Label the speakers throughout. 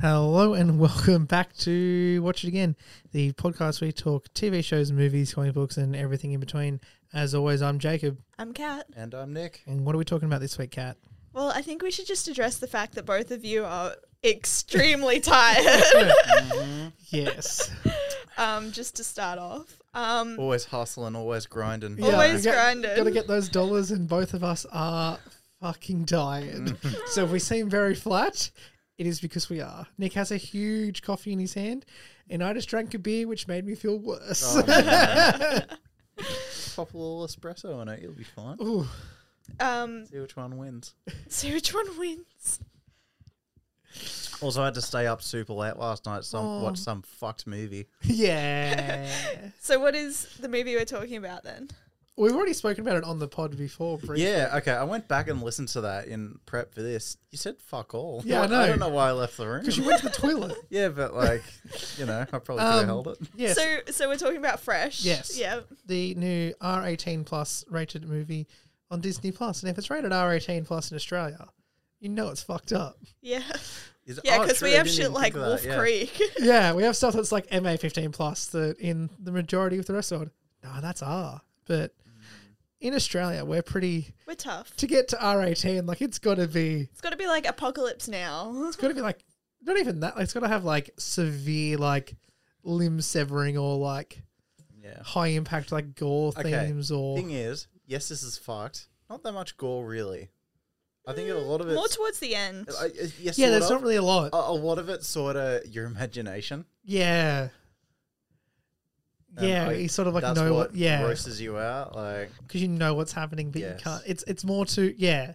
Speaker 1: Hello and welcome back to Watch It Again, the podcast where we talk TV shows, movies, comic books, and everything in between. As always, I'm Jacob.
Speaker 2: I'm Kat.
Speaker 3: And I'm Nick.
Speaker 1: And what are we talking about this week, Kat?
Speaker 2: Well, I think we should just address the fact that both of you are extremely tired.
Speaker 1: Yes.
Speaker 2: um, just to start off. Um,
Speaker 3: Always hustling, always grinding.
Speaker 2: Yeah. Always grinding.
Speaker 1: Got to get those dollars, and both of us are fucking tired. so if we seem very flat, it is because we are. Nick has a huge coffee in his hand, and I just drank a beer, which made me feel worse.
Speaker 3: Oh, man. Pop a little espresso in it, you'll be fine.
Speaker 1: Ooh,
Speaker 2: um,
Speaker 3: See which one wins.
Speaker 2: so which one wins?
Speaker 3: Also, I had to stay up super late last night to
Speaker 1: Oh.
Speaker 3: watch some fucked movie.
Speaker 1: yeah.
Speaker 2: So what is the movie we're talking about then?
Speaker 1: We've already spoken about it on the pod before. Briefly.
Speaker 3: Yeah, okay. I went back and listened to that in prep for this. You said fuck all.
Speaker 1: Yeah, I
Speaker 3: I
Speaker 1: know.
Speaker 3: don't know why I left the room.
Speaker 1: Because you went to the toilet.
Speaker 3: yeah, but like, you know, I probably could have
Speaker 1: Um,
Speaker 3: held it.
Speaker 1: Yes.
Speaker 2: So so we're talking about Fresh.
Speaker 1: Yes.
Speaker 2: Yeah.
Speaker 1: the new R eighteen plus rated movie on Disney Plus, and if it's rated R eighteen plus in Australia, you know it's fucked up.
Speaker 2: Yeah.
Speaker 3: Is-
Speaker 2: Yeah,
Speaker 3: oh,
Speaker 2: because
Speaker 3: true,
Speaker 2: we
Speaker 3: I
Speaker 2: have
Speaker 3: didn't
Speaker 2: shit
Speaker 3: even
Speaker 2: like
Speaker 3: think of that,
Speaker 2: Wolf
Speaker 3: yeah.
Speaker 2: Creek.
Speaker 1: yeah, we have stuff that's like MA fifteen plus that in the majority of the rest of the world. No, that's R. But in Australia, we're pretty
Speaker 2: we're tough.
Speaker 1: to get to R eighteen. Like it's got to be,
Speaker 2: It's got to be like Apocalypse Now.
Speaker 1: it's got to be like not even that. Like, it's got to have like severe like limb severing or like
Speaker 3: Yeah.
Speaker 1: high impact like gore
Speaker 3: Okay,
Speaker 1: themes or
Speaker 3: Thing is, yes, this is fucked. Not that much gore, really. I think a lot of it.
Speaker 2: More towards the end.
Speaker 3: yes,
Speaker 1: yeah.
Speaker 3: sort
Speaker 1: There's
Speaker 3: of.
Speaker 1: not really a lot.
Speaker 3: a, a lot of it's sort of your imagination.
Speaker 1: Yeah.
Speaker 3: Um,
Speaker 1: Yeah,
Speaker 3: like,
Speaker 1: you sort of like
Speaker 3: That's
Speaker 1: know
Speaker 3: what
Speaker 1: what, yeah. 'Cause yeah,
Speaker 3: grosses you out. Like,
Speaker 1: because you know what's happening, but
Speaker 3: Yes.
Speaker 1: you can't. It's it's more to yeah,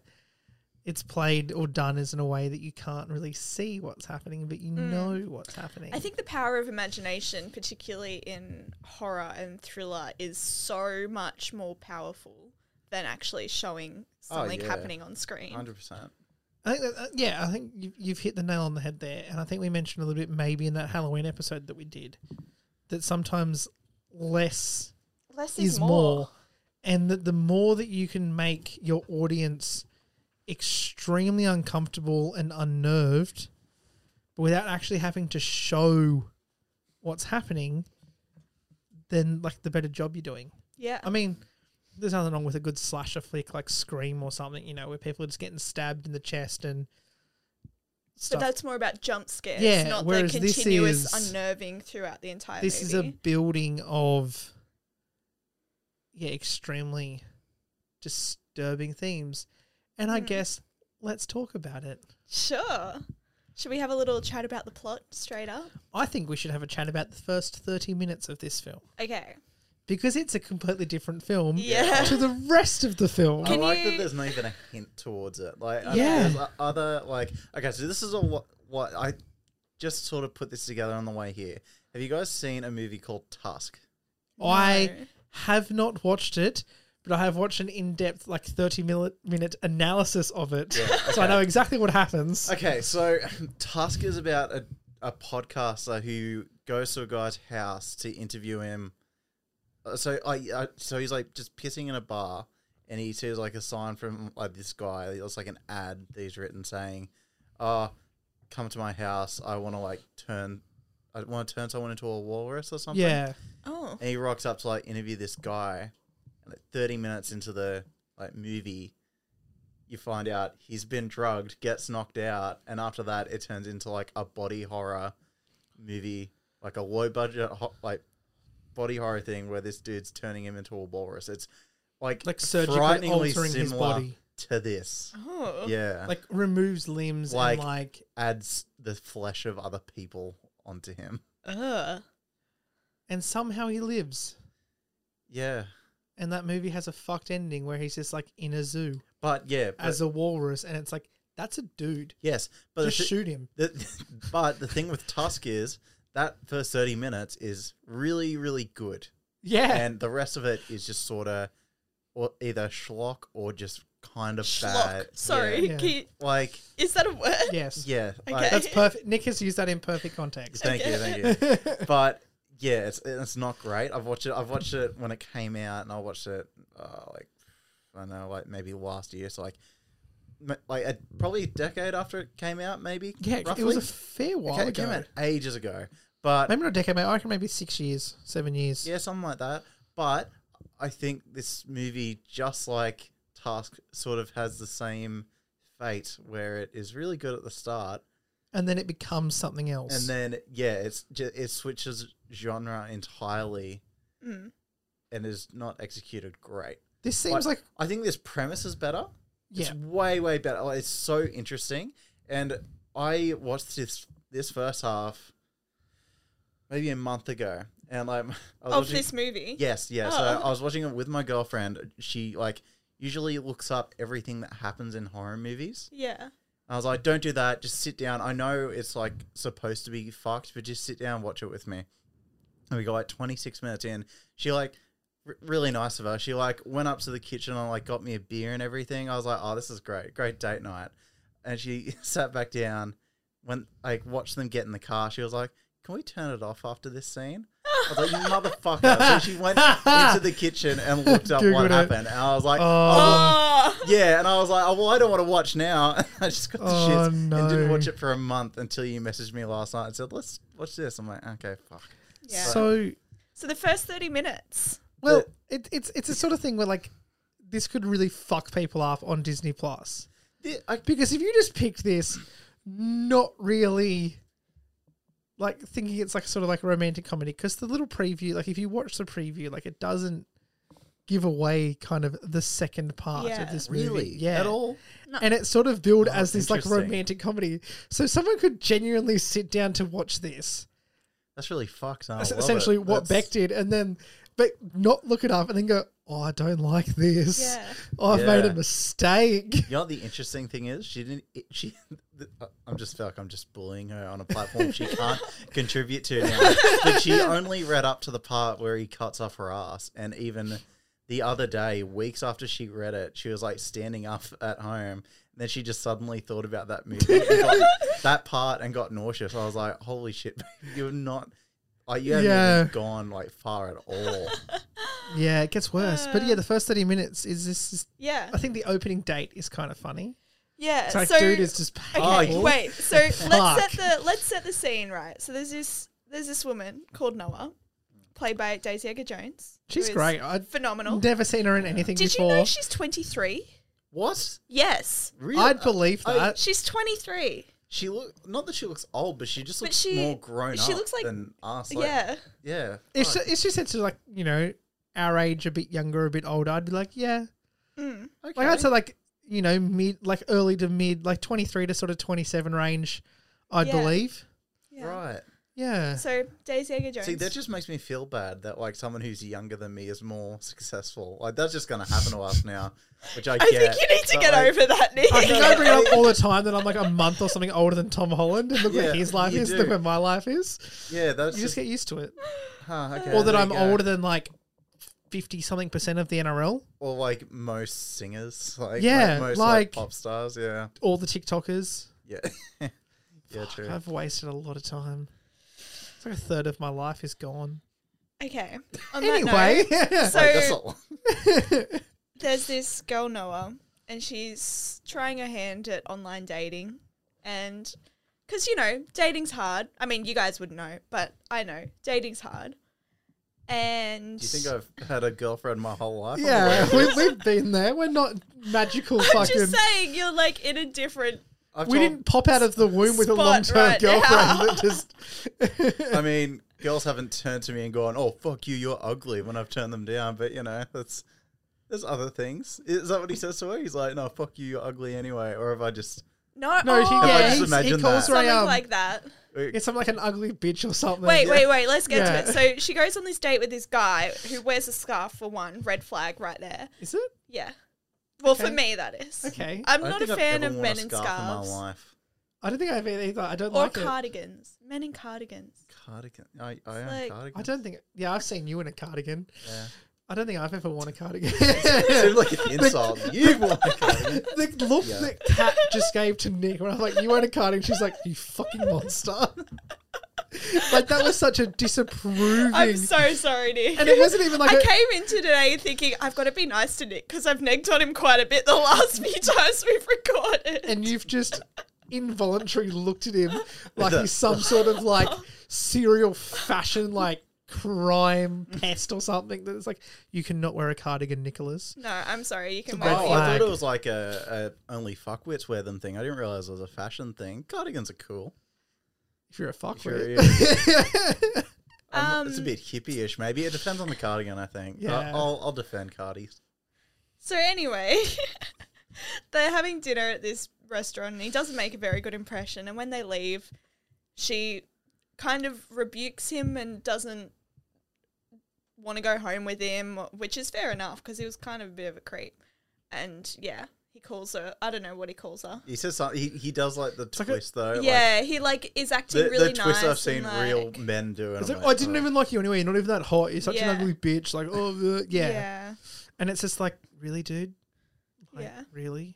Speaker 1: it's played or done as in a way that you can't really see what's happening, but you know what's happening.
Speaker 2: I think the power of imagination, particularly in horror and thriller, is so much more powerful than actually showing
Speaker 3: Oh,
Speaker 2: something
Speaker 3: yeah.
Speaker 2: happening on screen.
Speaker 3: hundred percent.
Speaker 1: I think that, uh, yeah, I think you've, you've hit the nail on the head there, and I think we mentioned a little bit maybe in that Halloween episode that we did that sometimes less
Speaker 2: Less
Speaker 1: is more, and that the more that you can make your audience extremely uncomfortable and unnerved, but without actually having to show what's happening, then like the better job you're doing.
Speaker 2: Yeah.
Speaker 1: I mean, there's nothing wrong with a good slasher flick like Scream or something, you know, where people are just getting stabbed in the chest and
Speaker 2: but
Speaker 1: stuff.
Speaker 2: that's more about jump scares,
Speaker 1: Yeah,
Speaker 2: not the
Speaker 1: whereas this
Speaker 2: continuous
Speaker 1: is-
Speaker 2: unnerving throughout the entire
Speaker 1: this is
Speaker 2: movie.
Speaker 1: a building of yeah extremely disturbing themes and
Speaker 2: Hmm.
Speaker 1: i guess let's talk about it
Speaker 2: Sure. Should we have a little chat about the plot straight up?
Speaker 1: i think we should have a chat about the first 30 minutes of this film
Speaker 2: Okay.
Speaker 1: because it's a completely different film
Speaker 2: Yeah.
Speaker 1: to the rest of the film
Speaker 2: Can
Speaker 3: I like
Speaker 2: you-
Speaker 3: that. There's not even a hint towards it. Like, I-
Speaker 1: Yeah.
Speaker 3: there's o- other like. Okay, so this is a what, what I just sort of put this together on the way here. Have you guys seen a movie called Tusk?
Speaker 1: i
Speaker 2: No.
Speaker 1: have not watched it but I have watched an in-depth, like thirty-minute analysis of it, so I know exactly what happens.
Speaker 3: Okay, so Tusk is about a, a podcaster who goes to a guy's house to interview him. Uh, So I, I so he's like just pissing in a bar, and he sees like a sign from like this guy. It was like an ad that he's written saying, "Oh, come to my house. I want to like turn, I want to turn someone into a walrus or something."
Speaker 1: Yeah,
Speaker 2: Oh.
Speaker 3: and he rocks up to like interview this guy, and like thirty minutes into the like movie, you find out he's been drugged, gets knocked out, and after that, it turns into like a body horror movie, like a low budget ho- like body horror thing where this dude's turning him into a walrus. It's like
Speaker 1: Like surgically
Speaker 3: frighteningly
Speaker 1: altering his
Speaker 3: similar
Speaker 1: body.
Speaker 3: to this.
Speaker 2: Oh.
Speaker 3: Yeah,
Speaker 1: like removes limbs
Speaker 3: Like-
Speaker 1: and like
Speaker 3: adds the flesh of other people onto him.
Speaker 2: Ugh.
Speaker 1: and somehow he lives.
Speaker 3: Yeah,
Speaker 1: And that movie has a fucked ending where he's just like in a zoo
Speaker 3: but yeah, but,
Speaker 1: as a walrus, and it's like that's a dude.
Speaker 3: yes, but the
Speaker 1: Just
Speaker 3: thi-
Speaker 1: shoot him.
Speaker 3: The, but the thing with Tusk is that first 30 minutes is really, really good.
Speaker 1: Yeah,
Speaker 3: And the rest of it is just sort of or either schlock or just kind of
Speaker 2: Schlock.
Speaker 3: bad.
Speaker 2: Sorry.
Speaker 1: Yeah. Oh,
Speaker 2: Can you-
Speaker 3: Yeah. Like,
Speaker 2: is that a word?
Speaker 1: yes,
Speaker 3: yeah.
Speaker 2: Okay.
Speaker 3: Like,
Speaker 1: that's perfect. Nick has used that in perfect context.
Speaker 3: thank you. Thank you. But yeah, it's, it's not great. I've watched it. I've watched it when it came out and I watched it, uh, like, I don't know, like maybe last year. So, like, m- like a, probably a decade after it came out, maybe.
Speaker 1: Yeah, it was a fair while
Speaker 3: It ca- it
Speaker 1: ago.
Speaker 3: came out ages ago, but
Speaker 1: Maybe not a decade, mate. I reckon maybe six years, seven years.
Speaker 3: yeah, something like that. But I think this movie, just like Task, sort of has the same fate where it is really good at the start,
Speaker 1: And then it becomes something else.
Speaker 3: and then yeah, it's ju- it switches genre entirely,
Speaker 2: Mm.
Speaker 3: and is not executed great.
Speaker 1: this seems like,
Speaker 3: I think this premise is better.
Speaker 1: yeah,
Speaker 3: It's way way better. Like, it's so interesting, and I watched this this first half maybe a month ago, and like I was
Speaker 2: Of
Speaker 3: watching-
Speaker 2: this movie.
Speaker 3: Yes, yeah. So
Speaker 2: Oh.
Speaker 3: I was watching it with my girlfriend. She like usually looks up everything that happens in horror movies.
Speaker 2: Yeah.
Speaker 3: I was like, "Don't do that. Just sit down. I know it's like supposed to be fucked, but just sit down, and watch it with me." And we got like 26 minutes in. She like r- really nice of her. She like went up to the kitchen and like got me a beer and everything. I was like, "Oh, this is great. Great date night." And she sat back down, went like watched them get in the car. She was like, "Can we turn it off after this scene?" I was like, "You motherfucker!" So she went into the kitchen and looked up
Speaker 1: Googled
Speaker 3: what
Speaker 1: it.
Speaker 3: happened. And I was like,
Speaker 1: Oh.
Speaker 3: "Oh,
Speaker 2: Oh.
Speaker 3: yeah, and I was like, oh, well, I don't want to watch now. And I just got the
Speaker 1: Oh,
Speaker 3: shits and
Speaker 1: no.
Speaker 3: didn't watch it for a month until you messaged me last night and said, let's watch this. I'm like, okay, fuck.
Speaker 2: Yeah.
Speaker 3: Oh!
Speaker 2: So,
Speaker 1: so
Speaker 2: the first 30 minutes.
Speaker 1: well, it, it's it's a sort of thing where like this could really fuck people up on Disney Plus
Speaker 3: The- I-
Speaker 1: because if you just picked this, not really like thinking it's like sort of like a romantic comedy because the little preview, like if you watch the preview, like it doesn't give away kind of the second part of
Speaker 2: Yeah.
Speaker 1: this movie,
Speaker 3: really?
Speaker 1: yeah,
Speaker 3: At all?
Speaker 1: and it's sort of billed
Speaker 3: Oh,
Speaker 1: as this like
Speaker 3: interesting.
Speaker 1: romantic comedy. So someone could genuinely sit down to watch this.
Speaker 3: That's really fucked. I
Speaker 1: That's
Speaker 3: love
Speaker 1: essentially
Speaker 3: it.
Speaker 1: what
Speaker 3: That's-
Speaker 1: Beck did, and then but not look it up, and then go, "Oh, I don't like this.
Speaker 2: Yeah.
Speaker 1: Oh, I've made a
Speaker 3: Yeah.
Speaker 1: mistake."
Speaker 3: You know what the interesting thing is? She didn't. It, she. th- I'm just feel like I'm just bullying her on a platform she can't contribute to now. But she only read up to the part where he cuts off her ass, and even the other day, weeks after she read it, she was like standing up at home. And then she just suddenly thought about that movie, and got that part, and got nauseous. I was like, "Holy shit, you're not." Like, you haven't
Speaker 1: Yeah.
Speaker 3: even gone like far at all.
Speaker 1: yeah, it gets worse. but yeah, the first thirty minutes is this. Is,
Speaker 2: Yeah.
Speaker 1: I think the opening date is kind of funny.
Speaker 2: Yeah.
Speaker 1: It's like,
Speaker 2: so
Speaker 1: dude is just
Speaker 3: Oh,
Speaker 2: Okay,
Speaker 3: yeah.
Speaker 1: painful.
Speaker 2: wait. So let's set
Speaker 1: Fuck.
Speaker 2: the let's set the scene right. So there's this there's this woman called Noah, played by Daisy Edgar Jones. who
Speaker 1: she's
Speaker 2: is
Speaker 1: great. I'd
Speaker 2: phenomenal.
Speaker 1: never seen her in anything
Speaker 2: Did you
Speaker 1: before.
Speaker 2: know she's 23?
Speaker 3: What?
Speaker 2: Yes,
Speaker 3: Really?
Speaker 1: I'd believe
Speaker 2: Oh,
Speaker 3: I-
Speaker 1: that.
Speaker 2: she's 23.
Speaker 3: She look not that she looks old, but she just
Speaker 2: But
Speaker 3: looks
Speaker 2: she-
Speaker 3: more grown
Speaker 2: she
Speaker 3: up
Speaker 2: looks like-
Speaker 3: than us.
Speaker 2: yeah,
Speaker 3: yeah.
Speaker 1: If
Speaker 3: fuck.
Speaker 1: she- if she said to like you know our age, a bit younger, a bit older, I'd be like, yeah,
Speaker 2: Mm.
Speaker 3: okay.
Speaker 1: Like I'd say like you know mid like early to mid like twenty three to sort of twenty seven range, I
Speaker 2: Yeah.
Speaker 1: believe.
Speaker 2: yeah.
Speaker 3: right.
Speaker 1: Yeah.
Speaker 2: So Daisy Edgar Jones.
Speaker 3: See, that just makes me feel bad that like someone who's younger than me is more successful. Like that's just gonna happen to us now, which I,
Speaker 2: I
Speaker 3: get.
Speaker 2: think you need to
Speaker 3: but,
Speaker 2: get
Speaker 3: like,
Speaker 2: over that, Nick.
Speaker 1: I think I bring it up all the time that I'm like a month or something older than Tom Holland, and look where
Speaker 3: Yeah,
Speaker 1: his life
Speaker 3: you
Speaker 1: is,
Speaker 3: do.
Speaker 1: look where my life is.
Speaker 3: Yeah, that's
Speaker 1: You just
Speaker 3: just,
Speaker 1: get used to it.
Speaker 3: huh, okay,
Speaker 1: or that
Speaker 3: there
Speaker 1: I'm
Speaker 3: you go.
Speaker 1: older than like fifty something percent of the NRL.
Speaker 3: or like most singers, like
Speaker 1: Yeah,
Speaker 3: like, most
Speaker 1: like-
Speaker 3: like, pop stars. Yeah,
Speaker 1: All the TikTokers.
Speaker 3: yeah, yeah. True.
Speaker 1: I've wasted a lot of time. It's like a third of my life is gone.
Speaker 2: okay. On that
Speaker 1: Anyway,
Speaker 2: note,
Speaker 1: yeah.
Speaker 2: so
Speaker 3: Like, that's a lot.
Speaker 2: there's this girl Noah, and she's trying her hand at online dating, and because you know dating's hard. I mean, you guys would know, but I know dating's hard. And
Speaker 3: Do you think I've had a girlfriend my whole life?
Speaker 1: yeah, we, we've been there. We're not magical
Speaker 2: I'm
Speaker 1: fucking.
Speaker 2: just saying you're like in a different.
Speaker 3: I've
Speaker 1: we
Speaker 3: told-
Speaker 1: didn't pop out of the womb with a
Speaker 2: Spot
Speaker 1: long term
Speaker 2: right
Speaker 1: girlfriend
Speaker 2: now.
Speaker 1: that just.
Speaker 3: I mean, girls haven't turned to me and gone, "Oh fuck you, you're ugly." When I've turned them down, but you know, that's there's other things. Is that what he says to her? He's like, "No, fuck you, you're ugly anyway." Or have I just
Speaker 2: No,
Speaker 1: No,
Speaker 2: oh,
Speaker 1: he,
Speaker 3: I
Speaker 1: yeah,
Speaker 3: just
Speaker 1: he's- he
Speaker 3: imagined
Speaker 1: calls
Speaker 3: that?
Speaker 1: her
Speaker 2: something
Speaker 1: um,
Speaker 2: like that.
Speaker 3: uh,
Speaker 1: it's something like an ugly bitch or something.
Speaker 2: Wait,
Speaker 1: yeah.
Speaker 2: wait, wait. Let's get
Speaker 1: Yeah.
Speaker 2: to it. So she goes on this date with this guy who wears a scarf for one, red flag right there.
Speaker 1: Is it
Speaker 2: Yeah. Well, for
Speaker 1: Okay.
Speaker 2: me, that is.
Speaker 1: okay? I,
Speaker 2: I'm not a fan of men in scarves
Speaker 3: In my life.
Speaker 1: don't think I've either. I don't
Speaker 2: or
Speaker 1: like it.
Speaker 2: cardigans. Men in cardigans.
Speaker 3: Cardigan. I, I
Speaker 2: like-
Speaker 3: own
Speaker 1: I
Speaker 3: cardigan.
Speaker 1: don't think. Yeah, I've seen you in a cardigan.
Speaker 3: Yeah.
Speaker 1: I don't think I've ever worn a cardigan.
Speaker 3: Seems like an insult. You've worn a cardigan.
Speaker 1: the look
Speaker 3: Yeah.
Speaker 1: that Kat just gave to Nick when I was like, "You own a cardigan," she's like, "You fucking monster." Like that was such a disapproving.
Speaker 2: I'm so sorry, Nick.
Speaker 1: and it wasn't even like
Speaker 2: I
Speaker 1: a-
Speaker 2: came into today thinking I've got to be nice to Nick because I've negged on him quite a bit the last few times we've recorded.
Speaker 1: and you've just involuntarily looked at him like
Speaker 3: The-
Speaker 1: he's some sort of like serial fashion like crime pest or something that it's like you cannot wear a cardigan nicholas
Speaker 2: no, I'm sorry. You can
Speaker 1: Red
Speaker 3: Oh,
Speaker 1: a
Speaker 2: wait.
Speaker 1: bad
Speaker 2: for your-
Speaker 3: I
Speaker 1: flag.
Speaker 3: thought it was like a, a only fuckwits wear them thing. I didn't realize it was a fashion thing. Cardigans are cool.
Speaker 1: if you're a fuck
Speaker 3: Sure
Speaker 1: with
Speaker 3: Um, it's a
Speaker 2: Um,
Speaker 3: bit hippie-ish, maybe. It depends on the cardigan, I think. Yeah.
Speaker 1: Yeah.
Speaker 3: I'll, I'll, I'll defend cardies.
Speaker 2: So anyway, they're having dinner at this restaurant, and he doesn't make a very good impression. And when they leave, she kind of rebukes him and doesn't want to go home with him, which is fair enough because he was kind of a bit of a creep. And yeah, he calls her. I don't know what he calls her.
Speaker 3: He says something. He, he does like the
Speaker 1: like a-
Speaker 3: twist though. like,
Speaker 2: yeah, he like is acting
Speaker 3: the,
Speaker 2: really
Speaker 3: the
Speaker 2: nice.
Speaker 3: twist I've
Speaker 2: and,
Speaker 3: seen
Speaker 2: like-
Speaker 3: real men do. And
Speaker 1: It's
Speaker 3: I'm
Speaker 1: like,
Speaker 3: like,
Speaker 1: oh, i didn't
Speaker 3: "Oh."
Speaker 1: even like you anyway you're not even that hot you're such
Speaker 2: Yeah.
Speaker 1: an ugly bitch like oh uh, yeah.
Speaker 2: yeah,
Speaker 1: and it's just like really dude like,
Speaker 2: Yeah.
Speaker 1: really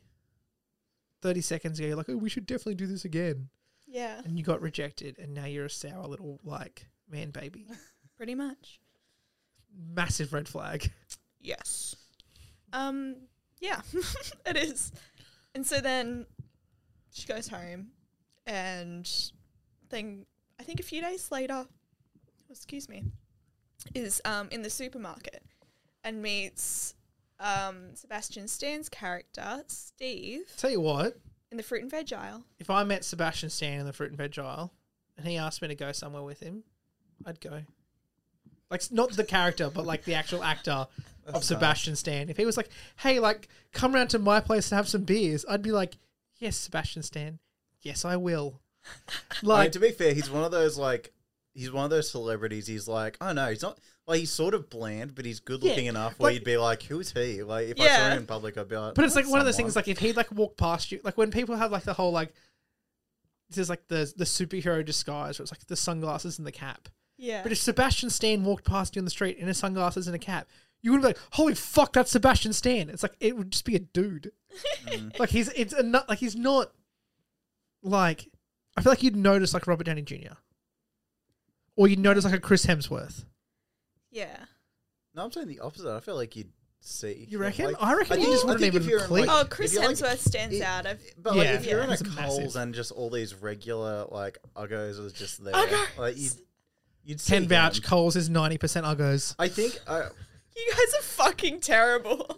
Speaker 1: 30 seconds ago you're like oh we should definitely do this again
Speaker 2: yeah,
Speaker 1: and you got rejected and now you're a sour little like man baby
Speaker 2: pretty much.
Speaker 1: massive red flag
Speaker 2: Yes. Um. Yeah, it is. And so then she goes home, and then I think a few days later, excuse me, is um in the supermarket, and meets um Sebastian Stan's character Steve
Speaker 1: tell you what
Speaker 2: in the fruit and veg aisle.
Speaker 1: if I met Sebastian Stan in the fruit and veg aisle and he asked me to go somewhere with him, I'd go. Like s- not the character, but like the actual actor of
Speaker 3: That's
Speaker 1: Sebastian Stan. If he was like, "Hey, like come round to my place and have some beers," I'd be like, "Yes, Sebastian Stan. Yes, I will."
Speaker 3: I mean,
Speaker 1: Like
Speaker 3: to be fair, he's one of those like he's one of those celebrities. He's like, I know he's not like he's sort of bland, but he's good looking
Speaker 1: Yeah,
Speaker 3: enough. Where
Speaker 1: like-
Speaker 3: you'd be like, who's he? Like if I
Speaker 2: Yeah.
Speaker 3: saw him in public, I'd be like.
Speaker 1: But it's like
Speaker 3: "That's
Speaker 1: one of those
Speaker 3: someone."
Speaker 1: things. Like if he like walked past you, like when people have like the whole like this is like the the superhero disguise, where it's like the sunglasses and the cap.
Speaker 2: Yeah.
Speaker 1: But if Sebastian Stan walked past you on the street in his sunglasses and a cap, you would be like, "Holy fuck, that's Sebastian Stan!" It's like it would just be a dude.
Speaker 3: Mm.
Speaker 1: Like he's it's a nut. Like he's not like I feel like you'd notice like Robert Downey Jr. or you'd notice like a Chris Hemsworth.
Speaker 2: yeah.
Speaker 3: No, I'm saying the opposite. I feel like you'd see.
Speaker 1: You reckon? I reckon you just
Speaker 3: I
Speaker 1: wouldn't
Speaker 3: think if
Speaker 1: even
Speaker 3: you're in,
Speaker 1: click.
Speaker 2: Oh, Chris
Speaker 3: if you're, like,
Speaker 2: Hemsworth stands
Speaker 3: it-
Speaker 2: out. Of,
Speaker 3: But like,
Speaker 1: Yeah.
Speaker 3: if you're in a
Speaker 1: He's a massive-
Speaker 3: Coles and just all these regular like uggos are just there,
Speaker 2: Uggos.
Speaker 3: like you'd, you'd see
Speaker 1: Ten vouch.
Speaker 3: him.
Speaker 1: Coles is ninety percent uggos.
Speaker 3: I think uh,
Speaker 2: you guys are fucking terrible.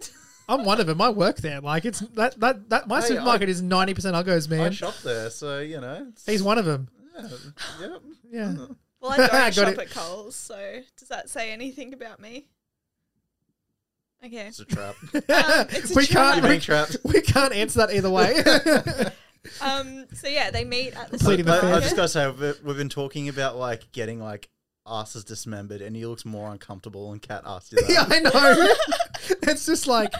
Speaker 1: I'm one of them. I work there. Like it's that that that my
Speaker 3: Hey, I-
Speaker 1: supermarket is ninety percent uggos,
Speaker 3: I
Speaker 1: man.
Speaker 3: shop there, so you know. it's-
Speaker 1: He's one of them.
Speaker 3: Yeah, yep.
Speaker 1: Yeah.
Speaker 3: Um,
Speaker 2: Well, I
Speaker 1: Got
Speaker 2: don't shop
Speaker 1: it.
Speaker 2: at Coles, so does that say anything about me? Okay.
Speaker 3: It's a trap.
Speaker 2: it's a
Speaker 1: we
Speaker 2: trap.
Speaker 1: can't.
Speaker 3: You're
Speaker 1: We,
Speaker 3: being trapped.
Speaker 1: we can't answer that either way.
Speaker 2: Um. So yeah, they meet at the
Speaker 1: Completing Pleading the
Speaker 3: I, I- I
Speaker 1: fifth.
Speaker 3: just gotta say, we've, we've been talking about like getting like asses dismembered, and he looks more uncomfortable when Cat asks you that.
Speaker 1: yeah, I know. it's just like,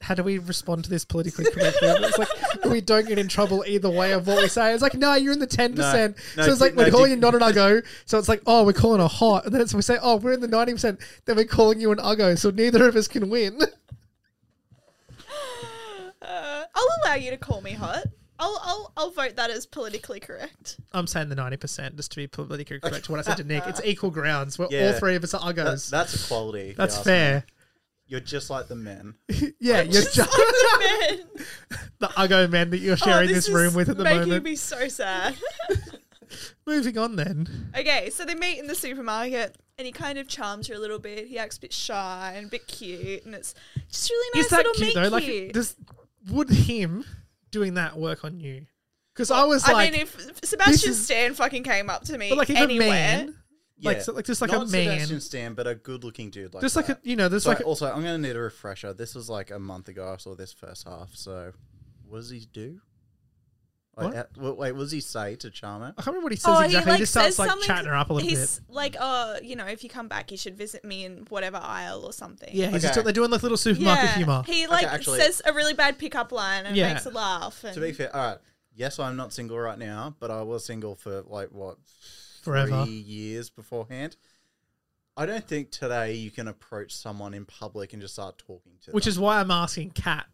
Speaker 1: how do we respond to this politically correctly? It's like we don't get in trouble either way of what we say. It's like, no, you're in the ten percent.
Speaker 3: No, no,
Speaker 1: so it's like
Speaker 3: no,
Speaker 1: we're calling
Speaker 3: do-
Speaker 1: you not an uggo. So it's like, oh, we're calling her hot, and then it's, we say, oh, we're in the ninety percent. Then we're calling you an uggo. So neither of us can win.
Speaker 2: Uh, I'll allow you to call me hot. I'll I'll I'll vote that as politically correct.
Speaker 1: I'm saying the ninety percent just to be politically correct. to What I said to Nick, it's equal grounds. We're all
Speaker 3: Yeah.
Speaker 1: three of us are
Speaker 3: That-
Speaker 1: uggos.
Speaker 3: that's equality. if you
Speaker 1: that's
Speaker 3: ask me.
Speaker 1: fair.
Speaker 3: You're just like the men.
Speaker 1: yeah, you're just
Speaker 2: Men.
Speaker 1: the uggo men that you're
Speaker 2: Oh,
Speaker 1: sharing this,
Speaker 2: is
Speaker 1: room with at the
Speaker 2: making
Speaker 1: moment.
Speaker 2: me so sad.
Speaker 1: Moving on then.
Speaker 2: okay, so they meet in the supermarket, and he kind of charms her a little bit. He acts a bit shy and a bit cute, and it's just really nice
Speaker 1: Is that
Speaker 2: little
Speaker 1: cute
Speaker 2: meet
Speaker 1: though? Like,
Speaker 2: cute.
Speaker 1: does would him doing that work on you? Because I was
Speaker 2: I
Speaker 1: like,
Speaker 2: mean, if Sebastian
Speaker 1: is-
Speaker 2: Stan fucking came up to me
Speaker 1: but like if
Speaker 2: anywhere,
Speaker 1: a man, like
Speaker 3: Yeah.
Speaker 1: so, like just like
Speaker 3: Not
Speaker 1: a man,
Speaker 3: Sebastian Stan, but a good-looking dude. Like
Speaker 1: just like a
Speaker 3: that.
Speaker 1: you know, there's
Speaker 3: So
Speaker 1: like a,
Speaker 3: also, I'm gonna need a refresher. This was like a month ago. I saw this first half. So, what does he do? Like,
Speaker 1: What?
Speaker 3: at- wait, wait, what does he say to Charmer?
Speaker 1: I can't remember what he says
Speaker 2: Oh,
Speaker 1: exactly. He,
Speaker 2: like,
Speaker 1: just
Speaker 2: says
Speaker 1: starts like
Speaker 2: something-
Speaker 1: chatting her up a little
Speaker 2: he's
Speaker 1: bit.
Speaker 2: like, oh, you know, if you come back, you should visit me in whatever aisle or something.
Speaker 1: Yeah, he's just
Speaker 3: Okay.
Speaker 1: they're doing like little supermarket
Speaker 2: Yeah.
Speaker 1: humor.
Speaker 2: He like
Speaker 3: actually-
Speaker 2: says a really bad pickup line and
Speaker 1: Yeah.
Speaker 2: makes a laugh. And
Speaker 3: To be fair, all right. Yes, I'm not single right now, but I was single for like what
Speaker 1: Forever.
Speaker 3: three years beforehand. I don't think today you can approach someone in public and just start talking to
Speaker 1: Which
Speaker 3: them.
Speaker 1: is why I'm asking Kat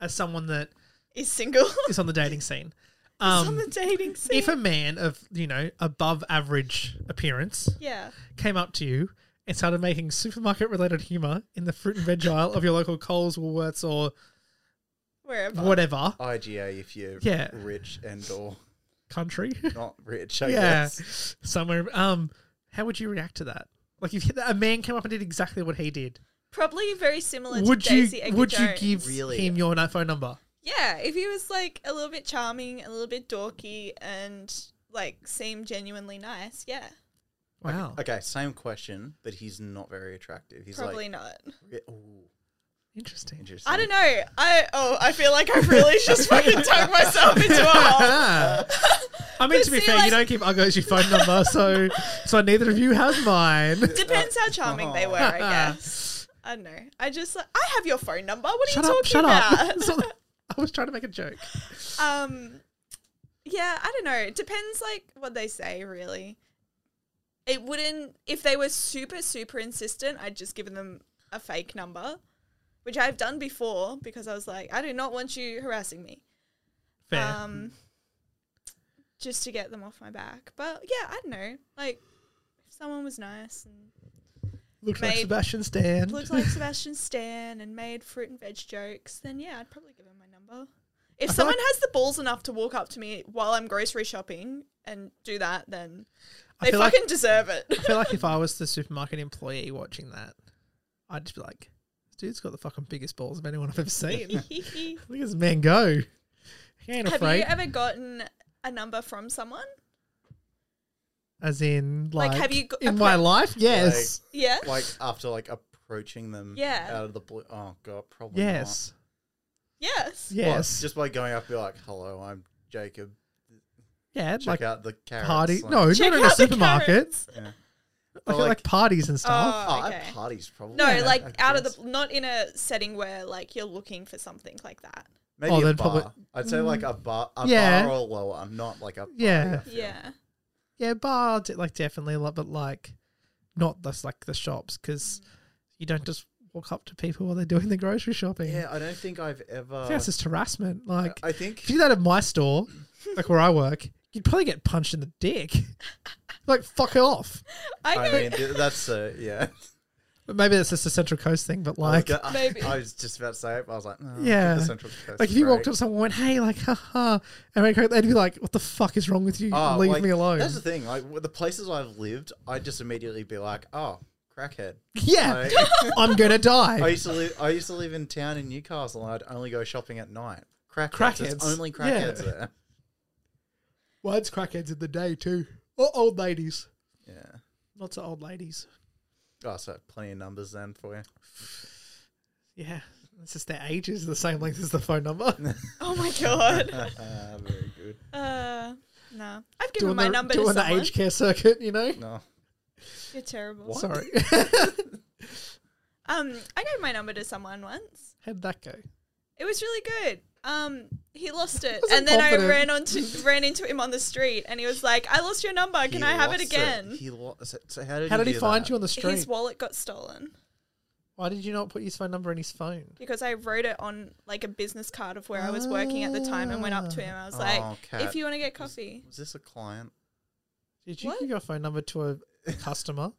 Speaker 1: as someone that
Speaker 2: is single.
Speaker 1: is on the dating scene.
Speaker 2: on
Speaker 1: Um,
Speaker 2: the dating scene.
Speaker 1: if a man of you know above average appearance
Speaker 2: yeah.
Speaker 1: came up to you and started making supermarket related humor in the fruit and veg aisle of your local Coles, Woolworths, or
Speaker 2: Wherever.
Speaker 1: whatever
Speaker 3: IGA if you're
Speaker 1: Yeah.
Speaker 3: rich and or
Speaker 1: country,
Speaker 3: not rich, I
Speaker 1: yeah,
Speaker 3: guess.
Speaker 1: somewhere. Um, how would you react to that? Like if a man came up and did exactly what he did,
Speaker 2: Probably very similar
Speaker 1: would
Speaker 2: to
Speaker 1: you
Speaker 2: Daisy Edgar
Speaker 1: would you
Speaker 2: Jones.
Speaker 1: give
Speaker 3: Really?
Speaker 1: him your phone number?
Speaker 2: Yeah, if he was like a little bit charming, a little bit dorky, and like seemed genuinely nice, yeah,
Speaker 1: Wow,
Speaker 3: Okay, same question, but he's not very attractive. He's
Speaker 2: probably
Speaker 3: like,
Speaker 2: not.
Speaker 3: re- ooh,
Speaker 1: interesting.
Speaker 3: interesting.
Speaker 2: I don't know. I oh, I feel like I've really just fucking dug myself into a hole.
Speaker 1: Ah. I mean,
Speaker 2: But
Speaker 1: to be
Speaker 2: see,
Speaker 1: fair, you
Speaker 2: like-
Speaker 1: don't give Uggos your phone number, so so neither of you has mine. Ah.
Speaker 2: Depends how charming
Speaker 1: Oh.
Speaker 2: they were, I guess. I don't know. I just like I have your phone number. What are
Speaker 1: shut
Speaker 2: you
Speaker 1: up!
Speaker 2: talking
Speaker 1: Shut
Speaker 2: about?
Speaker 1: up! It's not- I was trying to make a joke.
Speaker 2: um yeah i don't know it depends like what they say really it wouldn't if they were super super insistent i'd just give them a fake number which i've done before because i was like i do not want you harassing me
Speaker 1: Fair.
Speaker 2: um just to get them off my back but yeah i don't know like if someone was nice and
Speaker 1: Looks like
Speaker 2: made-
Speaker 1: Sebastian Stan.
Speaker 2: looked like sebastian stan and made fruit and veg jokes then yeah i'd probably give him my number if
Speaker 1: I feel
Speaker 2: someone
Speaker 1: like-
Speaker 2: has the balls enough to walk up to me while i'm grocery shopping and do that then
Speaker 1: I
Speaker 2: They
Speaker 1: feel
Speaker 2: fucking
Speaker 1: like
Speaker 2: deserve it.
Speaker 1: I feel like if I was the supermarket employee watching that, I'd just be like, "This dude's got the fucking biggest balls of anyone I've ever seen. Look
Speaker 2: Have
Speaker 1: at this man go. He ain't afraid."
Speaker 2: you e- ever gotten a number from someone?
Speaker 1: As in, like,
Speaker 2: Like, have you got
Speaker 1: in
Speaker 2: a
Speaker 1: my
Speaker 2: pro-
Speaker 1: life? Yes,
Speaker 2: Yeah.
Speaker 3: Like after like approaching them
Speaker 2: Yeah.
Speaker 3: out of the blue. Oh god, probably not.
Speaker 1: yes,
Speaker 2: yes.
Speaker 3: Well,
Speaker 1: yes,
Speaker 3: just by going up and be like, hello, I'm Jacob.
Speaker 1: yeah,
Speaker 3: Check
Speaker 1: like
Speaker 3: out the carrots.
Speaker 1: party.
Speaker 3: Like,
Speaker 1: No,
Speaker 2: Check
Speaker 1: not in a
Speaker 2: out the
Speaker 1: supermarket.
Speaker 2: carrots.
Speaker 3: Yeah.
Speaker 1: Like,
Speaker 3: Or,
Speaker 1: like, parties and stuff.
Speaker 2: Oh,
Speaker 3: oh,
Speaker 2: okay.
Speaker 3: at parties probably.
Speaker 2: No,
Speaker 3: Yeah,
Speaker 2: like
Speaker 3: I
Speaker 2: out of
Speaker 3: guess.
Speaker 2: the not in a setting where like you're looking for something like that.
Speaker 3: Maybe
Speaker 1: Oh,
Speaker 3: a
Speaker 1: then
Speaker 3: bar.
Speaker 1: probably-
Speaker 3: I'd say like a bar, a
Speaker 1: Yeah.
Speaker 3: bar or lower. I'm not like a party,
Speaker 1: Yeah.
Speaker 3: I feel.
Speaker 2: Mm. Yeah.
Speaker 1: Yeah, bar de- like definitely a lot, but like not this like the shops because you don't just walk up to people while they're doing the grocery shopping.
Speaker 3: yeah. I don't think I've ever.
Speaker 1: I think that's just harassment. Like
Speaker 3: I think
Speaker 1: if you did that at my store, like where I work, you'd probably get punched in the dick. like fuck off.
Speaker 2: I,
Speaker 3: I
Speaker 2: go
Speaker 3: mean th- that's uh, yeah.
Speaker 1: But maybe that's just the Central Coast thing. But
Speaker 3: I was
Speaker 1: like,
Speaker 3: go- I,
Speaker 2: Maybe.
Speaker 3: I was just about to say it, but I was like, no,
Speaker 1: Yeah.
Speaker 3: The Central Coast
Speaker 1: like if
Speaker 3: is
Speaker 1: you walked
Speaker 3: great.
Speaker 1: up to someone, and went, "Hey," like, haha, and they'd go- they'd be like, "What the fuck is wrong with you?
Speaker 3: Oh,
Speaker 1: Leave
Speaker 3: like,
Speaker 1: me alone."
Speaker 3: That's the thing. Like with the places I've lived, I'd just immediately be like, oh, crackhead.
Speaker 1: yeah,
Speaker 3: Like,
Speaker 1: I'm gonna die.
Speaker 3: I used to live. I used to live in town in Newcastle, and I'd only go shopping at night. Crackheads.
Speaker 1: Crackheads.
Speaker 3: There's only
Speaker 1: Yeah.
Speaker 3: crackheads there.
Speaker 1: well, it's crackheads in the day too, or old ladies.
Speaker 3: Yeah.
Speaker 1: Lots of old ladies.
Speaker 3: Oh, so plenty of numbers then for you.
Speaker 1: Yeah. It's just their age is the same length as the phone number.
Speaker 2: Oh my god.
Speaker 3: Ah, very good.
Speaker 2: uh no. I've given my
Speaker 1: the,
Speaker 2: number to
Speaker 1: doing the
Speaker 2: someone.
Speaker 1: age care circuit, you know?
Speaker 3: No.
Speaker 2: You're terrible.
Speaker 3: What?
Speaker 1: Sorry.
Speaker 2: Um I gave my number to someone once.
Speaker 1: How'd that go?
Speaker 2: It was really good. Um, he lost it,
Speaker 1: Wasn't
Speaker 2: and then I
Speaker 1: confident.
Speaker 2: ran onto ran into him on the street, and he was like, "I lost your number. Can
Speaker 3: He
Speaker 2: I have it
Speaker 3: lost
Speaker 2: again?"
Speaker 3: He lost. So, so how did
Speaker 1: How did he
Speaker 3: do
Speaker 1: find
Speaker 3: that?
Speaker 1: you on the
Speaker 2: His
Speaker 1: street?
Speaker 2: wallet got stolen
Speaker 1: Why did you not put his phone number in his phone?
Speaker 2: because I wrote it on like a business card of where I was working at the time, and went up to him. I was like,
Speaker 3: Oh, cat.
Speaker 2: "If you want to get coffee,
Speaker 3: Was this a client?
Speaker 1: Did you
Speaker 2: What?
Speaker 1: give your phone number to a customer?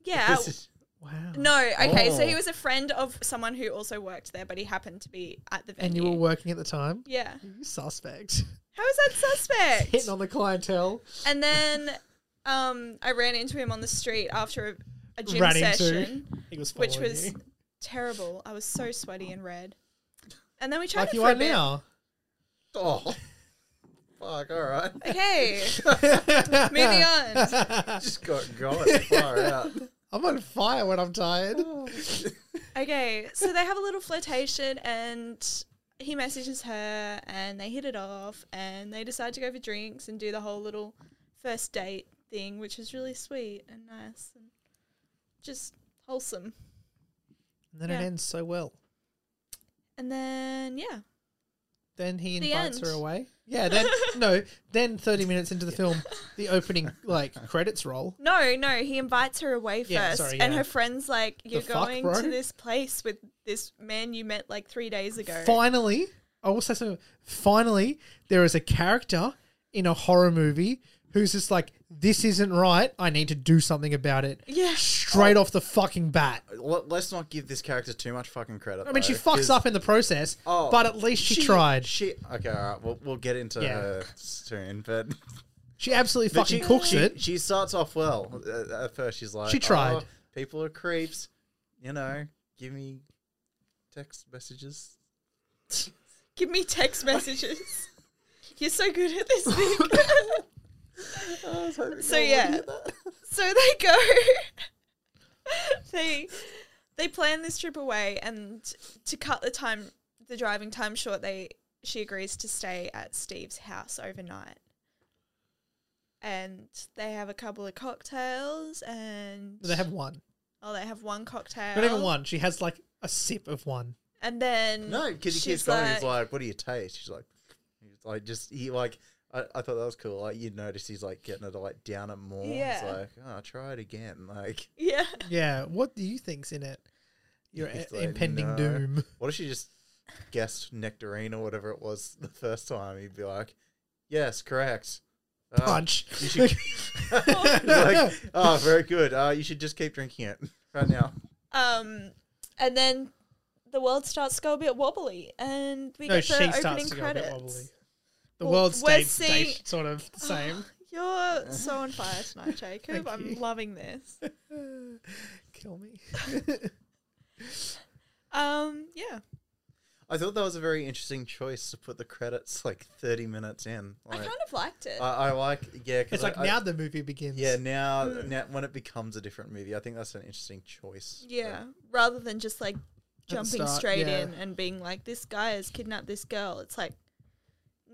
Speaker 2: yeah."
Speaker 3: This is-
Speaker 1: Wow.
Speaker 2: No, okay. So
Speaker 3: Oh.
Speaker 2: he was a friend of someone who also worked there, but he happened to be at the venue.
Speaker 1: And you were working at the time?
Speaker 2: yeah.
Speaker 1: You suspect.
Speaker 2: How is that suspect?
Speaker 1: Hitting on the clientele.
Speaker 2: And then um, I ran into him on the street after a, a gym
Speaker 1: Ran into.
Speaker 2: session.
Speaker 1: He was
Speaker 2: which
Speaker 1: following
Speaker 2: was
Speaker 1: you.
Speaker 2: terrible. I was so sweaty and red. And then we chatted
Speaker 1: like you
Speaker 2: for
Speaker 1: are
Speaker 2: a bit.
Speaker 1: now.
Speaker 3: oh, fuck! All right,
Speaker 2: Okay, moving on.
Speaker 3: just got going far out.
Speaker 1: I'm on fire when I'm tired.
Speaker 2: Oh, Okay, so they have a little flirtation, and he messages her, and they hit it off, and they decide to go for drinks and do the whole little first date thing, which is really sweet and nice and just wholesome.
Speaker 1: And then
Speaker 2: Yeah.
Speaker 1: it ends so well.
Speaker 2: And then yeah,
Speaker 1: Then he
Speaker 2: The
Speaker 1: invites her
Speaker 2: end.
Speaker 1: away. Yeah, then no, then 30 minutes into the film, the opening like credits roll.
Speaker 2: no, no, he invites her away
Speaker 1: Yeah,
Speaker 2: first,
Speaker 1: sorry,
Speaker 2: and
Speaker 1: yeah.
Speaker 2: her friend's like, "You're
Speaker 1: fuck,
Speaker 2: going
Speaker 1: bro?
Speaker 2: to this place with this man you met like three days ago."
Speaker 1: Finally, I will say something. Finally, there is a character in a horror movie who's just like, this isn't right. I need to do something about it.
Speaker 2: Yeah.
Speaker 1: Straight off the fucking bat.
Speaker 3: Let- Let's not give this character too much fucking credit.
Speaker 1: I mean, she
Speaker 3: though,
Speaker 1: fucks
Speaker 3: 'cause
Speaker 1: up in the process,
Speaker 3: Oh,
Speaker 1: but at least she, tried. She,
Speaker 3: She okay. All right, we'll we'll get into
Speaker 1: Yeah.
Speaker 3: her soon, but
Speaker 1: absolutely
Speaker 3: but
Speaker 1: fucking
Speaker 3: she,
Speaker 1: cooks
Speaker 3: she,
Speaker 1: it.
Speaker 3: She starts off well. At- At first, she's like,
Speaker 1: She tried.
Speaker 3: "Oh, people are creeps. You know, give me text messages.
Speaker 2: Give me text messages. You're so good at this, Nick. So, no one yeah. hear so they go. they they plan this trip away, and to cut the time, the driving time short, they she agrees to stay at Steve's house overnight. And they have a couple of cocktails, and
Speaker 1: They have one.
Speaker 2: oh, they have one cocktail.
Speaker 1: Not even one. She has like a sip of one.
Speaker 2: And then
Speaker 3: No, because he
Speaker 2: she's
Speaker 3: keeps going. he's like, "What do you taste?" She's like, "He's like just he like." I, I thought that was cool. Like you notice he's like getting it like down at more. It's
Speaker 2: Yeah.
Speaker 3: like, oh, try it again. Like,
Speaker 2: yeah,
Speaker 1: Yeah. What do you think's in it? Your
Speaker 3: He's
Speaker 1: i-
Speaker 3: like,
Speaker 1: impending
Speaker 3: "No."
Speaker 1: doom.
Speaker 3: What if she just guessed nectarine or whatever it was the first time? He'd be like, "Yes, correct." Uh,
Speaker 1: Punch.
Speaker 3: You should. He's like, oh, very good. Uh, you should just keep drinking it right now.
Speaker 2: um, and then the world starts to go a bit wobbly, and we
Speaker 1: no,
Speaker 2: get
Speaker 1: she
Speaker 2: the
Speaker 1: starts
Speaker 2: opening
Speaker 1: to go a
Speaker 2: credits.
Speaker 1: bit wobbly. The
Speaker 2: Well,
Speaker 1: world
Speaker 2: we're
Speaker 1: stays
Speaker 2: seeing- Oh.
Speaker 1: stays sort of the same.
Speaker 2: You're so on fire tonight, Jacob.
Speaker 1: Thank
Speaker 2: I'm
Speaker 1: you.
Speaker 2: loving this.
Speaker 1: Kill me.
Speaker 2: Um, yeah.
Speaker 3: I thought that was a very interesting choice to put the credits like thirty minutes in.
Speaker 2: I
Speaker 3: Like,
Speaker 2: kind of liked it.
Speaker 3: I,
Speaker 1: Uh,
Speaker 3: I like yeah. 'cause
Speaker 1: It's like
Speaker 3: I- I-
Speaker 1: now the movie begins.
Speaker 3: Yeah, now,
Speaker 1: Hmm.
Speaker 3: now when it becomes a different movie, I think that's an interesting choice.
Speaker 2: yeah. Rather than just like
Speaker 1: the
Speaker 2: jumping
Speaker 1: start,
Speaker 2: straight
Speaker 1: yeah.
Speaker 2: in and being like, this guy has kidnapped this girl. It's like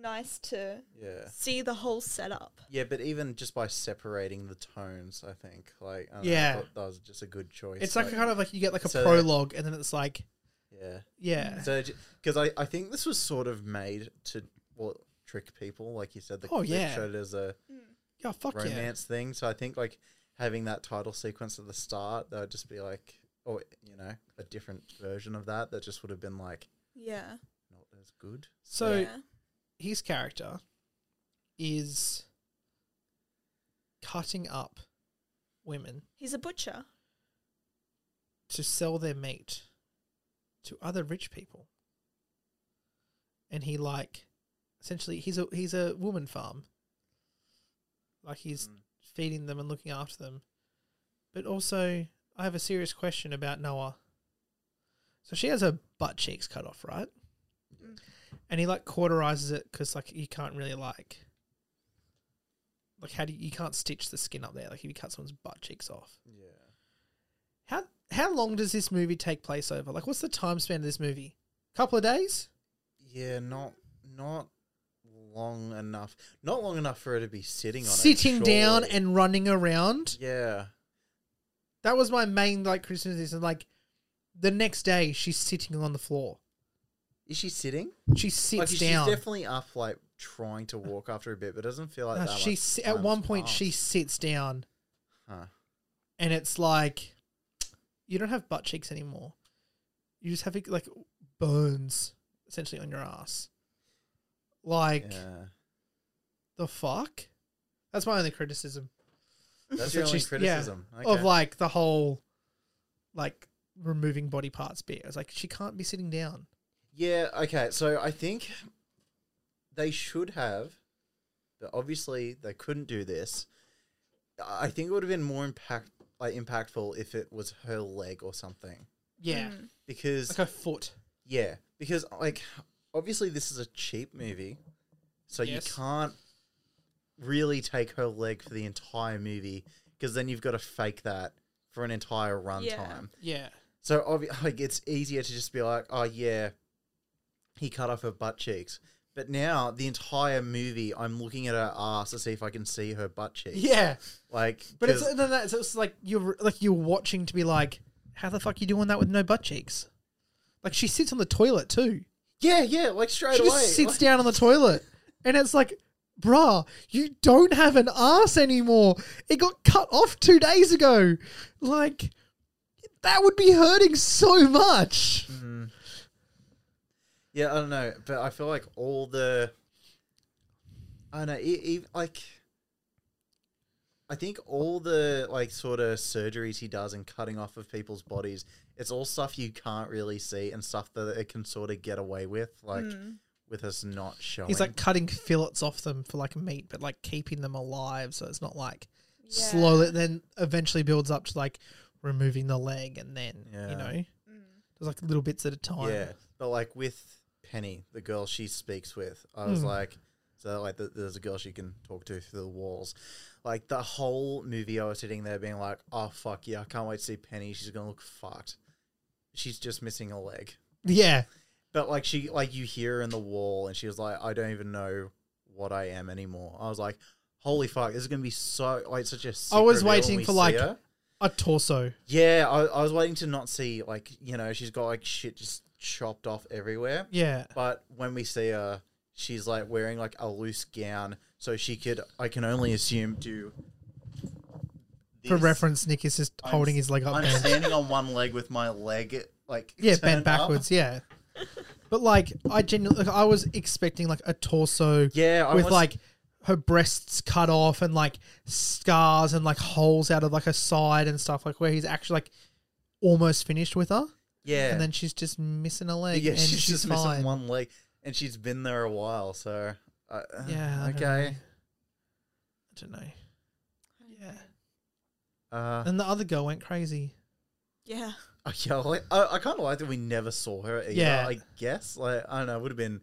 Speaker 2: nice to
Speaker 3: Yeah.
Speaker 2: see the whole setup.
Speaker 3: Yeah, but even just by separating the tones, I think like I don't know, I
Speaker 1: Yeah.
Speaker 3: thought that was just a good choice.
Speaker 1: It's like a kind of like you get like a
Speaker 3: so that-
Speaker 1: prologue, and then it's like,
Speaker 3: yeah.
Speaker 1: yeah,
Speaker 3: So, because I, I think this was sort of made to well, trick people, like you said. The
Speaker 1: Oh,
Speaker 3: clip
Speaker 1: yeah.
Speaker 3: showed it as a
Speaker 2: Mm.
Speaker 1: yeah, fuck yeah.
Speaker 3: romance thing. So I think like having that title sequence at the start, that would just be like, or you know, a different version of that. That just would have been like
Speaker 2: Yeah.
Speaker 3: not as good.
Speaker 1: So
Speaker 2: yeah.
Speaker 1: his character is cutting up women
Speaker 2: He's a butcher.
Speaker 1: to sell their meat to other rich people, and he like essentially he's a he's a woman farm. Like he's
Speaker 3: Mm.
Speaker 1: feeding them and looking after them. But also, I have a serious question about Noah. So she has her butt cheeks cut off, right?
Speaker 2: Mm.
Speaker 1: And he like cauterizes it because like you can't really like, like how do you, you can't stitch the skin up there? Like if you cut someone's butt cheeks off,
Speaker 3: Yeah,
Speaker 1: how how long does this movie take place over? Like what's the time span of this movie? Couple of days?
Speaker 3: yeah, not not long enough. Not long enough for her to be sitting on it,
Speaker 1: Sitting down
Speaker 3: surely.
Speaker 1: and running around.
Speaker 3: yeah,
Speaker 1: That was my main like criticism. is, Like the next day, she's sitting on the floor.
Speaker 3: is she sitting?
Speaker 1: She sits
Speaker 3: like,
Speaker 1: down.
Speaker 3: She's definitely up, like trying to walk after a bit, but it doesn't feel like
Speaker 1: No,
Speaker 3: that.
Speaker 1: she
Speaker 3: much
Speaker 1: si- at
Speaker 3: time's
Speaker 1: one point she
Speaker 3: passed.
Speaker 1: sits down,
Speaker 3: Huh.
Speaker 1: and it's like you don't have butt cheeks anymore. You just have like bones essentially on your ass. Like
Speaker 3: Yeah.
Speaker 1: the fuck? That's my only criticism
Speaker 3: That's
Speaker 1: But
Speaker 3: your only
Speaker 1: she's- yeah,
Speaker 3: criticism.
Speaker 1: of
Speaker 3: Okay.
Speaker 1: like the whole like removing body parts bit. It's like she can't be sitting down.
Speaker 3: Yeah, okay. So I think they should have, but obviously they couldn't do this. I I think it would have been more impact like impactful if it was her leg or something.
Speaker 1: Yeah,
Speaker 2: Mm.
Speaker 3: Because
Speaker 1: like her foot.
Speaker 3: yeah, because like obviously this is a cheap movie. So
Speaker 1: Yes.
Speaker 3: you can't really take her leg for the entire movie because then you've got to fake that for an entire runtime.
Speaker 2: Yeah.
Speaker 1: Yeah,
Speaker 3: So obvi- like it's easier to just be like, oh yeah, he cut off her butt cheeks. But now the entire movie, I'm looking at her ass to see if I can see her butt cheeks.
Speaker 1: yeah.
Speaker 3: like,
Speaker 1: But it's
Speaker 3: 'cause-
Speaker 1: no, no, it's, it's like you're like you're watching to be like, how the fuck you doing that with no butt cheeks? Like she sits on the toilet too.
Speaker 3: yeah, yeah, like straight
Speaker 1: she
Speaker 3: away,
Speaker 1: just sits
Speaker 3: like-
Speaker 1: down on the toilet, and it's like, bruh, you don't have an ass anymore. It got cut off two days ago. Like that would be hurting so much.
Speaker 3: Mm. Yeah, I don't know, but I feel like all the, I don't know, e- e- like, I think all the like sort of surgeries he does and cutting off of people's bodies, it's all stuff you can't really see and stuff that it can sort of get away with, like
Speaker 2: Mm.
Speaker 3: with us not showing.
Speaker 1: Mm. He's like cutting fillets off them for like meat, but like keeping them alive, so it's not like slowly. Then eventually builds up to like removing the leg, and then
Speaker 3: Yeah.
Speaker 1: you know, there's
Speaker 2: Mm.
Speaker 1: like little bits at a time.
Speaker 3: yeah, but like with Penny, the girl she speaks with, I was
Speaker 1: Hmm.
Speaker 3: like, so like th there's a girl she can talk to through the walls. Like the whole movie, I was sitting there being like, oh fuck yeah, I can't wait to see Penny. She's gonna look fucked. She's just missing a leg.
Speaker 1: yeah,
Speaker 3: But like she, like you hear her in the wall, and she was like, I don't even know what I am anymore. I was like. Holy fuck! This is gonna be so like such a. sick
Speaker 1: I was
Speaker 3: reveal when
Speaker 1: waiting
Speaker 3: we
Speaker 1: for,
Speaker 3: see
Speaker 1: like,
Speaker 3: her.
Speaker 1: a torso.
Speaker 3: Yeah, I, I was waiting to not see like you know she's got like shit just chopped off everywhere.
Speaker 1: Yeah,
Speaker 3: But when we see her, she's like wearing like a loose gown, so she could I can only assume do.
Speaker 1: for
Speaker 3: this.
Speaker 1: reference, Nick is just
Speaker 3: I'm
Speaker 1: holding
Speaker 3: s-
Speaker 1: his leg up.
Speaker 3: I'm
Speaker 1: bent.
Speaker 3: standing on one leg with my leg like
Speaker 1: yeah,
Speaker 3: turned
Speaker 1: bent
Speaker 3: up.
Speaker 1: backwards. Yeah, but like I genuinely, like, I was expecting like a torso
Speaker 3: Yeah, I
Speaker 1: with
Speaker 3: was,
Speaker 1: like her breasts cut off and like scars and like holes out of like her side and stuff like where he's actually like almost finished with her
Speaker 3: yeah,
Speaker 1: and then she's just missing a leg
Speaker 3: yeah,
Speaker 1: and
Speaker 3: she's,
Speaker 1: she's,
Speaker 3: just
Speaker 1: fine.
Speaker 3: missing one leg, and she's been there a while, so. Uh,
Speaker 1: Yeah, I don't
Speaker 3: Okay.
Speaker 1: I don't know. Yeah.
Speaker 3: Uh,
Speaker 1: And the other girl went crazy.
Speaker 2: Yeah.
Speaker 3: Oh, Yeah, like, I, I kind of like that we never saw her either.
Speaker 1: Yeah.
Speaker 3: I guess like I don't know, it would have been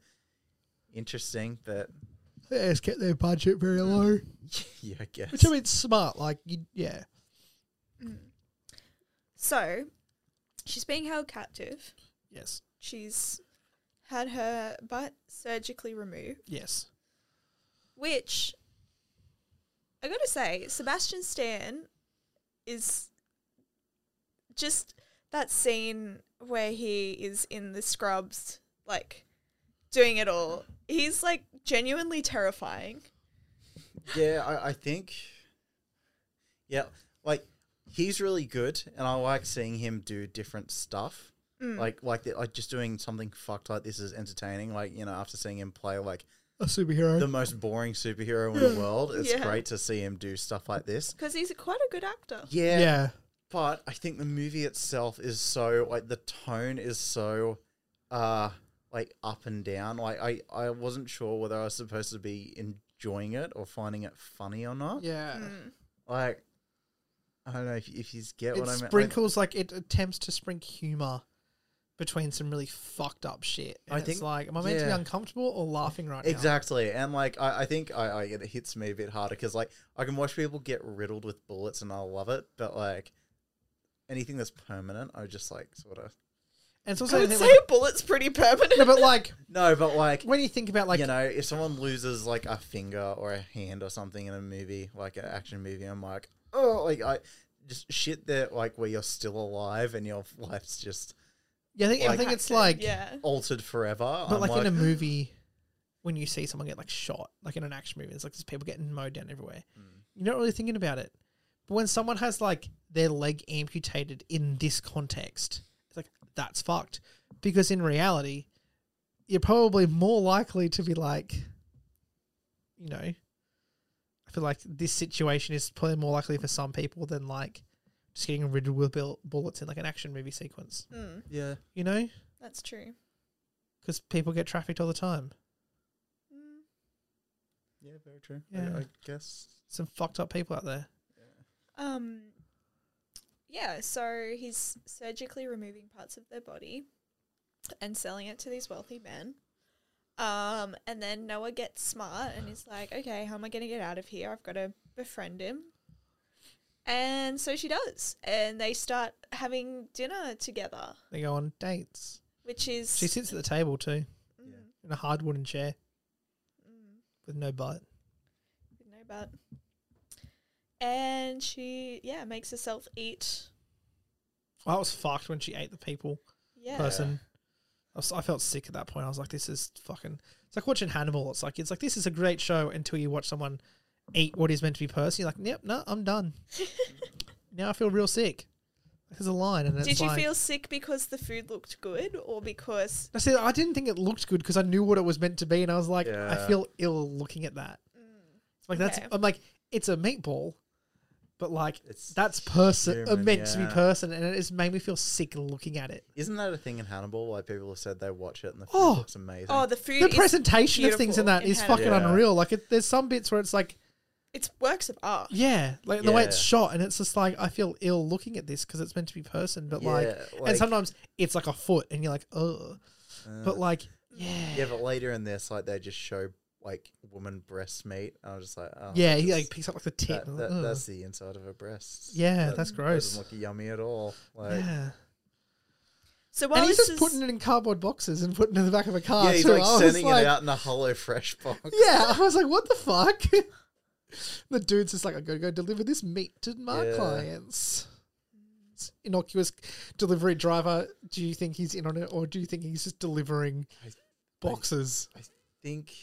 Speaker 3: interesting, but
Speaker 1: They just kept their budget very low,
Speaker 3: yeah, I guess.
Speaker 1: which I mean, it's smart. Like, you, yeah,
Speaker 2: So she's being held captive.
Speaker 1: yes,
Speaker 2: She's had her butt surgically removed,
Speaker 1: yes.
Speaker 2: which I gotta say, Sebastian Stan is just that scene where he is in the scrubs, like doing it all. He's like genuinely terrifying.
Speaker 3: yeah, I, I think. Yeah, like he's really good, and I like seeing him do different stuff. Like like the, like just doing something fucked like this is entertaining. Like you know, after seeing him play like
Speaker 1: A superhero.
Speaker 3: the most boring superhero in the world, it's
Speaker 2: Yeah.
Speaker 3: great to see him do stuff like this.
Speaker 2: Because he's quite a good actor.
Speaker 1: yeah.
Speaker 3: yeah, but I think the movie itself is so like the tone is so uh like up and down. Like I I wasn't sure whether I was supposed to be enjoying it or finding it funny or not.
Speaker 1: Yeah.
Speaker 2: Mm.
Speaker 3: Like I don't know if, if you get
Speaker 1: It
Speaker 3: what I mean. Like,
Speaker 1: sprinkles, like, it attempts to sprinkle humor between some really fucked up shit. And
Speaker 3: I
Speaker 1: it's
Speaker 3: think-
Speaker 1: like, am I meant to be
Speaker 3: yeah.
Speaker 1: uncomfortable or laughing right
Speaker 3: Exactly, and like I, I think I, I it hits me a bit harder because like I can watch people get riddled with bullets and I love it, but like anything that's permanent, I just like sort of
Speaker 1: now? And it's
Speaker 2: I
Speaker 1: also, I
Speaker 2: would
Speaker 1: think,
Speaker 2: say
Speaker 1: like,
Speaker 2: a bullet's pretty permanent.
Speaker 1: no, but like,
Speaker 3: no, but like
Speaker 1: when you think about, like,
Speaker 3: you know, if someone loses like a finger or a hand or something in a movie, like an action movie, I'm like, oh, like I just shit that like where you're still alive and your life's just
Speaker 1: yeah, I think, I
Speaker 3: like-
Speaker 1: think it's like,
Speaker 2: yeah.
Speaker 3: altered forever.
Speaker 1: But
Speaker 3: I'm
Speaker 1: like, in a movie, when you see someone get like shot, like in an action movie, it's like there's people getting mowed down everywhere. You're not really thinking about it. But when someone has like their leg amputated in this context, it's like that's fucked. Because in reality, you're probably more likely to be like, you know, I feel like this situation is probably more likely for some people than like just getting riddled with bull- bullets in like an action movie sequence.
Speaker 2: Mm,
Speaker 3: yeah,
Speaker 1: You know,
Speaker 2: that's true.
Speaker 1: because people get trafficked all the time.
Speaker 2: Mm.
Speaker 3: yeah, very true.
Speaker 1: I- Yeah.
Speaker 3: I,
Speaker 1: I
Speaker 3: guess.
Speaker 1: some fucked up people out there.
Speaker 2: Um, yeah, so he's surgically removing parts of their body and selling it to these wealthy men. Um, and then Noah gets smart and he's like, okay, how am I going to get out of here? I've got to befriend him. And so she does. And they start having dinner together,
Speaker 1: They go on dates.
Speaker 2: which is.
Speaker 1: She sits at the table too,
Speaker 2: Mm,
Speaker 1: in a hard wooden chair
Speaker 2: mm,
Speaker 1: with no butt.
Speaker 2: didn't know about. And she, yeah, makes herself eat.
Speaker 1: I was fucked when she ate the people
Speaker 2: Yeah.
Speaker 1: person. I, was, I felt sick at that point. I was like, this is fucking. It's like watching Hannibal. It's like it's like this is a great show until you watch someone eat what is meant to be person. You're like, yep, no, I'm done. now I feel real sick. I There's a line, and it's
Speaker 2: Did you
Speaker 1: like-
Speaker 2: feel sick because the food looked good or because
Speaker 1: I said I didn't think it looked good because I knew what it was meant to be, and I was like, I
Speaker 3: Yeah.
Speaker 1: feel ill looking at that. It's like that's
Speaker 2: Mm. Okay.
Speaker 1: I'm like it's a meatball, but like
Speaker 3: It's
Speaker 1: that's person uh,
Speaker 3: human,
Speaker 1: meant to be
Speaker 3: yeah.
Speaker 1: person, and it just made me feel sick looking at it.
Speaker 3: Isn't that a thing in Hannibal? Why people have said they watch it and the food
Speaker 1: Oh.
Speaker 3: looks amazing.
Speaker 2: oh the food
Speaker 1: The
Speaker 2: is
Speaker 1: presentation of things in
Speaker 2: beautiful
Speaker 1: that
Speaker 2: in
Speaker 1: is
Speaker 2: Hannibal.
Speaker 1: fucking
Speaker 3: Yeah.
Speaker 1: unreal. Like it, there's some bits where it's like
Speaker 2: it's works of art.
Speaker 1: yeah, like the way it's
Speaker 3: Yeah.
Speaker 1: shot, and it's just like I feel ill looking at this because it's meant to be person, but like,
Speaker 3: Yeah,
Speaker 1: and sometimes it's like a foot, and you're like, oh,
Speaker 3: uh,
Speaker 1: but like yeah,
Speaker 3: yeah, but later in this, like they just show like woman breast meat. And I was just like, oh,
Speaker 1: yeah,
Speaker 3: this
Speaker 1: he like
Speaker 3: is-
Speaker 1: picks up like the tip.
Speaker 3: that, that, that's the inside of her breasts.
Speaker 1: Yeah, that's gross.
Speaker 3: Doesn't look yummy at all. Like,
Speaker 1: yeah.
Speaker 2: So while
Speaker 1: and he's
Speaker 2: this
Speaker 1: just
Speaker 2: is
Speaker 1: putting it in cardboard boxes and putting it in the back of a car.
Speaker 3: yeah, he's
Speaker 1: too.
Speaker 3: like
Speaker 1: Oh, I was
Speaker 3: sending
Speaker 1: like-
Speaker 3: it out in a hollow fresh box.
Speaker 1: Yeah, I was like, what the fuck? the dude's just like, I gotta go deliver this meat to my
Speaker 3: Yeah.
Speaker 1: clients. It's innocuous delivery driver. Do you think he's in on it, or do you think he's just delivering
Speaker 3: I- I-
Speaker 1: boxes?
Speaker 3: I think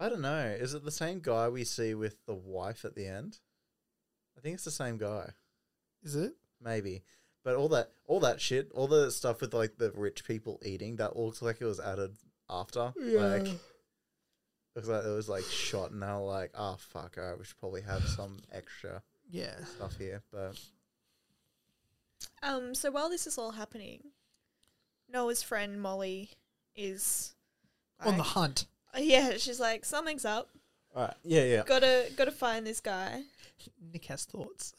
Speaker 3: I don't know. Is it the same guy we see with the wife at the end? I think it's the same guy.
Speaker 1: Is it?
Speaker 3: Maybe. But all that all that shit, all the stuff with like the rich people eating, that looks like it was added after. Like looks like it was like shot and they're like, oh fuck, alright, we should probably have some extra
Speaker 1: yeah.
Speaker 3: stuff here. But
Speaker 2: um so while this is all happening, Noah's friend Molly is
Speaker 1: On the
Speaker 2: like-
Speaker 1: hunt.
Speaker 2: yeah, she's like something's up.
Speaker 3: Alright. Yeah, yeah.
Speaker 2: Gotta gotta find this guy.
Speaker 1: Nick has thoughts.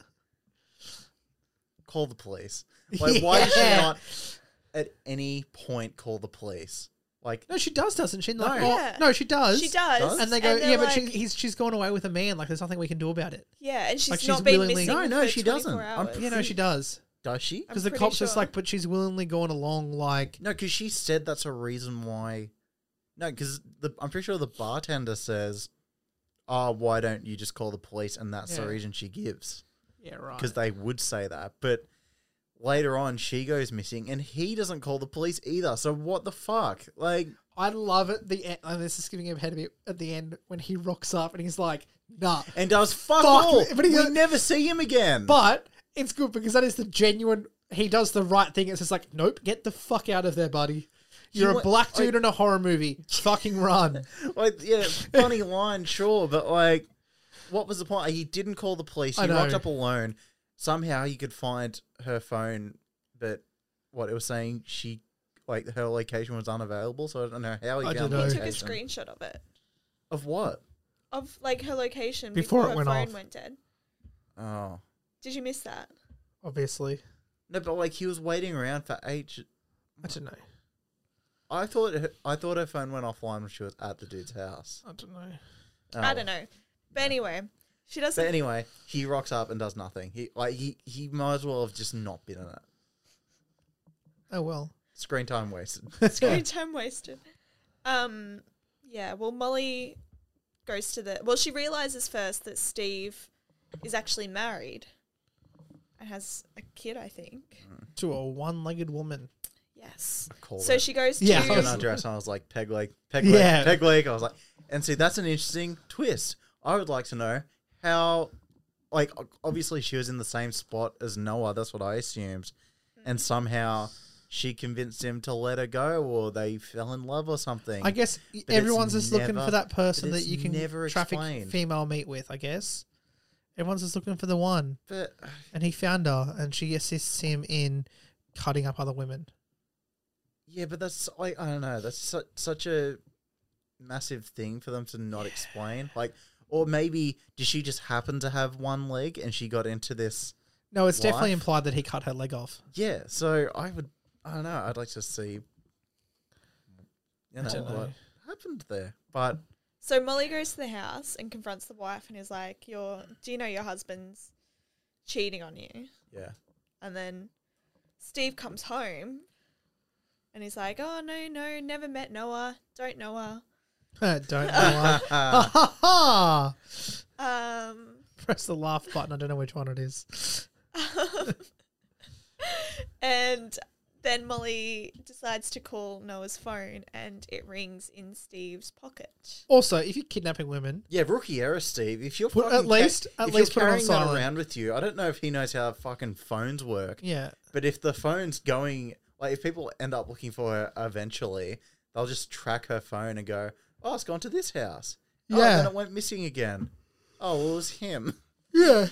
Speaker 3: Call the police. Like why did she
Speaker 1: Yeah.
Speaker 3: not at any point call the police? Like
Speaker 1: No, she does, doesn't she? Like,
Speaker 3: No.
Speaker 1: oh,
Speaker 2: Yeah.
Speaker 1: no, she does.
Speaker 2: She does,
Speaker 3: Does?
Speaker 1: And they go,
Speaker 2: they're
Speaker 1: yeah, but she,
Speaker 2: like-
Speaker 1: he's, she's gone away with a man. Like, there's nothing we can do about it.
Speaker 2: yeah, and she's
Speaker 1: like, she's
Speaker 2: not been
Speaker 1: willingly-
Speaker 2: missing.
Speaker 3: No, no,
Speaker 2: for
Speaker 3: she doesn't.
Speaker 2: 24
Speaker 3: I'm
Speaker 2: hours.
Speaker 1: Yeah, no, she does.
Speaker 3: does she?
Speaker 1: Because
Speaker 2: I'm
Speaker 1: the
Speaker 2: pretty
Speaker 1: cops just
Speaker 2: sure.
Speaker 1: like, but she's willingly gone along. Like,
Speaker 3: No, because she said that's a reason why. No, because I'm pretty sure the bartender says, "Ah, why don't you just call the police?" And that's
Speaker 1: Yeah.
Speaker 3: the reason she gives
Speaker 1: yeah, right.
Speaker 3: because they would say that. But later on, she goes missing, and he doesn't call the police either. So what the fuck? Like,
Speaker 1: I love it. The end, and this is giving him head a bit at the end when he rocks up and he's like, nah.
Speaker 3: and does fuck,
Speaker 1: Fuck,
Speaker 3: all.
Speaker 1: but he
Speaker 3: we
Speaker 1: goes-
Speaker 3: never see him again.
Speaker 1: But it's good because that is the genuine. He does the right thing. It's just like, nope, get the fuck out of there, buddy. You're a
Speaker 3: wa-
Speaker 1: black dude in a horror movie. Fucking run.
Speaker 3: like, yeah, funny line, sure, but like, what was the point? He didn't call the police.
Speaker 1: I
Speaker 3: He rocked
Speaker 1: know.
Speaker 3: up alone. Somehow he could find her phone, but what it was saying, she like her location was unavailable. So I don't know how he
Speaker 1: I don't
Speaker 3: found the
Speaker 1: know.
Speaker 2: He
Speaker 1: He
Speaker 2: took a
Speaker 3: location.
Speaker 2: screenshot of it
Speaker 3: of what?
Speaker 2: of like her location
Speaker 1: Before it
Speaker 2: before, her
Speaker 1: went
Speaker 2: phone
Speaker 1: off.
Speaker 2: went dead.
Speaker 3: Oh
Speaker 2: Did you miss that?
Speaker 1: Obviously.
Speaker 3: no, but like he was waiting around for ages.
Speaker 1: I don't know.
Speaker 3: I thought her, I thought her phone went offline when she was at the dude's house.
Speaker 1: I don't know.
Speaker 2: I
Speaker 3: Oh.
Speaker 2: don't know. But anyway, she doesn't.
Speaker 3: But anyway, he rocks up and does nothing. He like he he might as well have just not been in it.
Speaker 1: Oh, well.
Speaker 3: Screen time wasted.
Speaker 2: Screen time wasted. Um, yeah. Well, Molly goes to the. Well, she realizes first that Steve is actually married and has a kid. I think.
Speaker 1: to a one legged woman.
Speaker 2: Yes.
Speaker 3: Call
Speaker 2: So
Speaker 3: it.
Speaker 2: she goes
Speaker 1: Yeah,
Speaker 2: to.
Speaker 1: I
Speaker 3: got an
Speaker 1: was-
Speaker 3: address and I was like, peg leg, peg leg,
Speaker 1: Yeah.
Speaker 3: peg leg. I was like, and see, that's an interesting twist. I would like to know how, like, o- obviously she was in the same spot as Noah. That's what I assumed.
Speaker 2: Mm-hmm.
Speaker 3: And somehow she convinced him to let her go or they fell in love or something.
Speaker 1: I guess
Speaker 3: it's
Speaker 1: everyone's just looking
Speaker 3: never-
Speaker 1: for that person
Speaker 3: but
Speaker 1: that
Speaker 3: it's
Speaker 1: you can
Speaker 3: never
Speaker 1: traffic
Speaker 3: explained.
Speaker 1: female meat with, I guess. Everyone's just looking for the one.
Speaker 3: but
Speaker 1: And he found her and she assists him in cutting up other women.
Speaker 3: yeah, but that's, I, I don't know, that's su- such a massive thing for them to not explain. Like, or maybe did she just happen to have one leg and she got into this
Speaker 1: No, it's definitely
Speaker 3: Wife?
Speaker 1: implied that he cut her leg off.
Speaker 3: Yeah, so I would. I don't know. I'd like to see. You know,
Speaker 1: don't know.
Speaker 3: what happened there, but
Speaker 2: So Molly goes to the house and confronts the wife and is like, "Your, do you know your husband's cheating on you?"
Speaker 3: yeah,
Speaker 2: And then Steve comes home and he's like, Oh, no, no, never met Noah. Don't know her.
Speaker 1: don't know why. Ha, ha, ha.
Speaker 2: Um,
Speaker 1: Press the laugh button. I don't know which one it is.
Speaker 2: and then Molly decides to call Noah's phone and it rings in Steve's pocket.
Speaker 1: Also, if you're kidnapping women,
Speaker 3: Yeah, rookie error, Steve. If you're
Speaker 1: Put- at
Speaker 3: fucking ca-
Speaker 1: least- at
Speaker 3: if
Speaker 1: least put
Speaker 3: you're
Speaker 1: it on
Speaker 3: carrying that
Speaker 1: silent.
Speaker 3: around with you, I don't know if he knows how fucking phones work.
Speaker 1: yeah,
Speaker 3: But if the phone's going, like if people end up looking for her eventually, they'll just track her phone and go, "Oh, it's gone to this house." Oh,
Speaker 1: Yeah.
Speaker 3: and then it went missing again. Oh, well, it was him.
Speaker 1: yeah,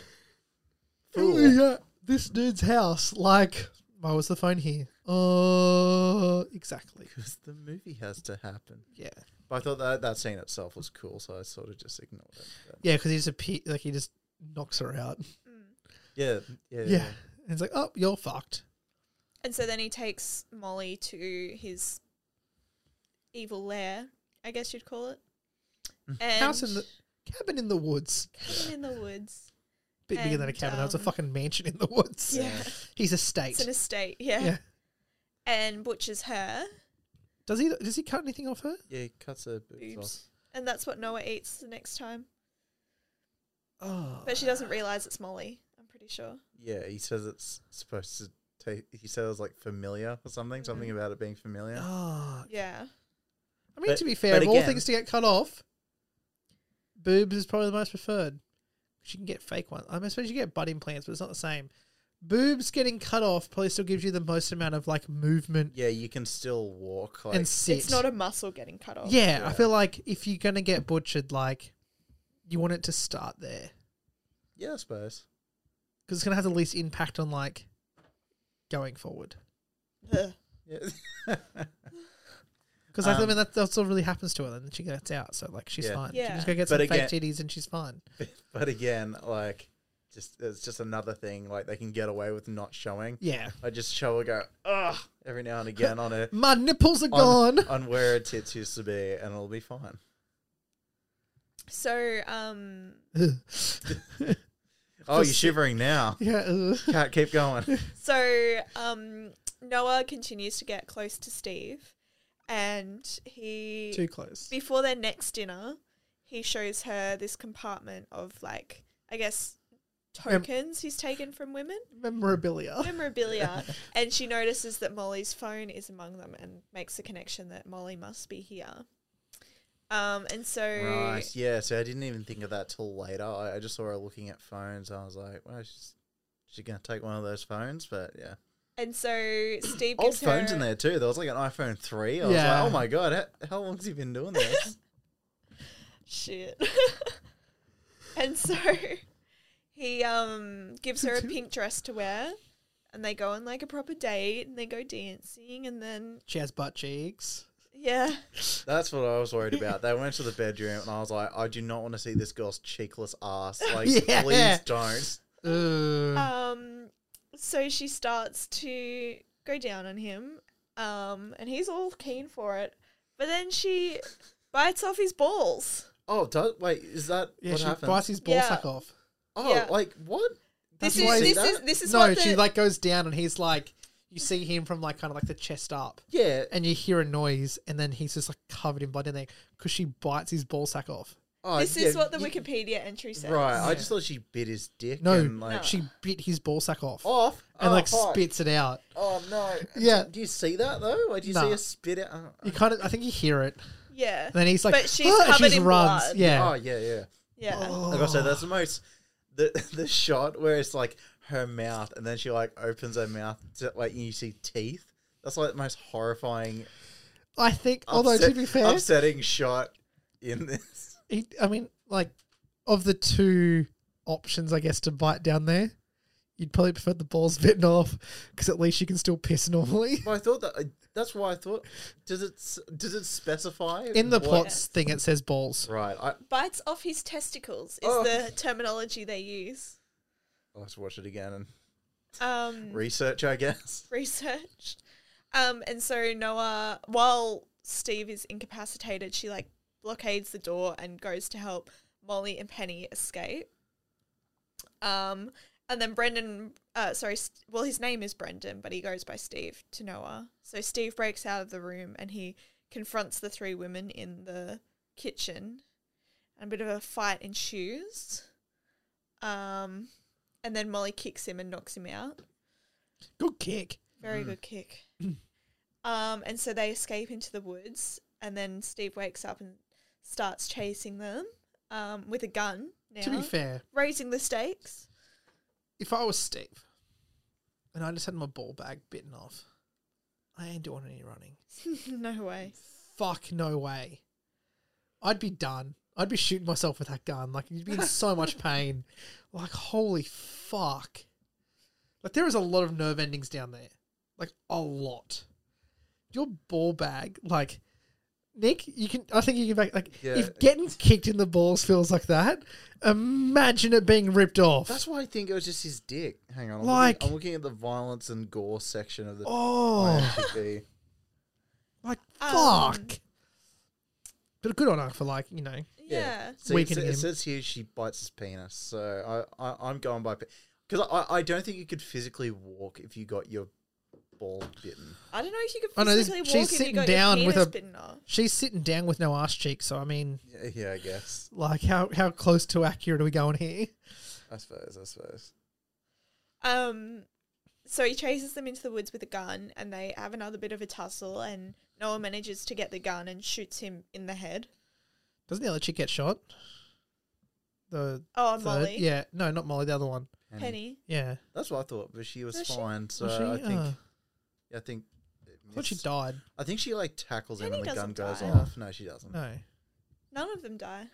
Speaker 3: Fool.
Speaker 1: yeah. This dude's house, like, why was the phone here? Uh, exactly.
Speaker 3: Because the movie has to happen.
Speaker 1: Yeah,
Speaker 3: But I thought that that scene itself was cool, so I sort of just ignored it. But
Speaker 1: yeah, because he's a pe- like he just knocks her out.
Speaker 3: yeah, yeah,
Speaker 1: Yeah, and it's like, oh, you're fucked.
Speaker 2: And so then he takes Molly to his evil lair, I guess you'd call it. And
Speaker 1: House in the- Cabin in the woods,
Speaker 2: cabin in the woods.
Speaker 1: bit bigger than a
Speaker 2: And,
Speaker 1: cabin. That was a
Speaker 2: um,
Speaker 1: fucking mansion in the woods.
Speaker 2: Yeah.
Speaker 1: He's a state.
Speaker 2: It's an estate,
Speaker 1: yeah.
Speaker 2: yeah. And butchers her.
Speaker 1: Does he? Does he cut anything off her?
Speaker 3: Yeah, he cuts her boobs off.
Speaker 2: Boobs. And that's what Noah eats the next time.
Speaker 1: Oh,
Speaker 2: But she doesn't realize it's Molly, I'm pretty sure.
Speaker 3: Yeah, he says it's supposed to take. He says it's like familiar or something, something about it being familiar.
Speaker 1: Oh.
Speaker 2: Yeah.
Speaker 1: I mean,
Speaker 3: But-
Speaker 1: to be fair,
Speaker 3: but
Speaker 1: of all
Speaker 3: again-
Speaker 1: things to get cut off, boobs is probably the most preferred. You can get fake ones. I mean, I suppose you get butt implants, but it's not the same. Boobs getting cut off probably still gives you the most amount of like movement
Speaker 3: Yeah, you can still walk. Like,
Speaker 1: and sit.
Speaker 2: It's not a muscle getting cut off.
Speaker 1: yeah, I
Speaker 3: Yeah.
Speaker 1: feel like if you're gonna get butchered, like you want it to start there
Speaker 3: yeah, I suppose.
Speaker 1: because it's gonna have the least impact on like going forward.
Speaker 2: Ugh.
Speaker 3: Yeah.
Speaker 1: Because like, I
Speaker 3: Um,
Speaker 1: mean, that, that's all really happens to her. Then she gets out, so like she's
Speaker 3: Yeah.
Speaker 1: fine. She
Speaker 2: Yeah.
Speaker 1: can just go get
Speaker 3: But
Speaker 1: some
Speaker 3: again-
Speaker 1: fake titties and she's fine.
Speaker 3: but again, like, just it's just another thing. Like they can get away with not showing.
Speaker 1: Yeah,
Speaker 3: I just show her go, ugh, every now and again on her
Speaker 1: my nipples are
Speaker 3: on,
Speaker 1: gone.
Speaker 3: on where her tits used to be, and it'll be fine.
Speaker 2: So, um,
Speaker 3: Oh, you're
Speaker 1: Just-
Speaker 3: shivering now.
Speaker 1: yeah. uh, ugh.
Speaker 3: Can't keep going.
Speaker 2: so um, Noah continues to get close to Steve, and he
Speaker 1: Too close.
Speaker 2: before their next dinner, he shows her this compartment of like I guess
Speaker 1: Mem-
Speaker 2: tokens he's taken from women,
Speaker 1: Memorabilia.
Speaker 2: memorabilia, and she notices that Molly's phone is among them and makes the connection that Molly must be here. Um, and so
Speaker 3: Right. Yeah. So I didn't even think of that till later. I, I just saw her looking at phones. I was like, well, she's she's gonna take one of those phones. But yeah,
Speaker 2: and so Steve
Speaker 3: old
Speaker 2: gives her
Speaker 3: phones in there too. There was like an iPhone three.
Speaker 1: Yeah.
Speaker 3: I was like, oh my god, how, how long's he been doing this?
Speaker 2: shit. and so he um gives her a pink dress to wear and they go on like a proper date and they go dancing and then
Speaker 1: She has butt cheeks.
Speaker 2: yeah.
Speaker 3: That's what I was worried about. They went to the bedroom, and I was like, I do not want to see this girl's cheekless ass. Like,
Speaker 1: Yeah.
Speaker 3: please don't.
Speaker 1: Uh, Ugh.
Speaker 2: Um so she starts to go down on him. Um and he's all keen for it. But then she bites off his balls.
Speaker 3: Oh, do, wait, is that
Speaker 1: yeah,
Speaker 3: what
Speaker 1: she
Speaker 3: happened?
Speaker 1: bites his ball
Speaker 2: Yeah.
Speaker 1: sack off.
Speaker 3: oh,
Speaker 2: yeah.
Speaker 3: like what?
Speaker 2: This
Speaker 1: That's why-
Speaker 2: is
Speaker 1: See
Speaker 2: this
Speaker 3: that?
Speaker 2: is this is
Speaker 1: No,
Speaker 2: what
Speaker 1: she
Speaker 2: the-
Speaker 1: like goes down and he's like, you see him from like kind of like the chest up,
Speaker 3: Yeah.
Speaker 1: and you hear a noise, and then he's just like covered in blood in there because she bites his ball sack off.
Speaker 3: Oh,
Speaker 2: this
Speaker 3: yeah,
Speaker 2: is what the
Speaker 3: you-
Speaker 2: Wikipedia entry says.
Speaker 3: Right. I
Speaker 1: Yeah.
Speaker 3: just thought she bit his dick.
Speaker 1: No,
Speaker 3: and, like,
Speaker 2: No.
Speaker 1: she bit his ball sack off
Speaker 3: off
Speaker 1: and
Speaker 3: Oh,
Speaker 1: like
Speaker 3: fuck.
Speaker 1: spits it out.
Speaker 3: Oh no!
Speaker 1: Yeah.
Speaker 3: Do you see that though? Or do you
Speaker 1: Nah.
Speaker 3: see her spit it? Uh, oh, out?
Speaker 1: You kind of, I think you hear it.
Speaker 2: Yeah.
Speaker 1: And then he's like,
Speaker 2: But she's
Speaker 1: "Ah," and
Speaker 2: covered
Speaker 1: she
Speaker 2: in
Speaker 1: runs.
Speaker 2: blood.
Speaker 1: Yeah.
Speaker 3: Oh yeah, yeah.
Speaker 2: Yeah.
Speaker 3: Oh. Like I said, that's
Speaker 1: Oh.
Speaker 3: the most the the shot where it's like her mouth, and then she like opens her mouth to like and you see teeth. That's like the most horrifying,
Speaker 1: I think, although to
Speaker 3: upset-
Speaker 1: be fair,
Speaker 3: upsetting shot in this.
Speaker 1: he, I mean, like, of the two options, I guess, to bite down there, you'd probably prefer the balls bitten off because at least you can still piss normally.
Speaker 3: But I thought that that's why I thought. Does it s- does it specify
Speaker 1: In the
Speaker 3: what-
Speaker 1: plots thing, it says balls.
Speaker 3: Right. I
Speaker 2: bites off his testicles is
Speaker 3: Oh.
Speaker 2: the terminology they use.
Speaker 3: I'll have to watch it again and
Speaker 2: Um,
Speaker 3: research. I guess.
Speaker 2: research. Um, and so Noah, while Steve is incapacitated, she like blockades the door and goes to help Molly and Penny escape. Um, and then Brendan, uh, sorry, st- well, his name is Brendan, but he goes by Steve to Noah. So Steve breaks out of the room and he confronts the three women in the kitchen. And a bit of a fight ensues. Um, and then Molly kicks him and knocks him out.
Speaker 1: Good kick.
Speaker 2: Very
Speaker 3: Mm.
Speaker 2: good kick. um, and so they escape into the woods, and then Steve wakes up and starts chasing them um, with a gun. Now,
Speaker 1: To be fair,
Speaker 2: raising the stakes.
Speaker 1: if I was Steve and I just had my ball bag bitten off, I ain't doing any running.
Speaker 2: no way.
Speaker 1: Fuck no way. I'd be done. I'd be shooting myself with that gun. Like you'd be in so much pain. Like holy fuck. Like there is a lot of nerve endings down there. Like a lot. Your ball bag, like Nick, you can. I think you can back. Like
Speaker 3: Yeah.
Speaker 1: if getting kicked in the balls feels like that, imagine it being ripped off.
Speaker 3: That's why I think it was just his dick. Hang on, I'm,
Speaker 1: Like-
Speaker 3: looking, I'm looking at the violence and gore section of the
Speaker 1: oh.
Speaker 3: IMDb.
Speaker 1: Like
Speaker 2: Um,
Speaker 1: fuck. but good on her for like you know.
Speaker 2: Yeah.
Speaker 3: So it, sa-
Speaker 1: Weakening
Speaker 3: it
Speaker 1: him.
Speaker 3: says here she bites his penis. So I, I I'm going by because I, I don't think you could physically walk if you got your ball bitten.
Speaker 2: I don't know if you could
Speaker 1: Oh, no, this-
Speaker 2: physically walk
Speaker 1: she's
Speaker 2: if
Speaker 1: sitting
Speaker 2: you got
Speaker 1: down
Speaker 2: your
Speaker 1: with
Speaker 2: penis
Speaker 1: a-
Speaker 2: bitten off.
Speaker 1: She's sitting down with no ass cheeks, so I mean,
Speaker 3: Yeah, yeah, I guess.
Speaker 1: like how how close to accurate are we going here?
Speaker 3: I suppose. I suppose.
Speaker 2: Um, so he chases them into the woods with a gun, and they have another bit of a tussle, and Noah manages to get the gun and shoots him in the head.
Speaker 1: Doesn't the other chick get shot? The
Speaker 2: Oh,
Speaker 1: third,
Speaker 2: Molly,
Speaker 1: yeah, no, not Molly, the other one,
Speaker 3: And
Speaker 2: Penny.
Speaker 1: yeah.
Speaker 3: That's what I thought, but she was
Speaker 2: Was she?
Speaker 3: fine. So
Speaker 1: Was she?
Speaker 3: I think.
Speaker 1: Oh.
Speaker 3: I think. it
Speaker 1: I thought she
Speaker 3: missed.
Speaker 1: died.
Speaker 3: I think she like tackles him
Speaker 2: Penny
Speaker 3: and the gun
Speaker 2: doesn't
Speaker 3: goes
Speaker 2: die.
Speaker 3: off. No, she doesn't.
Speaker 1: No,
Speaker 2: None of them die.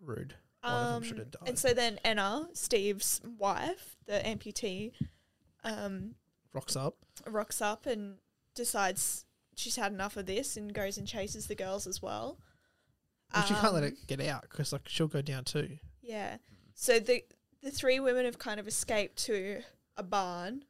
Speaker 1: rude. One of them
Speaker 2: Um,
Speaker 1: should have died.
Speaker 2: and so then Anna, Steve's wife, the amputee, um,
Speaker 1: Rocks up.
Speaker 2: rocks up and decides she's had enough of this and goes and chases the girls as well.
Speaker 1: Well, she can't let
Speaker 2: Um,
Speaker 1: it get out because like she'll go down too.
Speaker 2: Yeah. So the the three women have kind of escaped to a barn,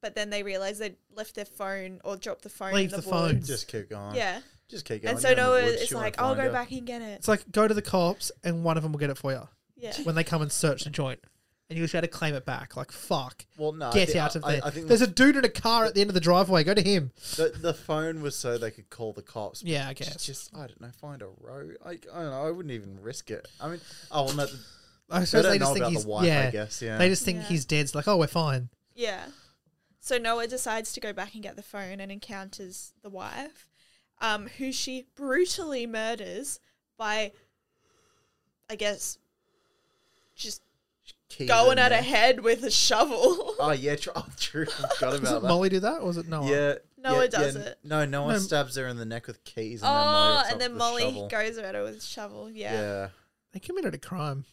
Speaker 2: but then they realize they left their phone or dropped the phone.
Speaker 1: Leave
Speaker 2: in the,
Speaker 1: the phone.
Speaker 2: woods.
Speaker 3: Just keep going.
Speaker 2: Yeah.
Speaker 3: Just keep going.
Speaker 2: And so
Speaker 3: You're in the
Speaker 2: Noah
Speaker 3: woods,
Speaker 2: is
Speaker 3: she won't
Speaker 2: like, "I'll
Speaker 3: find
Speaker 2: go
Speaker 3: you."
Speaker 2: back and get it."
Speaker 1: It's like go to the cops and one of them will get it for you
Speaker 2: Yeah.
Speaker 1: when they come and search the joint, and you'll try to claim it back. Like fuck.
Speaker 3: Well, no. I
Speaker 1: Get
Speaker 3: thi-
Speaker 1: out of
Speaker 3: I-
Speaker 1: there.
Speaker 3: I, think
Speaker 1: There's a dude in a car at the end of the driveway. Go to him.
Speaker 3: the, the phone was so they could call the cops.
Speaker 1: Yeah, I
Speaker 3: Just,
Speaker 1: guess.
Speaker 3: just I don't know. Find a row. I, I don't know. I wouldn't even risk it. I mean, oh well, no. th-
Speaker 1: I
Speaker 3: They
Speaker 1: suppose
Speaker 3: don't
Speaker 1: they
Speaker 3: know
Speaker 1: just think
Speaker 3: about
Speaker 1: he's
Speaker 3: the wife.
Speaker 1: yeah.
Speaker 3: I guess. Yeah.
Speaker 1: They just think
Speaker 2: Yeah.
Speaker 1: he's dead. It's like, oh, we're fine.
Speaker 2: Yeah. So Noah decides to go back and get the phone and encounters the wife, um, who she brutally murders by, I guess, just
Speaker 3: Key
Speaker 2: going
Speaker 3: them
Speaker 2: at her
Speaker 3: there.
Speaker 2: head with a shovel.
Speaker 3: Oh yeah, true. Oh, true. I Forgot
Speaker 1: Does
Speaker 3: about
Speaker 1: it
Speaker 3: that.
Speaker 1: Molly do that, or was it Noah?
Speaker 3: Yeah.
Speaker 2: Noah
Speaker 3: yeah,
Speaker 2: does
Speaker 3: yeah.
Speaker 2: it.
Speaker 3: No, no one
Speaker 1: No.
Speaker 3: stabs her in the neck with keys. And then Molly
Speaker 2: oh,
Speaker 3: rips up
Speaker 2: and then
Speaker 3: the
Speaker 2: Molly
Speaker 3: shovel.
Speaker 2: goes at her with a shovel. Yeah.
Speaker 3: Yeah.
Speaker 1: they committed a crime,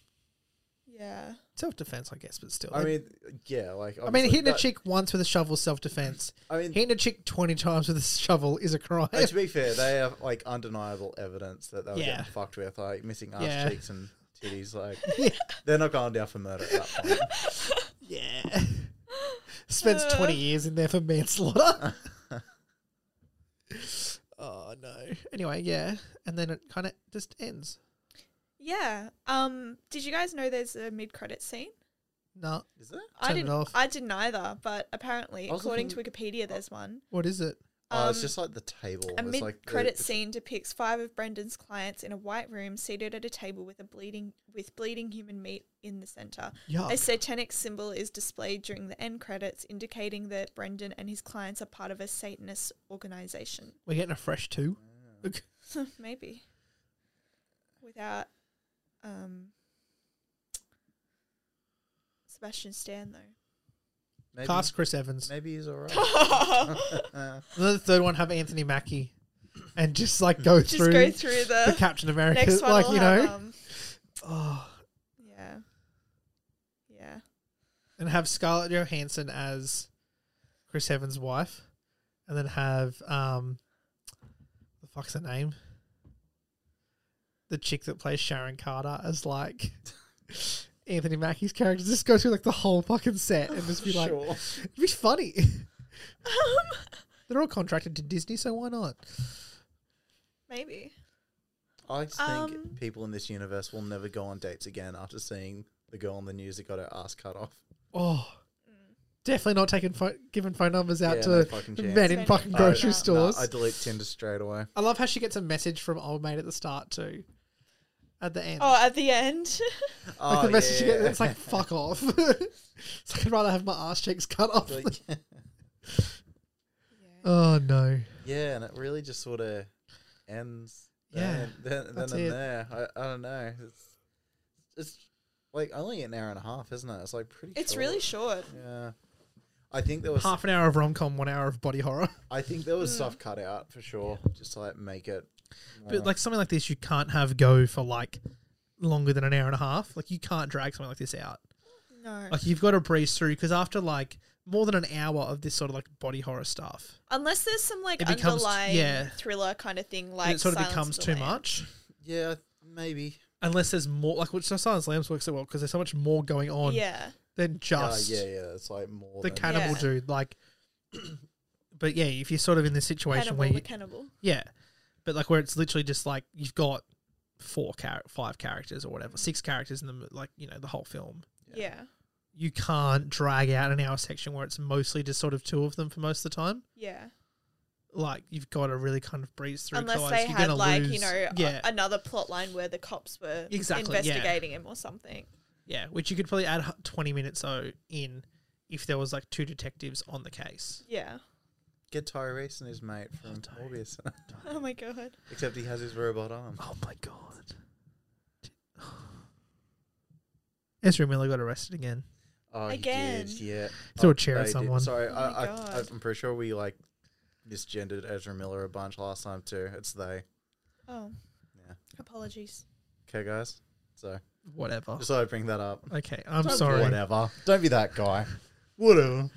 Speaker 2: Yeah.
Speaker 1: self defense, I guess, but still.
Speaker 3: I mean, yeah, like
Speaker 1: I mean,
Speaker 3: obviously
Speaker 1: hitting
Speaker 3: that-
Speaker 1: a chick once with a shovel, self defense.
Speaker 3: I mean,
Speaker 1: Hitting a chick twenty times with a shovel is a crime.
Speaker 3: like, to be fair, they have like undeniable evidence that they were
Speaker 1: Yeah.
Speaker 3: getting fucked with, like missing ass
Speaker 1: Yeah.
Speaker 3: cheeks and titties. Like
Speaker 1: Yeah.
Speaker 3: they're not going down for murder at that point.
Speaker 1: yeah. Spends
Speaker 2: Uh.
Speaker 1: twenty years in there for manslaughter. oh no. Anyway, yeah, and then it kind of just ends.
Speaker 2: Yeah. Um, did you guys know there's a mid credit scene?
Speaker 1: No,
Speaker 3: Is there?
Speaker 2: I
Speaker 1: Turn it
Speaker 2: didn't
Speaker 1: off.
Speaker 2: I didn't either, but apparently
Speaker 3: I was
Speaker 2: according to Wikipedia there's one.
Speaker 1: what is it?
Speaker 3: oh,
Speaker 2: Um,
Speaker 3: it's just like the table.
Speaker 2: A
Speaker 3: it's
Speaker 2: mid
Speaker 3: like uh, the-
Speaker 2: credit
Speaker 3: the-
Speaker 2: scene depicts five of Brendan's clients in a white room seated at a table with a bleeding with bleeding human meat in the center.
Speaker 1: Yuck.
Speaker 2: A satanic symbol is displayed during the end credits, indicating that Brendan and his clients are part of a Satanist organization.
Speaker 1: We're getting a fresh two.
Speaker 2: Maybe. Without um Sebastian Stan though.
Speaker 3: Maybe,
Speaker 1: Cast Chris Evans.
Speaker 3: maybe he's Uh, alright.
Speaker 1: The third one have Anthony Mackie, and just like go
Speaker 2: Just
Speaker 1: through
Speaker 2: go through
Speaker 1: the
Speaker 2: the
Speaker 1: Captain America,
Speaker 2: next one.
Speaker 1: like
Speaker 2: will
Speaker 1: you know,
Speaker 2: have, um,
Speaker 1: oh,
Speaker 2: yeah. Yeah.
Speaker 1: and have Scarlett Johansson as Chris Evans' wife, and then have um, the fuck's her name, the chick that plays Sharon Carter as like Anthony Mackie's character. Just go through like the whole fucking set and just be like,
Speaker 3: Sure.
Speaker 1: it'd be funny. They're all contracted to Disney, so why not?
Speaker 2: Maybe.
Speaker 3: I like to think
Speaker 2: Um,
Speaker 3: people in this universe will never go on dates again after seeing the girl on the news that got her ass cut off.
Speaker 1: Oh. Definitely not taking phone, giving phone numbers out
Speaker 3: Yeah,
Speaker 1: to
Speaker 3: no fucking chance.
Speaker 1: men in fucking
Speaker 2: No,
Speaker 1: uh, grocery
Speaker 2: no,
Speaker 1: stores.
Speaker 3: Nah, I delete Tinder straight away.
Speaker 1: I love how she gets a message from old mate at the start too. At the end.
Speaker 2: Oh, at the end.
Speaker 1: like the message
Speaker 3: Oh, yeah,
Speaker 1: you get, it's like fuck off. it's like I'd rather have my ass cheeks cut off.
Speaker 3: Like,
Speaker 1: Oh no.
Speaker 3: Yeah, and it really just sort of ends. there, then, then
Speaker 1: that's
Speaker 3: and
Speaker 1: it.
Speaker 3: there. I, I don't know. It's it's like only an hour and a half, isn't it? It's like pretty.
Speaker 2: It's
Speaker 3: short.
Speaker 2: really short.
Speaker 3: Yeah, I think there was.
Speaker 1: Half an hour of rom com, one hour of body horror.
Speaker 3: I think there was stuff cut out for sure, just to like make it. more-
Speaker 1: Mm. But like something like this, you can't have go for like longer than an hour and a half. Like you can't drag something like this out.
Speaker 2: No.
Speaker 1: Like you've got to breeze through because after like more than an hour of this sort of like body horror stuff,
Speaker 2: Unless there's some like
Speaker 1: It becomes-
Speaker 2: underlying
Speaker 1: yeah.
Speaker 2: thriller kind of thing,
Speaker 1: then
Speaker 2: like
Speaker 1: it sort of
Speaker 2: Silence
Speaker 1: becomes
Speaker 2: the
Speaker 1: too
Speaker 2: Lambs.
Speaker 1: much.
Speaker 3: yeah, maybe.
Speaker 1: Unless there's more, like which Silence Lambs works so well because there's so much more going on
Speaker 2: Yeah,
Speaker 1: than
Speaker 3: Yeah,
Speaker 1: just
Speaker 3: Oh, yeah, yeah. It's like more.
Speaker 1: the
Speaker 3: than,
Speaker 1: cannibal
Speaker 2: Yeah.
Speaker 1: dude. Like, but yeah, if you're sort of in this situation
Speaker 2: cannibal
Speaker 1: where you,
Speaker 2: the cannibal.
Speaker 1: Yeah, but like where it's literally just like you've got four char- five characters or whatever, six characters in the m- like you know the whole film.
Speaker 2: Yeah.
Speaker 3: Yeah.
Speaker 2: yeah,
Speaker 1: You can't drag out an hour section where it's mostly just sort of two of them for most of the time. Like you've got to really kind of breeze through.
Speaker 2: Unless
Speaker 1: otherwise
Speaker 2: they
Speaker 1: you're
Speaker 2: had
Speaker 1: gonna
Speaker 2: like you
Speaker 1: lose-
Speaker 2: know uh, a-
Speaker 1: yeah,
Speaker 2: another plot line where the cops were
Speaker 1: Exactly, yeah.
Speaker 2: investigating him or something.
Speaker 1: yeah, which you could probably add h- twenty minutes so in if there was like two detectives on the case.
Speaker 2: Yeah.
Speaker 3: Get Tyrese and his mate from
Speaker 1: Ty.
Speaker 3: Morbius.
Speaker 2: Oh my god.
Speaker 3: Except he has his robot arm.
Speaker 1: Oh my god. Ezra Miller got arrested again.
Speaker 3: Oh,
Speaker 2: Again.
Speaker 3: He did, yeah.
Speaker 1: Threw a
Speaker 3: Oh,
Speaker 1: chair at
Speaker 3: they did.
Speaker 1: someone.
Speaker 3: Sorry,
Speaker 2: Oh my
Speaker 3: I, I, I,
Speaker 2: God.
Speaker 3: I'm pretty sure we like misgendered Ezra Miller a bunch last time too. It's they.
Speaker 2: Oh.
Speaker 3: Yeah.
Speaker 2: Apologies.
Speaker 3: Okay, guys. So
Speaker 1: Whatever.
Speaker 3: just thought I'd bring that up.
Speaker 1: Okay, I'm
Speaker 2: Don't
Speaker 1: sorry.
Speaker 3: Whatever. Don't be that guy. Whatever.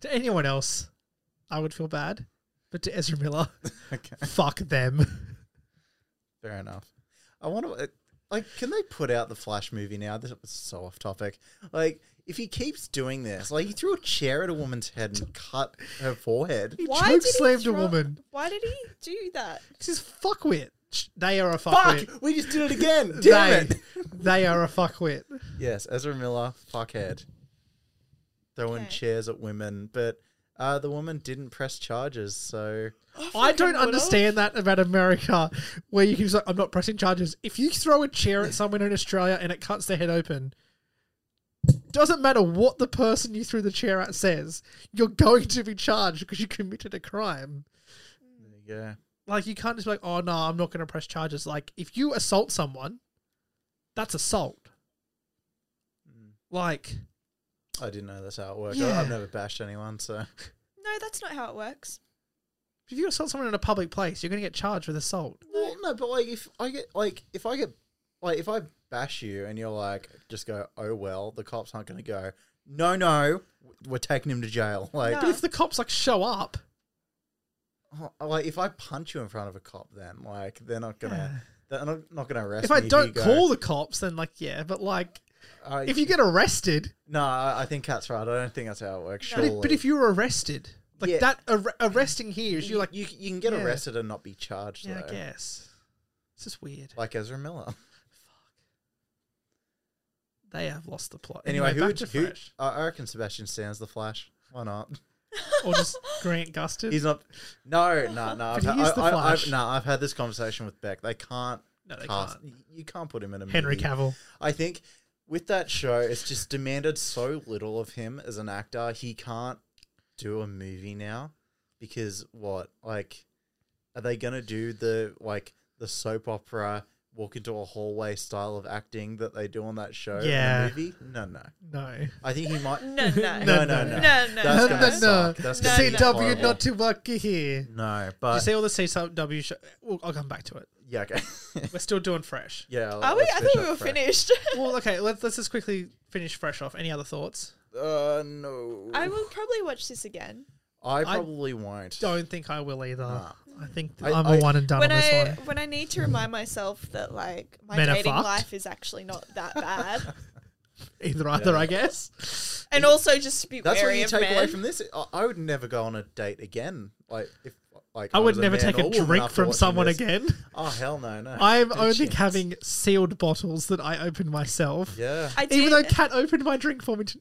Speaker 1: to anyone else, I would feel bad. But to Ezra Miller,
Speaker 3: Okay.
Speaker 1: fuck them.
Speaker 3: Fair enough. I wonder, uh, like, can they put out the Flash movie now? This is so off topic. Like, if he keeps doing this, like, he threw a chair at a woman's head and cut her forehead.
Speaker 1: He
Speaker 2: Why
Speaker 1: choke
Speaker 2: did he
Speaker 1: slammed a
Speaker 2: throw-
Speaker 1: woman.
Speaker 2: Why did he do that?
Speaker 1: This is fuckwit. Sh- They are a
Speaker 3: Fuck!
Speaker 1: fuckwit.
Speaker 3: We just did it again. Damn
Speaker 1: They,
Speaker 3: it.
Speaker 1: they are a fuckwit.
Speaker 3: Yes, Ezra Miller, fuckhead. Throwing
Speaker 2: Okay.
Speaker 3: chairs at women, but uh, the woman didn't press charges, so
Speaker 2: Oh,
Speaker 1: I don't
Speaker 2: would've.
Speaker 1: understand that about America, where you can just like, I'm not pressing charges. If you throw a chair at someone in Australia and it cuts their head open, doesn't matter what the person you threw the chair at says, you're going to be charged because you committed a crime.
Speaker 3: there you go.
Speaker 1: like you can't just be like, oh no, I'm not going to press charges. Like if you assault someone, that's assault. Like
Speaker 3: I didn't know that's how it worked.
Speaker 1: Yeah.
Speaker 3: I, I've never bashed anyone, so
Speaker 2: No, that's not how it works.
Speaker 1: if you assault someone in a public place, you're going to get charged with assault.
Speaker 3: Well, no, but like if I get like if I get like if I bash you and you're like just go oh well the cops aren't gonna go no no we're taking him to jail like
Speaker 1: But if the cops like show up,
Speaker 3: oh, like if I punch you in front of a cop then like they're not gonna they're not, not gonna arrest
Speaker 1: if
Speaker 3: me
Speaker 1: I don't
Speaker 3: you go,
Speaker 1: call the cops, then like yeah, but like
Speaker 3: I-
Speaker 1: if you get arrested,
Speaker 3: no I, I think that's right I don't think that's how it works
Speaker 1: but
Speaker 3: surely
Speaker 1: if, but if you're arrested, like
Speaker 3: Yeah.
Speaker 1: that ar- arresting here is
Speaker 3: you
Speaker 1: you're like
Speaker 3: you, you can get
Speaker 1: yeah.
Speaker 3: arrested and not be charged
Speaker 1: yeah, I
Speaker 3: though
Speaker 1: guess it's just weird.
Speaker 3: like Ezra Miller
Speaker 1: They have lost the plot.
Speaker 3: anyway who
Speaker 1: back
Speaker 3: would
Speaker 1: to
Speaker 3: who
Speaker 1: Fresh.
Speaker 3: I I reckon Sebastian stands the Flash why not
Speaker 1: or just Grant Gustin?
Speaker 3: He's not. No, no, no.
Speaker 1: But
Speaker 3: I've, had,
Speaker 1: he is the
Speaker 3: I, I,
Speaker 1: Flash.
Speaker 3: I've, no, I've had this conversation with Beck. They can't
Speaker 1: no, they
Speaker 3: cast.
Speaker 1: can't.
Speaker 3: You can't put him in a
Speaker 1: Henry
Speaker 3: movie.
Speaker 1: Cavill.
Speaker 3: I think with that show, it's just demanded so little of him as an actor. He can't do a movie now because what? Like, are they gonna do the like the soap opera? Walk into a hallway style of acting that they do on that show. in a
Speaker 1: Yeah.
Speaker 3: movie. No, no.
Speaker 1: No.
Speaker 3: I think he might.
Speaker 2: No, no,
Speaker 1: No,
Speaker 3: no, no,
Speaker 1: no.
Speaker 2: no,
Speaker 3: no.
Speaker 2: no.
Speaker 3: That's
Speaker 1: No,
Speaker 3: gonna
Speaker 1: no,
Speaker 3: suck.
Speaker 1: no.
Speaker 3: That's
Speaker 2: No,
Speaker 3: gonna be
Speaker 1: CW
Speaker 3: horrible.
Speaker 1: not too lucky here.
Speaker 3: No,
Speaker 1: Did
Speaker 3: but
Speaker 1: you see all the CW show? Well, I'll come back to it.
Speaker 3: yeah, okay.
Speaker 1: We're still doing fresh.
Speaker 3: yeah.
Speaker 2: Are we?
Speaker 3: let's
Speaker 2: I
Speaker 3: finish
Speaker 2: thought we
Speaker 3: up
Speaker 2: were
Speaker 3: Fresh.
Speaker 2: finished.
Speaker 1: Well, okay, let's, let's just quickly finish fresh off. Any other thoughts?
Speaker 3: Uh, no.
Speaker 2: I will probably watch this again.
Speaker 3: I probably won't.
Speaker 1: Don't think I will either.
Speaker 3: Nah.
Speaker 1: I think
Speaker 3: I-
Speaker 1: I, am a
Speaker 3: I-
Speaker 1: one and done
Speaker 2: when
Speaker 1: on this
Speaker 2: I
Speaker 1: one.
Speaker 2: when I need to remind myself that like my
Speaker 1: Men are
Speaker 2: dating
Speaker 1: fucked.
Speaker 2: life is actually not that bad,
Speaker 1: Either, either, I guess.
Speaker 2: and also just to be
Speaker 3: That's what
Speaker 2: wary
Speaker 3: you
Speaker 2: of
Speaker 3: take
Speaker 2: men.
Speaker 3: away from this. I, I would never go on a date again. Like if like
Speaker 1: I would
Speaker 3: was a
Speaker 1: never
Speaker 3: man
Speaker 1: take
Speaker 3: or
Speaker 1: a
Speaker 3: woman
Speaker 1: drink
Speaker 3: after
Speaker 1: from
Speaker 3: watching
Speaker 1: someone
Speaker 3: this.
Speaker 1: again.
Speaker 3: Oh hell no no.
Speaker 1: I'm
Speaker 3: No
Speaker 1: only
Speaker 3: chance.
Speaker 1: having sealed bottles that I open myself.
Speaker 3: yeah.
Speaker 2: I did.
Speaker 1: Even though Kat opened my drink for me. To,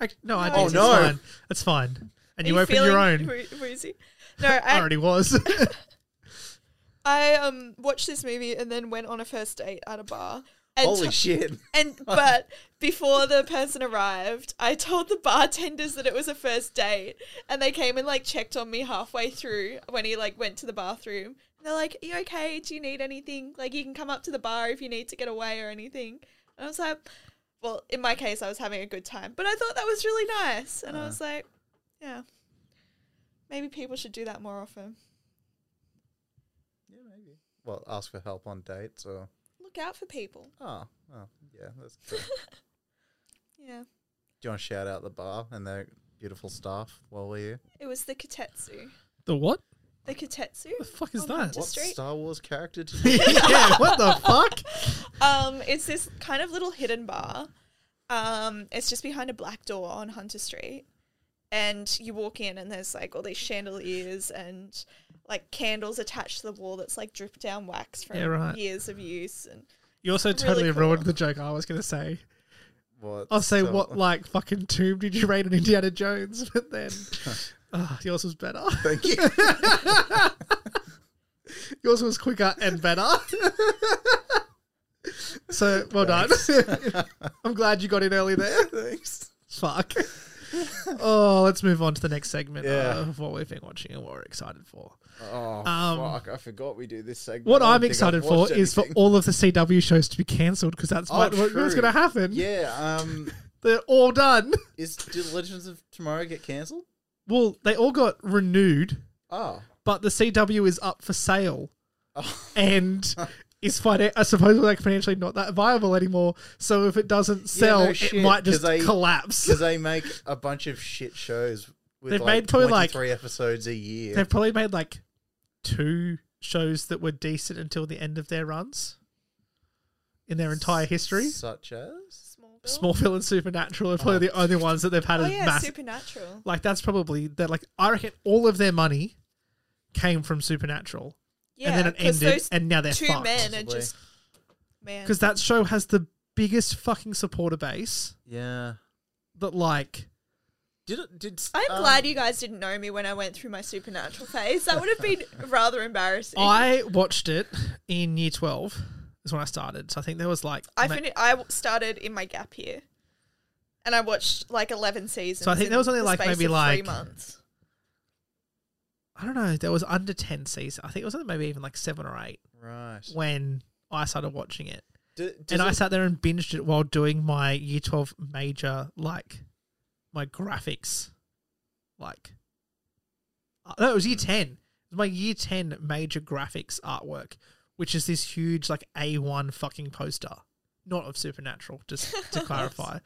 Speaker 1: Act- no, I
Speaker 2: No.
Speaker 1: did.
Speaker 2: Oh,
Speaker 1: it's
Speaker 3: no.
Speaker 1: fine. It's fine. And you,
Speaker 2: Are
Speaker 1: opened your
Speaker 2: feeling
Speaker 1: own.
Speaker 2: woo- Woozy. No,
Speaker 1: I
Speaker 2: I,
Speaker 1: already was.
Speaker 2: I um watched this movie and then went on a first date at a bar And
Speaker 3: Holy
Speaker 2: to-
Speaker 3: shit.
Speaker 2: And but before the person arrived, I told the bartenders that it was a first date, and they came and like checked on me halfway through when he like went to the bathroom. And they're like, "Are you okay? Do you need anything? Like, you can come up to the bar if you need to get away or anything." And I was like, "Well, in my case, I was having a good time, but I thought that was really nice." And I
Speaker 3: Uh.
Speaker 2: was like, "Yeah, maybe people should do that more often.
Speaker 3: Yeah, maybe. Well, ask for help on dates or.
Speaker 2: Look out for people."
Speaker 3: Oh, oh yeah. That's good. Do
Speaker 2: Yeah,
Speaker 3: you want to shout out the bar and their beautiful staff while we're here?
Speaker 2: it was the Katetsu.
Speaker 1: The what?
Speaker 2: The Katetsu.
Speaker 1: The fuck is
Speaker 2: Oh,
Speaker 1: that?
Speaker 2: just-
Speaker 3: What
Speaker 2: Street?
Speaker 3: Star Wars character did you
Speaker 1: yeah, what the fuck?
Speaker 2: Um, it's this kind of little hidden bar. Um, it's just behind a black door on Hunter Street, and you walk in, and there's like all these chandeliers and like candles attached to the wall that's like drip down wax from
Speaker 1: Yeah, right.
Speaker 2: years of use. And
Speaker 1: You also
Speaker 2: Really
Speaker 1: totally
Speaker 2: cool.
Speaker 1: ruined the joke I was going to say.
Speaker 3: What?
Speaker 1: I'll say,
Speaker 3: Star-
Speaker 1: what like fucking tomb did you rate in Indiana Jones? But then Ah, yours was better.
Speaker 3: Thank you.
Speaker 1: Yours was quicker and better. so well done. I'm glad you got in early there.
Speaker 3: Thanks.
Speaker 1: Fuck. oh, let's move on to the next segment uh,
Speaker 3: Yeah.
Speaker 1: of what we've been watching and what we're excited for.
Speaker 3: Oh
Speaker 1: Um,
Speaker 3: fuck! I forgot we do this segment.
Speaker 1: What
Speaker 3: I don't
Speaker 1: I'm
Speaker 3: think I've
Speaker 1: excited for
Speaker 3: watched
Speaker 1: is for
Speaker 3: anything.
Speaker 1: all of the CW shows to be cancelled because that's
Speaker 3: Oh,
Speaker 1: what, what- what's
Speaker 3: true.
Speaker 1: going to happen.
Speaker 3: Yeah. Um.
Speaker 1: They're all done.
Speaker 3: Is did Legends of Tomorrow get cancelled?
Speaker 1: Well, they all got renewed,
Speaker 3: Oh.
Speaker 1: but the CW is up for sale
Speaker 3: Oh.
Speaker 1: and is finan- uh, supposedly like financially not that viable anymore. So if it doesn't sell,
Speaker 3: no
Speaker 1: it
Speaker 3: shit,
Speaker 1: might just
Speaker 3: 'cause they-
Speaker 1: collapse.
Speaker 3: Because they make a bunch of shit shows with
Speaker 1: They've
Speaker 3: like
Speaker 1: made probably, like-
Speaker 3: 23 episodes a year.
Speaker 1: They've probably made like two shows that were decent until the end of their runs in their entire history.
Speaker 3: Such as?
Speaker 2: Smallville.
Speaker 1: Smallville and Supernatural are probably
Speaker 3: Oh.
Speaker 1: the only ones that they've had
Speaker 2: oh
Speaker 1: a
Speaker 2: yeah,
Speaker 1: massive.
Speaker 2: Supernatural.
Speaker 1: like that's probably they're like I reckon all of their money came from Supernatural,
Speaker 2: Yeah,
Speaker 1: and then it
Speaker 2: 'cause
Speaker 1: ended,
Speaker 2: those
Speaker 1: and now they're
Speaker 2: two
Speaker 1: fucked.
Speaker 2: men are
Speaker 3: Possibly.
Speaker 2: just man.
Speaker 1: because that show has the biggest fucking supporter base
Speaker 3: Yeah.
Speaker 1: that like
Speaker 3: Did it? Did
Speaker 2: I'm
Speaker 3: um,
Speaker 2: glad you guys didn't know me when I went through my supernatural phase. That would have been rather embarrassing.
Speaker 1: I watched it in year 12 is when I started so I think there was like
Speaker 2: I
Speaker 1: ma-
Speaker 2: finished. I w- started in my gap year, and I watched like eleven seasons.
Speaker 1: So I think
Speaker 2: in
Speaker 1: there was only,
Speaker 2: the
Speaker 1: like,
Speaker 2: space
Speaker 1: maybe,
Speaker 2: of three
Speaker 1: like-
Speaker 2: months.
Speaker 1: I don't know there was under 10 season I think it was maybe even like 7 or 8
Speaker 3: Right.
Speaker 1: when I started watching it
Speaker 3: Do,
Speaker 1: and I sat there and binged it while doing my year 12 major like my graphics like uh, no it was year 10 it was my year 10 major graphics artwork which is this huge like A1 fucking poster not of supernatural just to clarify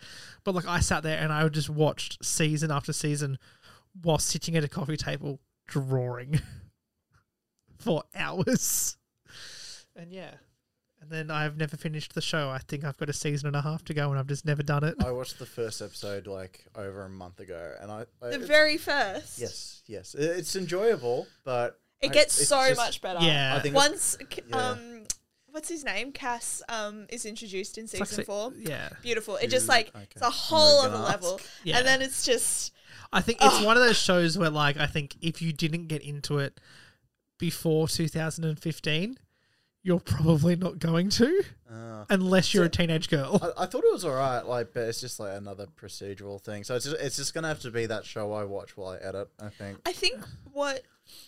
Speaker 1: but like I sat there and I just watched season after season while sitting at a coffee table drawing for hours and yeah and then I've never finished the show. I think I've got a season and a half to go, and I've just never done it.
Speaker 3: I watched the first episode like over a month ago, and I.
Speaker 2: The
Speaker 3: I it's-
Speaker 2: very first.
Speaker 3: Yes, yes. I- It's enjoyable, but.
Speaker 2: It
Speaker 3: I-
Speaker 2: gets
Speaker 3: it's
Speaker 2: so
Speaker 3: just-
Speaker 2: much better.
Speaker 1: yeah,
Speaker 3: I think it's-
Speaker 2: Once, c
Speaker 3: Yeah.
Speaker 2: um, what's his name? Cass um is introduced in
Speaker 1: It's like
Speaker 2: season
Speaker 1: se-
Speaker 2: four.
Speaker 1: Yeah,
Speaker 2: Beautiful. It just
Speaker 3: Dude,
Speaker 2: like
Speaker 3: okay.
Speaker 2: it's a
Speaker 3: I'm
Speaker 2: whole
Speaker 3: not
Speaker 2: other
Speaker 3: gonna
Speaker 2: level,
Speaker 1: Yeah.
Speaker 2: and then it's just
Speaker 1: I think it's one of those shows where, like, I think if you didn't get into it before 2015, you're probably not going to,
Speaker 3: Uh,
Speaker 1: unless you're a teenage girl.
Speaker 3: I, I thought it was alright, like, but it's just like another procedural thing. So it's just, it's just gonna have to be that show I watch while I edit. I think.
Speaker 2: I think what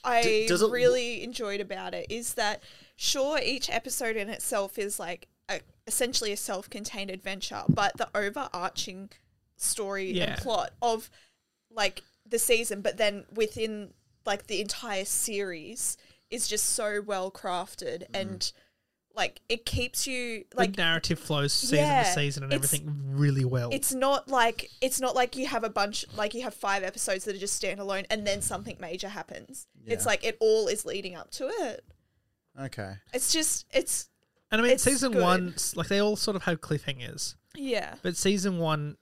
Speaker 2: I
Speaker 3: D- does it lo-
Speaker 2: really enjoyed about it is that, sure, each episode in itself is like a, essentially a self contained adventure, but the overarching story
Speaker 1: Yeah.
Speaker 2: and plot of like the season, but then within like the entire series is just so well crafted
Speaker 3: Mm-hmm.
Speaker 2: and like it keeps you like
Speaker 1: the narrative flows season to
Speaker 2: Yeah,
Speaker 1: season and
Speaker 2: it's-
Speaker 1: everything really well.
Speaker 2: it's not like it's not like you have a bunch like you have five episodes that are just standalone and then something major happens. It's
Speaker 3: Yeah.
Speaker 2: like it all is leading up to it.
Speaker 3: Okay.
Speaker 2: It's just it's
Speaker 1: and I mean,
Speaker 2: it's
Speaker 1: season
Speaker 2: good.
Speaker 1: one, like, they all sort of have cliffhangers,
Speaker 2: yeah.
Speaker 1: but season one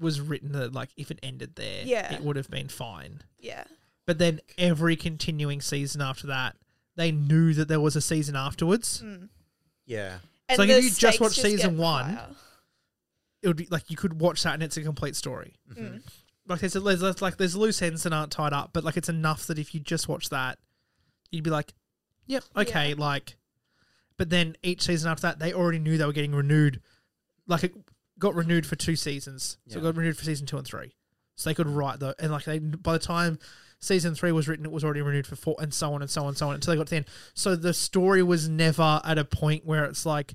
Speaker 1: was written that, like, if it ended there,
Speaker 2: Yeah.
Speaker 1: it would have been fine.
Speaker 2: Yeah.
Speaker 1: But then every continuing season after that, they knew that there was a season afterwards.
Speaker 3: Yeah.
Speaker 2: And
Speaker 1: So if
Speaker 2: the
Speaker 1: you just
Speaker 2: stakes
Speaker 1: watch
Speaker 2: get
Speaker 1: season one-
Speaker 2: higher.
Speaker 1: It would be like you could watch that and it's a complete story. Like there's, there's, there's like there's loose ends that aren't tied up, but like it's enough that if you just watch that, you'd be like, "Yep, okay." Like, But then each season after that, they already knew they were getting renewed. Like it got renewed for two seasons, so it
Speaker 3: Yeah.
Speaker 1: got renewed for season two and three. So they could write though, and like they by the time season three was written, it was already renewed for four, and so on and so on and so on until they got to the end. So the story was never at a point where it's like,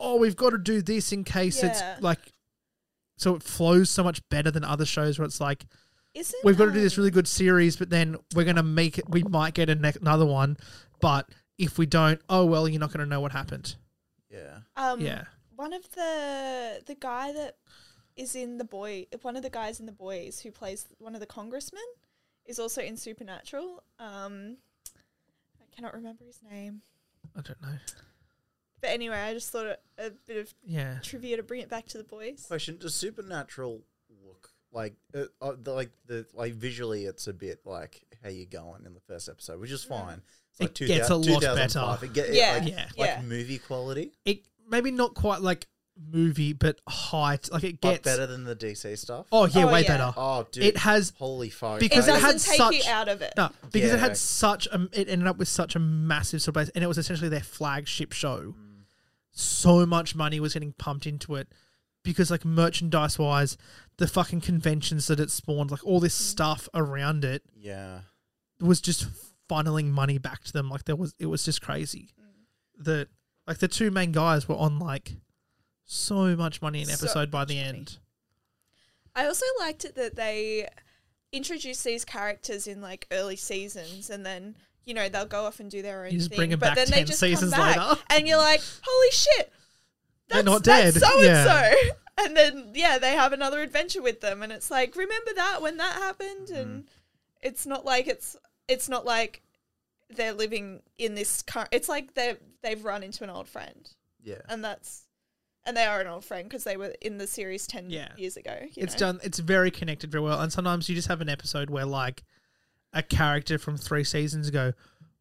Speaker 1: oh, we've got to do this in case
Speaker 2: Yeah.
Speaker 1: it's like. So it flows so much better than other shows where it's like
Speaker 2: Isn't
Speaker 1: we've got to do this
Speaker 2: um,
Speaker 1: really good series, but then we're going to make it. We might get a ne- another one, but if we don't, oh well, you're not going to know what happened.
Speaker 3: Yeah.
Speaker 2: Um,
Speaker 1: yeah,
Speaker 2: One of the the guy that is in the boy, one of the guys in the boys who plays one of the congressmen, is also in Supernatural. Um, I cannot remember his name,
Speaker 1: I don't know.
Speaker 2: but anyway, I just thought a, a bit of
Speaker 1: Yeah,
Speaker 2: trivia to bring it back to the
Speaker 1: Oh,
Speaker 2: boys.
Speaker 3: Question: Does Supernatural look like uh, uh, the, like the like visually? It's a bit like how you going in the first episode, which is fine. It's
Speaker 1: Mm. It
Speaker 3: like two
Speaker 1: gets
Speaker 3: thou-
Speaker 1: a lot
Speaker 3: 2005.
Speaker 1: better.
Speaker 3: It get,
Speaker 2: Yeah.
Speaker 3: yeah, like,
Speaker 1: Yeah.
Speaker 3: like
Speaker 2: Yeah.
Speaker 3: movie quality,
Speaker 1: it maybe not quite like movie, but height. Like it
Speaker 3: but
Speaker 1: gets.
Speaker 3: better than the DC stuff.
Speaker 1: Oh yeah,
Speaker 2: Oh,
Speaker 1: way
Speaker 2: yeah.
Speaker 1: better.
Speaker 3: Oh, dude,
Speaker 1: it has
Speaker 3: holy fuck!
Speaker 1: because
Speaker 2: it
Speaker 1: it
Speaker 2: doesn't
Speaker 1: had
Speaker 2: take you
Speaker 1: such-
Speaker 2: out of it.
Speaker 1: no because it
Speaker 3: Yeah.
Speaker 1: had such a. It ended up with such a massive surprise, and it was essentially their flagship show.
Speaker 3: Mm.
Speaker 1: So much money was getting pumped into it. Because like merchandise wise, the fucking conventions that it spawned, like all
Speaker 2: Mm.
Speaker 1: this stuff around it,
Speaker 3: yeah,
Speaker 1: was just funneling money back to them. Like there was, it was just crazy.
Speaker 2: Mm.
Speaker 1: That like the two main guys were on like so much money an
Speaker 2: So
Speaker 1: episode by the
Speaker 2: much money.
Speaker 1: end.
Speaker 2: I also liked it that they introduce these characters in like early seasons and then you know they'll go off and do their own
Speaker 1: You just
Speaker 2: thing
Speaker 1: bring 'em
Speaker 2: but
Speaker 1: back
Speaker 2: then they
Speaker 1: 10
Speaker 2: just
Speaker 1: seasons
Speaker 2: come back
Speaker 1: later.
Speaker 2: and you're like holy shit
Speaker 1: They're
Speaker 2: that's,
Speaker 1: not
Speaker 2: that's
Speaker 1: dead.
Speaker 2: so
Speaker 1: Yeah.
Speaker 2: and so and then yeah they have another adventure with them and it's like remember that when that happened
Speaker 1: Mm-hmm.
Speaker 2: and it's not like it's it's not like they're living in this current it's like they they've run into an old friend
Speaker 3: yeah.
Speaker 2: and that's and they are an old friend because they were in the series 10
Speaker 1: Yeah.
Speaker 2: years ago you
Speaker 1: It's
Speaker 2: know?
Speaker 1: done. It's very connected very well. And sometimes you just have an episode where like a character from three seasons ago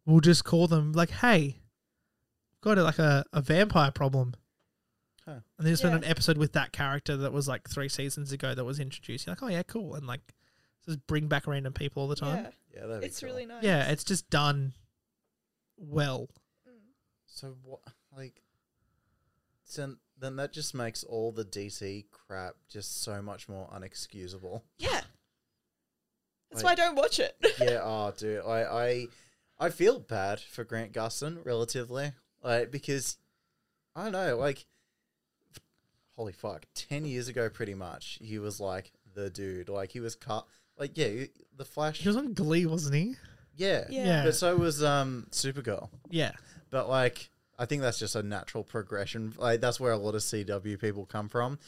Speaker 1: will just call them like, "Hey, got a, like a, a vampire problem."
Speaker 3: Huh.
Speaker 1: And they just
Speaker 2: Yeah.
Speaker 1: spent an episode with that character that was like three seasons ago that was introduced. You're like, oh yeah, cool, and like just bring back random people all the time.
Speaker 2: Yeah,
Speaker 3: Yeah, that'd be
Speaker 2: it's
Speaker 3: cool.
Speaker 2: really nice.
Speaker 1: Yeah, it's just done well.
Speaker 3: So what? Like, so then that just makes all the DC crap just so much more unexcusable.
Speaker 2: yeah. That's
Speaker 3: Like-
Speaker 2: why I don't watch it.
Speaker 3: yeah, oh, dude, I, I, I feel bad for Grant Gustin relatively, like because I don't know, like, holy fuck, ten years ago, pretty much, he was like the dude, like he was cut, like yeah, he- the Flash,
Speaker 1: He was on Glee, wasn't he?
Speaker 3: yeah,
Speaker 1: Yeah.
Speaker 3: but so was um Supergirl,
Speaker 1: Yeah.
Speaker 3: but like. I think that's just a natural progression. Like that's where a lot of CW people come from.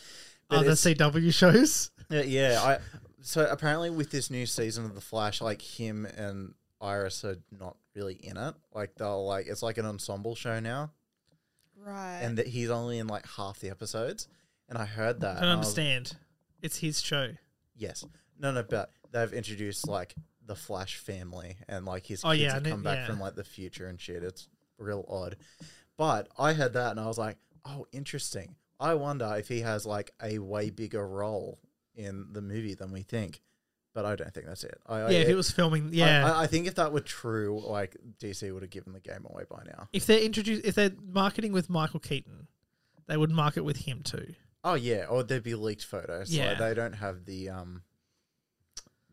Speaker 3: But
Speaker 1: Other
Speaker 3: it's-
Speaker 1: CW shows.
Speaker 3: yeah, yeah. I so apparently with this new season of The Flash, like him and Iris are not really in it. Like they'll like it's like an ensemble show now,
Speaker 2: Right.
Speaker 3: and that he's only in like half the episodes. And I heard that.
Speaker 1: I
Speaker 3: and
Speaker 1: don't
Speaker 3: I was-
Speaker 1: understand. It's his show.
Speaker 3: yes, no, no, but they've introduced like the Flash family and like his
Speaker 1: Oh,
Speaker 3: kids
Speaker 1: yeah, I
Speaker 3: have
Speaker 1: knew-
Speaker 3: come back
Speaker 1: yeah.
Speaker 3: from like the future and shit. It's real odd. But I heard that and I was like, oh, interesting. I wonder if he has like a way bigger role in the movie than we think. But I don't think that's it. I,
Speaker 1: yeah,
Speaker 3: I,
Speaker 1: if he was filming, yeah.
Speaker 3: Oh, I, I- I think if that were true, like DC would have given the game away by now.
Speaker 1: if they're introduced, if they're marketing with Michael Keaton, they would market with him too.
Speaker 3: Oh yeah, or there'd be leaked photos.
Speaker 1: Yeah.
Speaker 3: Yeah, they don't have the um,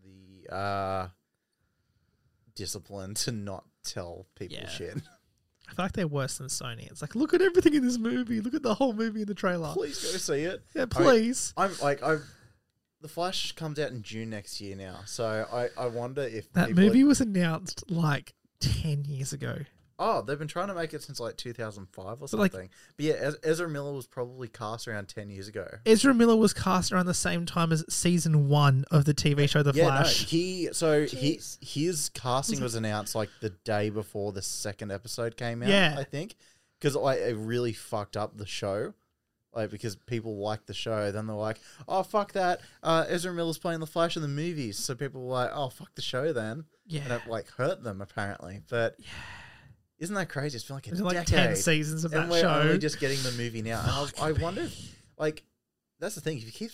Speaker 3: the uh, discipline to not tell people
Speaker 1: Yeah.
Speaker 3: shit.
Speaker 1: I feel like they're worse than Sony. It's like, look at everything in this movie. Look at the whole movie in the trailer.
Speaker 3: Please go see it.
Speaker 1: Yeah, please.
Speaker 3: I'm like I've. The Flash comes out in June next year now, so I, I wonder if
Speaker 1: that
Speaker 3: people are-
Speaker 1: movie was announced like ten years ago.
Speaker 3: oh, they've been trying to make it since like 2005 or
Speaker 1: But, like-
Speaker 3: something. but yeah, Ez- Ezra Miller was probably cast around 10 years ago.
Speaker 1: Ezra Miller was cast around the same time as season one of the TV show The
Speaker 3: yeah,
Speaker 1: Flash.
Speaker 3: No, he so
Speaker 2: Jeez.
Speaker 3: he his casting was announced like the day before the second episode came out.
Speaker 1: Yeah.
Speaker 3: I think because like it really fucked up the show. Like because people liked the show, then they're like, "Oh fuck that!" Uh, Ezra Miller's playing the Flash in the movies, so people were like, "Oh fuck the show," then and
Speaker 1: yeah,
Speaker 3: it like hurt them apparently. But isn't that crazy? It's been like a
Speaker 1: there's like ten
Speaker 3: decade
Speaker 1: seasons of that
Speaker 3: and we're
Speaker 1: show.
Speaker 3: only just getting the movie now. And I, I wonder, if, like, that's the thing. If you keep,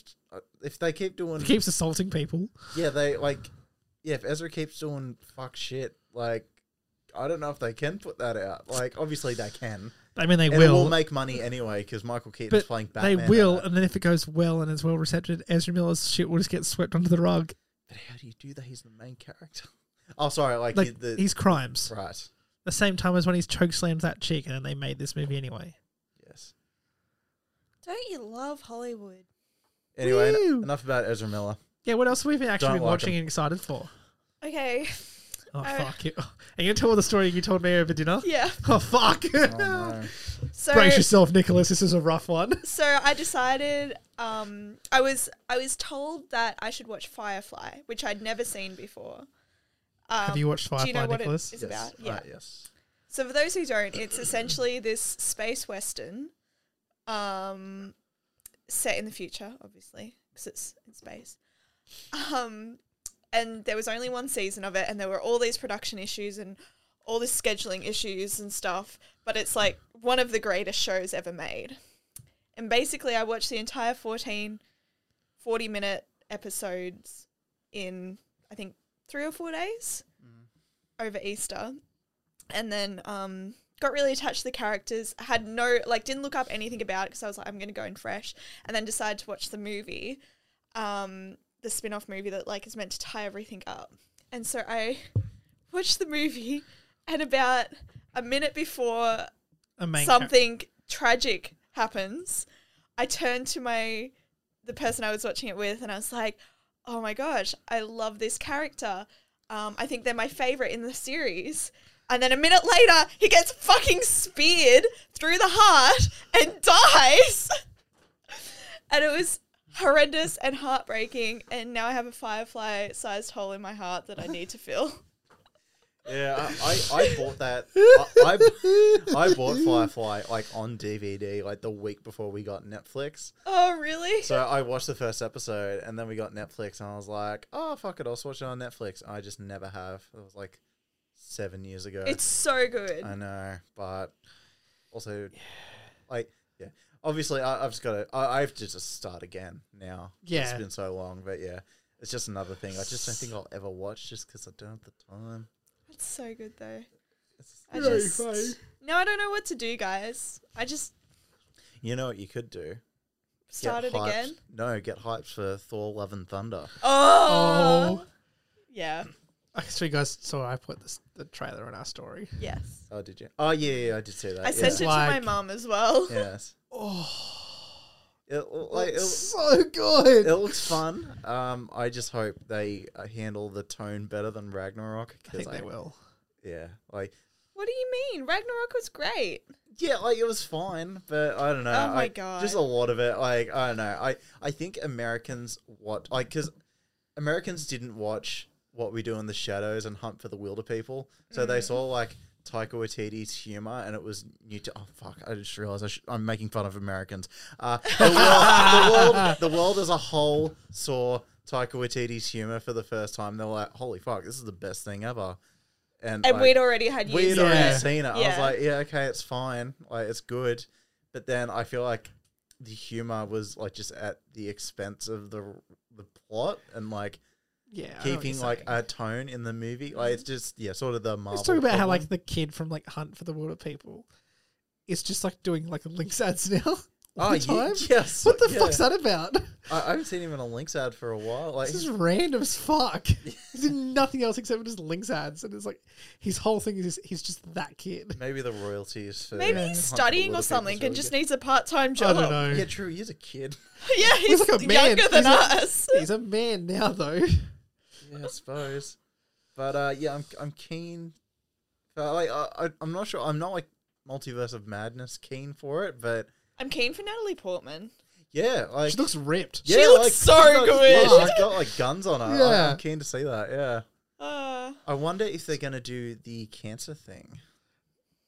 Speaker 3: if they keep doing,
Speaker 1: He keeps assaulting people.
Speaker 3: yeah, they like, yeah. If Ezra keeps doing fuck shit, like, I don't know if they can put that out. Like, obviously they can.
Speaker 1: I mean, they
Speaker 3: And it
Speaker 1: will.
Speaker 3: will make money anyway because Michael Keaton's
Speaker 1: but
Speaker 3: playing Batman.
Speaker 1: they will,
Speaker 3: in it.
Speaker 1: and then if it goes well and it's well received, Ezra Miller's shit will just get swept under the rug,
Speaker 3: But how do you do that? He's the main character. Oh, sorry. Like,
Speaker 1: like
Speaker 3: the,
Speaker 1: his crimes.
Speaker 3: right.
Speaker 1: The same time as when he's choke slams that chick, and then they made this movie anyway.
Speaker 3: Yes.
Speaker 2: Don't you love Hollywood?
Speaker 3: Anyway, en-
Speaker 1: Woo.
Speaker 3: enough about Ezra Miller.
Speaker 1: Yeah, what else have we been actually
Speaker 3: Don't
Speaker 1: been
Speaker 3: like
Speaker 1: watching
Speaker 3: him.
Speaker 1: and excited for?
Speaker 2: Okay.
Speaker 1: Oh
Speaker 2: I-
Speaker 1: fuck you! Are you gonna tell the story you told me over dinner?
Speaker 2: Uh, Yeah.
Speaker 1: Oh fuck!
Speaker 3: Oh, no.
Speaker 2: So
Speaker 1: Brace yourself, Nicholas. This is a rough one.
Speaker 2: so I decided um I was I was told that I should watch Firefly, which I'd never seen before. Um,
Speaker 1: Have you watched
Speaker 2: do you know
Speaker 1: Firefly,
Speaker 2: what it
Speaker 1: Nicholas?
Speaker 2: is about? Yeah.
Speaker 3: Right, Oh, yes.
Speaker 2: So for those who don't, it's essentially this space western, um, set in the future, obviously, because it's in space. Um, and there was only one season of it, and there were all these production issues and all this scheduling issues and stuff. But it's like one of the greatest shows ever made. And basically, I watched the entire 14, 40 minute episodes in, I think, three or four days over Easter and then um, got really attached to the characters. Had no like, didn't look up anything about it because I was like, I'm gonna go in fresh, and then decided to watch the movie, um, the spin-off movie that like is meant to tie everything up. And so I watched the movie, and about a minute before
Speaker 1: A main char-
Speaker 2: something tragic happens, I turned to my the person I was watching it with, and I was like, "Oh my gosh, I love this character. Um, I think they're my favorite in the series." And then a minute later, he gets fucking speared through the heart and dies. and it was horrendous and heartbreaking. And now I have a firefly-sized hole in my heart that I need to fill.
Speaker 3: Yeah, I, I, I bought that. I, I, I bought Firefly like on DVD like the week before we got Netflix.
Speaker 2: Oh, really?
Speaker 3: So I watched the first episode and then we got Netflix and I was like, oh fuck it, I'll just watch it on Netflix. I just never have. It was like seven years ago.
Speaker 2: It's so good.
Speaker 3: I know, but also, like, yeah. Obviously, I, I've just got to. I, I've to just start again now. it's
Speaker 1: Yeah.
Speaker 3: been so long, but yeah, it's just another thing. I just don't think I'll ever watch just because I don't have the time.
Speaker 2: It's so good though.
Speaker 3: It's-
Speaker 2: I
Speaker 1: Yeah,
Speaker 2: just,
Speaker 1: fine.
Speaker 2: no, I don't know what to do, guys. I just
Speaker 3: You know what you could do? Get
Speaker 2: started
Speaker 3: hyped-
Speaker 2: again.
Speaker 3: No, get hyped for Thor: Love and Thunder.
Speaker 2: Oh,
Speaker 1: Oh,
Speaker 2: yeah,
Speaker 1: I so you guys saw I put this, the trailer in our story.
Speaker 2: yes.
Speaker 3: Oh, did you? Oh, yeah, yeah, I did see that.
Speaker 2: I
Speaker 3: yeah.
Speaker 2: sent it
Speaker 1: Like-
Speaker 2: to my mum as well.
Speaker 3: Yes. It, Oh, like,
Speaker 1: Oh, It's
Speaker 3: it,
Speaker 1: so good.
Speaker 3: it looks fun. Um, I just hope they uh, handle the tone better than Ragnarok.
Speaker 1: I
Speaker 3: 'cause
Speaker 1: think they will.
Speaker 3: Yeah, like
Speaker 2: What do you mean? Ragnarok was great.
Speaker 3: Yeah, like it was fine, but I don't know.
Speaker 2: Oh my
Speaker 3: I-
Speaker 2: God.
Speaker 3: Just a lot of it. Like I don't know. I I think Americans what like because Americans didn't watch What We Do in the Shadows and Hunt for the Wilder People, so
Speaker 2: Mm.
Speaker 3: they saw like Taika Waititi's humor, and it was new to. Oh fuck! I just realized I sh- I'm making fun of Americans. Uh, the, world, the world, the world as a whole saw Taika Waititi's humor for the first time. They were like, "Holy fuck! This is the best thing ever." And,
Speaker 2: And
Speaker 3: like,
Speaker 2: we'd already had
Speaker 3: we
Speaker 2: years.
Speaker 3: would
Speaker 1: Yeah.
Speaker 2: of
Speaker 3: already
Speaker 2: it.
Speaker 3: seen it. I was
Speaker 2: Yeah.
Speaker 3: like, yeah, okay, it's fine. Like, it's good. But then I feel like the humor was like just at the expense of the the plot and like
Speaker 1: Yeah. I know what
Speaker 3: keeping
Speaker 1: you're
Speaker 3: like
Speaker 1: saying.
Speaker 3: a tone in the movie. Like, it's just yeah, sort of the Marvel.
Speaker 1: Let's talk about how
Speaker 3: problem.
Speaker 1: like the kid from like Hunt for the Water People is just like doing like Lynx ads now. all
Speaker 3: oh
Speaker 1: the time.
Speaker 3: ye- yes,
Speaker 1: What the
Speaker 3: yeah.
Speaker 1: fuck's that about?
Speaker 3: I, I haven't seen him in a Lynx ad for a while. Like,
Speaker 1: This is random as fuck. He's in nothing else except for just Lynx ads, and it's like his whole thing is just, he's just that kid.
Speaker 3: maybe the royalties for
Speaker 2: Maybe
Speaker 3: Hunt
Speaker 2: he's
Speaker 3: for the
Speaker 2: studying or
Speaker 3: Wilder People's
Speaker 2: something
Speaker 3: really
Speaker 2: and just
Speaker 3: good.
Speaker 2: needs a part-time
Speaker 1: I
Speaker 2: job.
Speaker 1: don't know.
Speaker 3: Yeah, true. He's a kid.
Speaker 2: yeah, he's,
Speaker 1: like a man.
Speaker 2: younger than
Speaker 1: He's a-
Speaker 2: us.
Speaker 1: He's a man now though.
Speaker 3: Yeah, I suppose. But uh, yeah, I'm I'm keen. Uh, like I, I I'm not sure. I'm not like multiverse of madness keen for it, but
Speaker 2: I'm keen for Natalie Portman.
Speaker 3: yeah, like
Speaker 1: She looks ripped.
Speaker 3: yeah,
Speaker 2: she looks so
Speaker 3: she's got-
Speaker 2: good.
Speaker 3: Yeah, she's got like guns on her. Yeah.
Speaker 1: Yeah.
Speaker 3: I'm keen to see that. Yeah.
Speaker 2: Uh,
Speaker 3: I wonder if they're gonna do the cancer thing.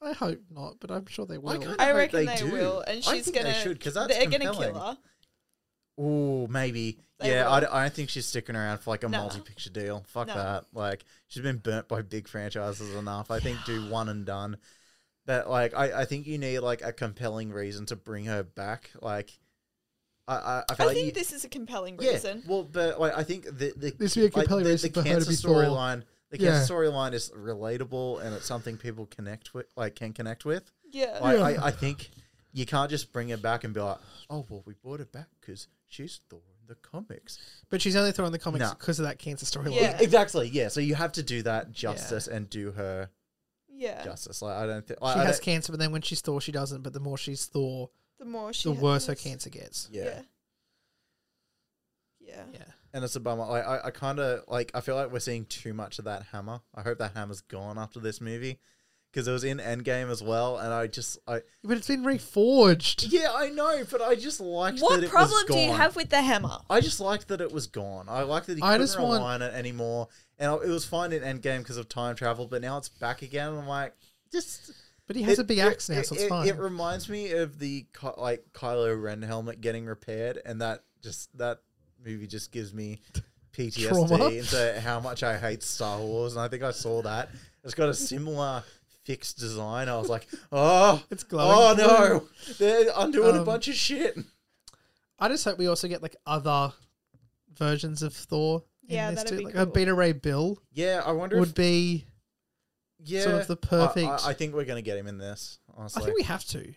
Speaker 1: I hope not, but I'm sure they will.
Speaker 3: I kinda
Speaker 2: I
Speaker 3: hope
Speaker 2: reckon they,
Speaker 3: do.
Speaker 2: will, and
Speaker 3: I
Speaker 2: she's
Speaker 3: think
Speaker 2: gonna.
Speaker 3: They should because that's
Speaker 2: they're
Speaker 3: compelling.
Speaker 2: gonna kill her.
Speaker 3: Ooh, maybe.
Speaker 2: They
Speaker 3: yeah,
Speaker 2: will.
Speaker 3: I, d- I don't think she's sticking around for like a
Speaker 2: No.
Speaker 3: multi-picture deal. Fuck
Speaker 2: No.
Speaker 3: that. Like she's been burnt by big franchises enough. I think do one and done. But like I, I think you need like a compelling reason to bring her back. Like I I, I feel
Speaker 2: I
Speaker 3: like
Speaker 2: think
Speaker 3: you,
Speaker 2: this is a compelling
Speaker 3: yeah.
Speaker 2: reason.
Speaker 3: Well, but like I think the the
Speaker 1: This would be a
Speaker 3: like,
Speaker 1: compelling
Speaker 3: the,
Speaker 1: reason
Speaker 3: the
Speaker 1: for her to
Speaker 3: cancer
Speaker 1: be Thor.
Speaker 3: storyline. The cancer
Speaker 1: Yeah.
Speaker 3: storyline is relatable and it's something people connect with, like can connect with.
Speaker 2: Yeah.
Speaker 3: I,
Speaker 1: Yeah.
Speaker 3: I, I think you can't just bring her back and be like, oh, well, we brought her back because she's Thor in the comics.
Speaker 1: But she's only throwing the comics
Speaker 3: No.
Speaker 1: because of that cancer storyline.
Speaker 2: Yeah.
Speaker 3: E- Exactly. Yeah. So you have to do that justice and do her
Speaker 2: yeah.
Speaker 3: justice. Like I don't think
Speaker 1: She
Speaker 3: I, I
Speaker 1: has
Speaker 3: don't-
Speaker 1: cancer, but then when she's Thor, she doesn't. But the more she's Thor,
Speaker 2: the more she
Speaker 1: the worse her
Speaker 2: has-
Speaker 1: cancer gets.
Speaker 3: yeah.
Speaker 2: Yeah. Yeah.
Speaker 1: Yeah.
Speaker 3: And it's a bummer. Like I, I kind of like I feel like we're seeing too much of that hammer. I hope that hammer's gone after this movie because it was in Endgame as well. And I just I
Speaker 1: But it's been reforged.
Speaker 3: yeah I know, but I just liked that
Speaker 2: What
Speaker 3: it
Speaker 2: problem
Speaker 3: was
Speaker 2: do you
Speaker 3: gone.
Speaker 2: have with the hammer?
Speaker 3: I just liked that it was gone. I liked that he
Speaker 1: I
Speaker 3: couldn't
Speaker 1: just want-
Speaker 3: rewind it anymore, and I- it was fine in Endgame because of time travel. But now it's back again. And I'm like, just
Speaker 1: But he has
Speaker 3: it-
Speaker 1: a big
Speaker 3: it-
Speaker 1: axe now, so
Speaker 3: it-
Speaker 1: it's
Speaker 3: it,
Speaker 1: fine.
Speaker 3: It reminds me of the Ky- like Kylo Ren helmet getting repaired, and that just that movie just gives me PTSD
Speaker 1: Trauma.
Speaker 3: into how much I hate Star Wars. And I think I saw that it's got a similar fixed design. I was like, oh,
Speaker 1: It's glowing.
Speaker 3: oh no, They're, I'm doing a
Speaker 1: Um,
Speaker 3: bunch of shit.
Speaker 1: I just hope we also get like other versions of Thor. In
Speaker 2: Yeah,
Speaker 1: this
Speaker 2: that'd
Speaker 1: too.
Speaker 2: be
Speaker 1: like a
Speaker 2: cool.
Speaker 1: Beta Ray Bill
Speaker 3: Yeah, I wonder if
Speaker 1: would be.
Speaker 3: yeah,
Speaker 1: sort of the
Speaker 3: I- I-
Speaker 1: perfect-
Speaker 3: I, think we're gonna get him in this. Honestly,
Speaker 1: I think we have to.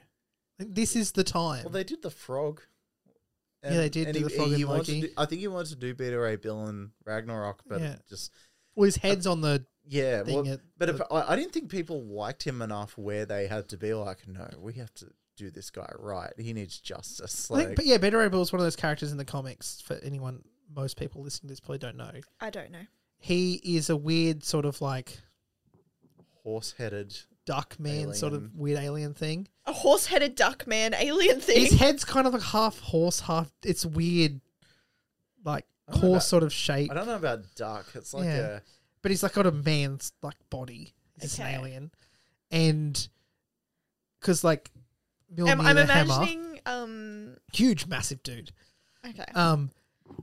Speaker 1: Like, This is the time.
Speaker 3: well, they did the frog.
Speaker 1: Yeah, they did do the frog in
Speaker 3: wants to
Speaker 1: Loki.
Speaker 3: do- I think he wanted to do Beta Ray Bill and Ragnarok, but
Speaker 1: Yeah.
Speaker 3: just
Speaker 1: well, his head's on the
Speaker 3: yeah.
Speaker 1: thing.
Speaker 3: Well,
Speaker 1: at,
Speaker 3: but if, I, I didn't think people liked him enough where they had to be like, no, we have to do this guy right. He needs justice.
Speaker 1: I
Speaker 3: Like,
Speaker 1: think, but yeah, Beta Ray Bill is one of those characters in the comics. For anyone, most people listening to this probably don't know.
Speaker 2: I don't know.
Speaker 1: He is a weird sort of like
Speaker 3: horse-headed.
Speaker 1: duck man, sort of
Speaker 3: Alien.
Speaker 1: weird alien thing.
Speaker 2: A horse-headed duck man alien thing.
Speaker 1: His head's kind of like half horse, half. It's weird, like
Speaker 3: I don't know
Speaker 1: horse
Speaker 3: about-
Speaker 1: sort of shape.
Speaker 3: I don't know about duck. It's like
Speaker 1: Yeah.
Speaker 3: a
Speaker 1: but he's like got a man's like body. He's just
Speaker 2: Okay.
Speaker 1: an alien, and because like Mjolnir,
Speaker 2: I'm, I'm
Speaker 1: the hammer,
Speaker 2: imagining. Um.
Speaker 1: huge, massive dude.
Speaker 2: Okay.
Speaker 1: Um,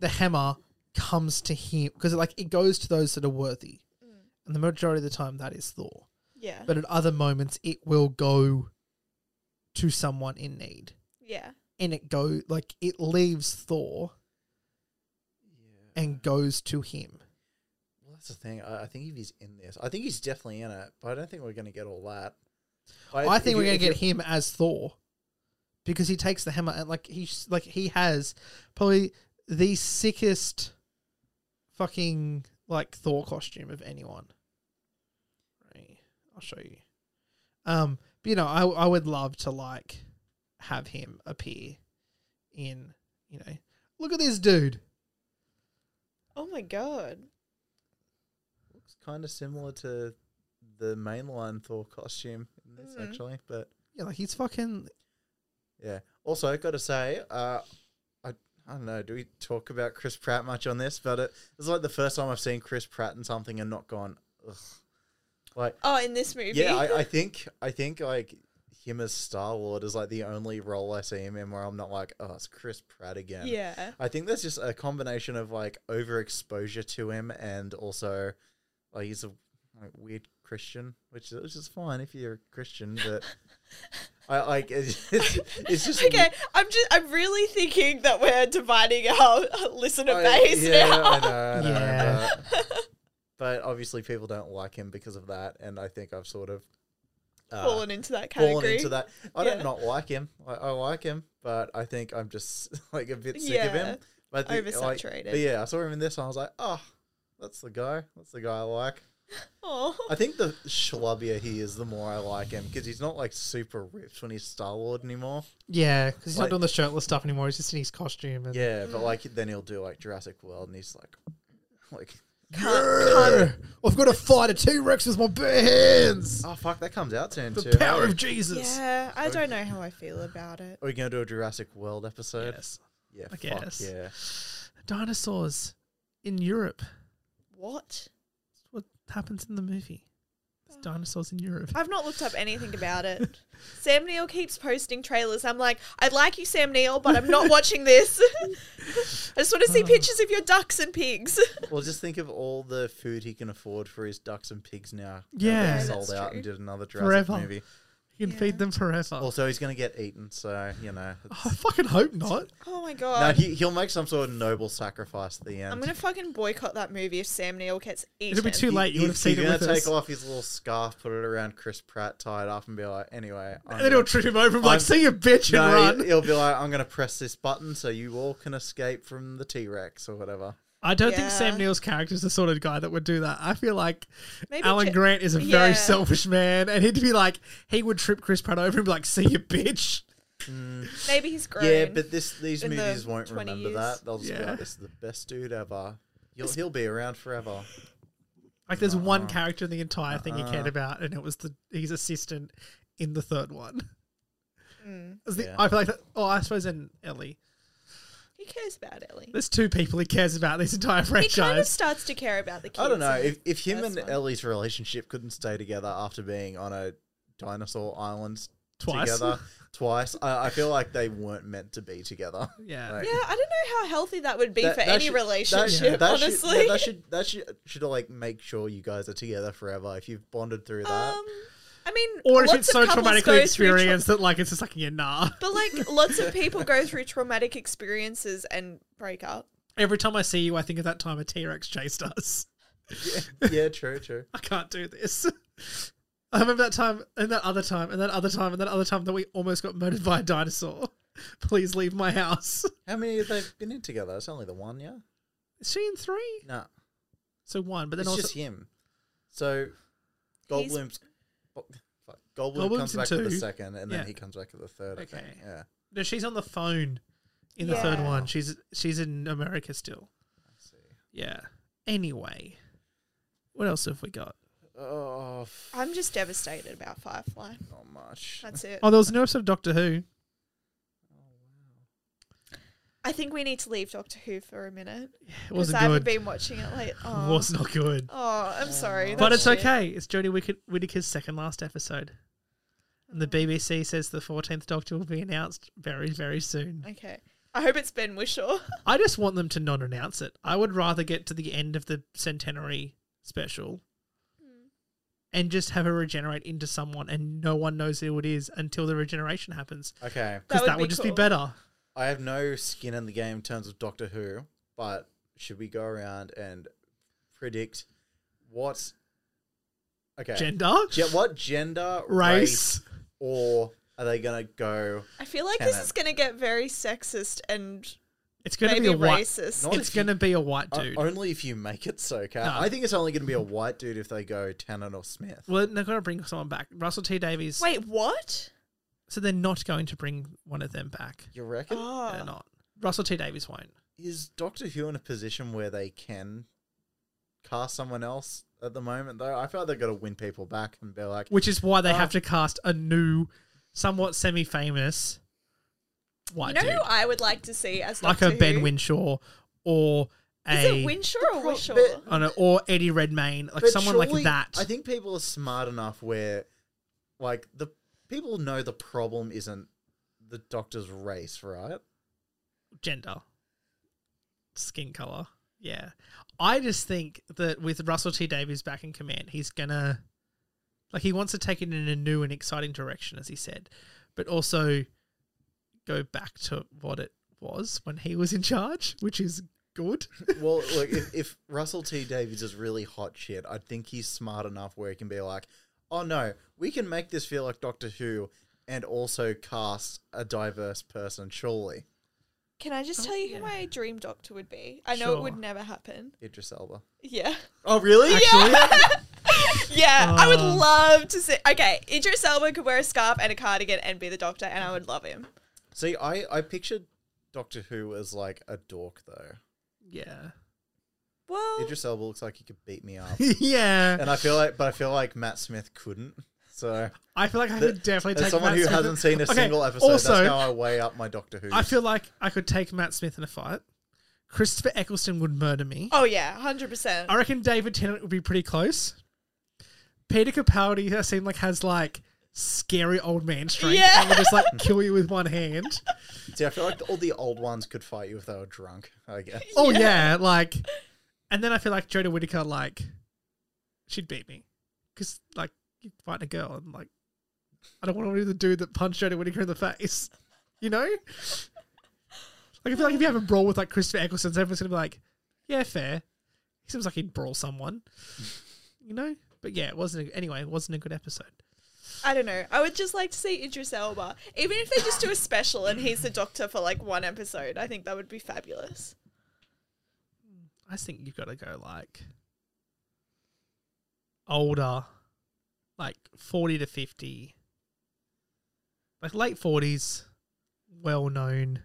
Speaker 1: the hammer comes to him because like it goes to those that are worthy,
Speaker 2: Mm.
Speaker 1: and the majority of the time that is Thor.
Speaker 2: yeah.
Speaker 1: But at other moments, it will go to someone in need,
Speaker 2: yeah.
Speaker 1: and it go like it leaves Thor and goes to him.
Speaker 3: Well, that's the thing. I, I think if he's in this, I think he's definitely in it, but I don't think we're going to get all that. Like,
Speaker 1: I
Speaker 3: if-
Speaker 1: think
Speaker 3: if
Speaker 1: we're
Speaker 3: you-
Speaker 1: gonna
Speaker 3: if you-
Speaker 1: get him as Thor because he takes the hammer and like he's like he has probably the sickest fucking like Thor costume of anyone. Right, I'll show you. Um, but you know, I I would love to like have him appear in you know, look at this dude.
Speaker 2: Oh my god.
Speaker 3: looks kind of similar to the mainline Thor costume in this
Speaker 2: Mhm.
Speaker 3: actually, but
Speaker 1: Yeah, like he's fucking
Speaker 3: yeah. Also, I got to say, uh, I I don't know. Do we talk about Chris Pratt much on this? But it, it's like the first time I've seen Chris Pratt in something and not gone. Ugh. Like,
Speaker 2: Oh, in this movie.
Speaker 3: yeah, I, I think I think like him as Star Lord is like the only role I see him in where I'm not like, oh, it's Chris Pratt again.
Speaker 2: yeah.
Speaker 3: I think that's just a combination of like overexposure to him and also like he's a like, weird Christian, which is, which is fine if you're a Christian, but I like it's, it's, it's just
Speaker 2: okay, I'm just I'm really thinking that we're dividing our listener
Speaker 3: I-
Speaker 2: base
Speaker 3: yeah,
Speaker 2: now.
Speaker 3: I know, I know,
Speaker 1: Yeah.
Speaker 3: But, but obviously people don't like him because of that, and I think I've sort of uh,
Speaker 2: Fallen into that
Speaker 3: fallen
Speaker 2: category.
Speaker 3: into that. I
Speaker 2: Yeah.
Speaker 3: don't not like him. I, I like him, but I think I'm just like a bit sick of
Speaker 2: Yeah.
Speaker 3: him. But I think, like,
Speaker 2: Oversaturated.
Speaker 3: But yeah, I saw him in this and I was like, oh, that's the guy. That's the guy I like.
Speaker 2: Oh.
Speaker 3: I think the schlubbier he is, the more I like him because he's not like super ripped when he's Star Lord anymore.
Speaker 1: yeah, because he's not
Speaker 3: Like-
Speaker 1: doing the shirtless stuff anymore. He's just in his costume. And,
Speaker 3: Yeah, but like then he'll do like Jurassic World and he's like, like,
Speaker 1: "Arr, I've got to fight a T Rex with my bare hands.
Speaker 3: oh fuck, that comes out soon too.
Speaker 1: The power
Speaker 3: Are
Speaker 1: of Jesus.
Speaker 2: Yeah, I don't know how I feel about it.
Speaker 3: we going to do a Jurassic World episode?
Speaker 1: Yes.
Speaker 3: Yeah,
Speaker 1: I
Speaker 3: fuck
Speaker 1: guess.
Speaker 3: yeah.
Speaker 1: Dinosaurs in Europe.
Speaker 2: What?
Speaker 1: That's what happens in the movie.
Speaker 2: Oh.
Speaker 1: There's dinosaurs in Europe.
Speaker 2: I've not looked up anything about it. Sam Neill keeps posting trailers. I'm like, I like you, Sam Neill, but I'm not watching this. I just want to see
Speaker 3: Oh.
Speaker 2: pictures of your ducks and pigs.
Speaker 3: Well, just think of all the food he can afford for his ducks and pigs now.
Speaker 1: Yeah.
Speaker 3: they
Speaker 1: Yeah,
Speaker 3: sold
Speaker 2: that's
Speaker 3: out
Speaker 2: true.
Speaker 3: and did another Jurassic
Speaker 1: Forever.
Speaker 3: movie.
Speaker 1: You can
Speaker 2: Yeah.
Speaker 1: feed them forever.
Speaker 3: Also, he's gonna get eaten, so you know. it's-
Speaker 1: I fucking hope not.
Speaker 2: Oh my
Speaker 3: no,
Speaker 2: god.
Speaker 3: he, he'll make some sort of noble sacrifice at the end.
Speaker 2: I'm gonna fucking boycott that movie if Sam Neill gets eaten.
Speaker 1: It'll be too late. You would have
Speaker 3: He's- he's
Speaker 1: seen it with
Speaker 3: gonna take
Speaker 1: us.
Speaker 3: off his little scarf, put it around Chris Pratt, tie it up, and be like, anyway. I'm
Speaker 1: And then he'll
Speaker 3: gonna-
Speaker 1: trip him over and be like,
Speaker 3: I'm-
Speaker 1: see you bitch and
Speaker 3: no,
Speaker 1: run.
Speaker 3: he- he'll be like, I'm gonna press this button so you all can escape from the T Rex or whatever.
Speaker 1: I don't think
Speaker 2: Yeah.
Speaker 1: Sam Neill's character is the sort of guy that would do that. I feel like
Speaker 2: Maybe
Speaker 1: Alan
Speaker 2: Ja-
Speaker 1: Grant is a very
Speaker 2: Yeah.
Speaker 1: selfish man, and he'd be like, he would trip Chris Pratt over and be like, "See you, bitch."
Speaker 2: Maybe he's grown.
Speaker 3: Yeah, but this these
Speaker 2: in the
Speaker 3: movies won't
Speaker 2: 20
Speaker 3: remember
Speaker 2: years.
Speaker 3: that. They'll just be
Speaker 1: Yeah.
Speaker 3: like, this is the best dude ever. He'll, he'll be around forever.
Speaker 1: Like, there's one
Speaker 3: Uh-huh.
Speaker 1: character in the entire thing he cared about, and it was the his assistant in the third one.
Speaker 2: Mm.
Speaker 1: That's the-
Speaker 3: Yeah.
Speaker 1: I feel like, that, oh, I suppose in Ellie,
Speaker 2: he cares about Ellie.
Speaker 1: there's two people he cares about this entire
Speaker 2: He
Speaker 1: franchise.
Speaker 2: kind of starts to care about the kids.
Speaker 3: I don't know
Speaker 2: and-
Speaker 3: if, if him
Speaker 2: That's
Speaker 3: and
Speaker 2: fine.
Speaker 3: Ellie's relationship couldn't stay together after being on a dinosaur island
Speaker 1: Twice.
Speaker 3: together twice. I, I feel like they weren't meant to be together.
Speaker 1: yeah,
Speaker 3: Like,
Speaker 2: Yeah, I don't know how healthy that would be
Speaker 3: that-
Speaker 2: for
Speaker 3: that
Speaker 2: any
Speaker 3: should- that-
Speaker 2: relationship,
Speaker 3: that should-
Speaker 2: honestly.
Speaker 3: that should that should should like make sure you guys are together forever if you've bonded through that.
Speaker 2: um, I mean,
Speaker 1: or if
Speaker 2: lots
Speaker 1: it's
Speaker 2: of
Speaker 1: so
Speaker 2: couples go
Speaker 1: traumatically
Speaker 2: through
Speaker 1: experienced that like it's just like, yeah, nah.
Speaker 2: But like lots of people go through traumatic experiences and break up.
Speaker 1: Every time I see you, I think of that time a T Rex chased us.
Speaker 3: yeah, true, true.
Speaker 1: I can't do this. I remember that time and that other time and that other time and that other time that we almost got murdered by a dinosaur. Please leave my house.
Speaker 3: How many have they been in together? It's only the one, yeah.
Speaker 1: Is she in three?
Speaker 3: No,
Speaker 1: So one, but then
Speaker 3: it's
Speaker 1: also
Speaker 3: just him. So Goldblum's oh, fuck, Goldblum
Speaker 1: Goldblum's
Speaker 3: comes
Speaker 1: in
Speaker 3: back to the
Speaker 1: two.
Speaker 3: second, and
Speaker 1: Yeah.
Speaker 3: then he comes back to the third. I think.
Speaker 1: Okay.
Speaker 3: Yeah.
Speaker 1: no, she's on the phone in the third
Speaker 2: Yeah.
Speaker 1: one. She's she's in America still. Yeah. Anyway, what else have we got?
Speaker 3: Oh, f-
Speaker 2: I'm just devastated about Firefly.
Speaker 3: not much.
Speaker 2: That's it.
Speaker 1: Oh, there was no episode of Doctor Who.
Speaker 2: I think we need to leave Doctor Who for a minute
Speaker 1: It
Speaker 2: because I
Speaker 1: wasn't
Speaker 2: haven't
Speaker 1: good.
Speaker 2: been watching it late. Oh,
Speaker 1: was not good.
Speaker 2: oh I'm sorry.
Speaker 1: But
Speaker 2: that's
Speaker 1: it's
Speaker 2: shit.
Speaker 1: okay. It's Jodie Whitt- Whittaker's second last episode. And the BBC says the 14th Doctor will be announced very, very soon.
Speaker 2: Okay. I hope it's Ben Wishaw.
Speaker 1: I just want them to not announce it. I would rather get to the end of the centenary special
Speaker 2: Hmm.
Speaker 1: and just have her regenerate into someone and no one knows who it is until the regeneration happens.
Speaker 3: Okay,
Speaker 1: Because
Speaker 2: That
Speaker 1: that,
Speaker 2: would
Speaker 1: would
Speaker 2: be
Speaker 1: just be
Speaker 2: cool.
Speaker 1: better.
Speaker 3: I have no skin in the game in terms of Doctor Who, but should we go around and predict what? Okay,
Speaker 1: Gender?
Speaker 3: Ge- what gender, race,
Speaker 1: race.
Speaker 3: or are they gonna go?
Speaker 2: I feel like this
Speaker 3: Tenet.
Speaker 2: is going to get very sexist and
Speaker 1: It's going to
Speaker 2: maybe
Speaker 1: be a white.
Speaker 2: racist.
Speaker 3: Not
Speaker 1: It's
Speaker 3: if you-
Speaker 1: going to be a white
Speaker 3: o-
Speaker 1: dude.
Speaker 3: only if you make it so, okay?
Speaker 1: No.
Speaker 3: I think it's only going to be a white dude if they go Tannen or Smith.
Speaker 1: well, they're going to bring someone back. Russell T Davies.
Speaker 2: Wait, what?
Speaker 1: So they're not going to bring one of them back.
Speaker 3: You reckon?
Speaker 1: They're
Speaker 2: Oh.
Speaker 1: not. Russell T Davies won't.
Speaker 3: Is Doctor Who in a position where they can cast someone else at the moment, though? I feel like they've got to win people back and be like,
Speaker 1: which is why they
Speaker 3: Ah.
Speaker 2: Oh.
Speaker 1: have to cast a new, somewhat semi-famous
Speaker 2: You
Speaker 1: white
Speaker 2: know
Speaker 1: dude,
Speaker 2: who I would like to see as
Speaker 1: like
Speaker 2: Doctor
Speaker 1: a Ben
Speaker 2: Who?
Speaker 1: Winshaw or
Speaker 2: Is
Speaker 1: a
Speaker 2: it Winshaw or
Speaker 3: pro-
Speaker 2: Wishaw?
Speaker 3: but-
Speaker 1: I don't know, or Eddie Redmayne, like
Speaker 3: But
Speaker 1: someone like
Speaker 3: surely-
Speaker 1: that.
Speaker 3: I think people are smart enough where, like, the people know the problem isn't the Doctor's race, right?
Speaker 1: gender, skin color. Yeah, I just think that with Russell T Davies back in command, he's gonna like he wants to take it in a new and exciting direction, as he said, but also go back to what it was when he was in charge, which is good.
Speaker 3: Well, look, if, if Russell T Davies is really hot shit, I think he's smart enough where he can be like, oh no, we can make this feel like Doctor Who and also cast a diverse person, surely.
Speaker 2: Can I just
Speaker 1: Oh,
Speaker 2: tell you
Speaker 1: yeah.
Speaker 2: who my dream doctor would be? I know it would
Speaker 1: Sure.
Speaker 2: never happen.
Speaker 3: Idris Elba.
Speaker 2: Yeah.
Speaker 3: Oh, really?
Speaker 1: Actually,
Speaker 2: Yeah, I would
Speaker 3: Oh.
Speaker 1: Uh.
Speaker 2: love to see. Okay, Idris Elba could wear a scarf and a cardigan and be the doctor, and I would love him.
Speaker 3: See, I, I pictured Doctor Who as like a dork, though.
Speaker 1: Yeah. Oh.
Speaker 2: Well,
Speaker 3: Idris Elba looks like he could beat me up.
Speaker 1: yeah.
Speaker 3: and I feel like, but I feel like Matt Smith couldn't. So,
Speaker 1: I feel like I
Speaker 3: The-
Speaker 1: could definitely
Speaker 3: as
Speaker 1: take
Speaker 3: someone
Speaker 1: Matt
Speaker 3: who
Speaker 1: Smith
Speaker 3: hasn't
Speaker 1: and-
Speaker 3: seen a
Speaker 1: Okay,
Speaker 3: single episode,
Speaker 1: Also,
Speaker 3: that's how I weigh up my Doctor Who.
Speaker 1: I feel like I could take Matt Smith in a fight. Christopher Eccleston would murder me.
Speaker 2: oh yeah, hundred percent.
Speaker 1: I reckon David Tennant would be pretty close. Peter Capaldi, I seem like has like scary old man strength
Speaker 2: Yeah.
Speaker 1: and would just like kill you with one hand.
Speaker 3: See, I feel like all the old ones could fight you if they were drunk, I guess.
Speaker 1: Oh yeah, like, and then I feel like Jodie Whittaker, like, she'd beat me because like you're fighting a girl and like I don't want to be the dude that punched Jodie Whittaker in the face. You know? Like I feel like if you have a brawl with like Christopher Eccleston, everyone's gonna be like, Yeah, fair. He seems like he'd brawl someone. You know? But yeah, it wasn't a, anyway, it wasn't a good episode.
Speaker 2: I don't know. I would just like to see Idris Elba, even if they just do a special and he's the doctor for like one episode. I think that would be fabulous.
Speaker 1: I think you've gotta go like older, like forty to fifty. Like late forties, well known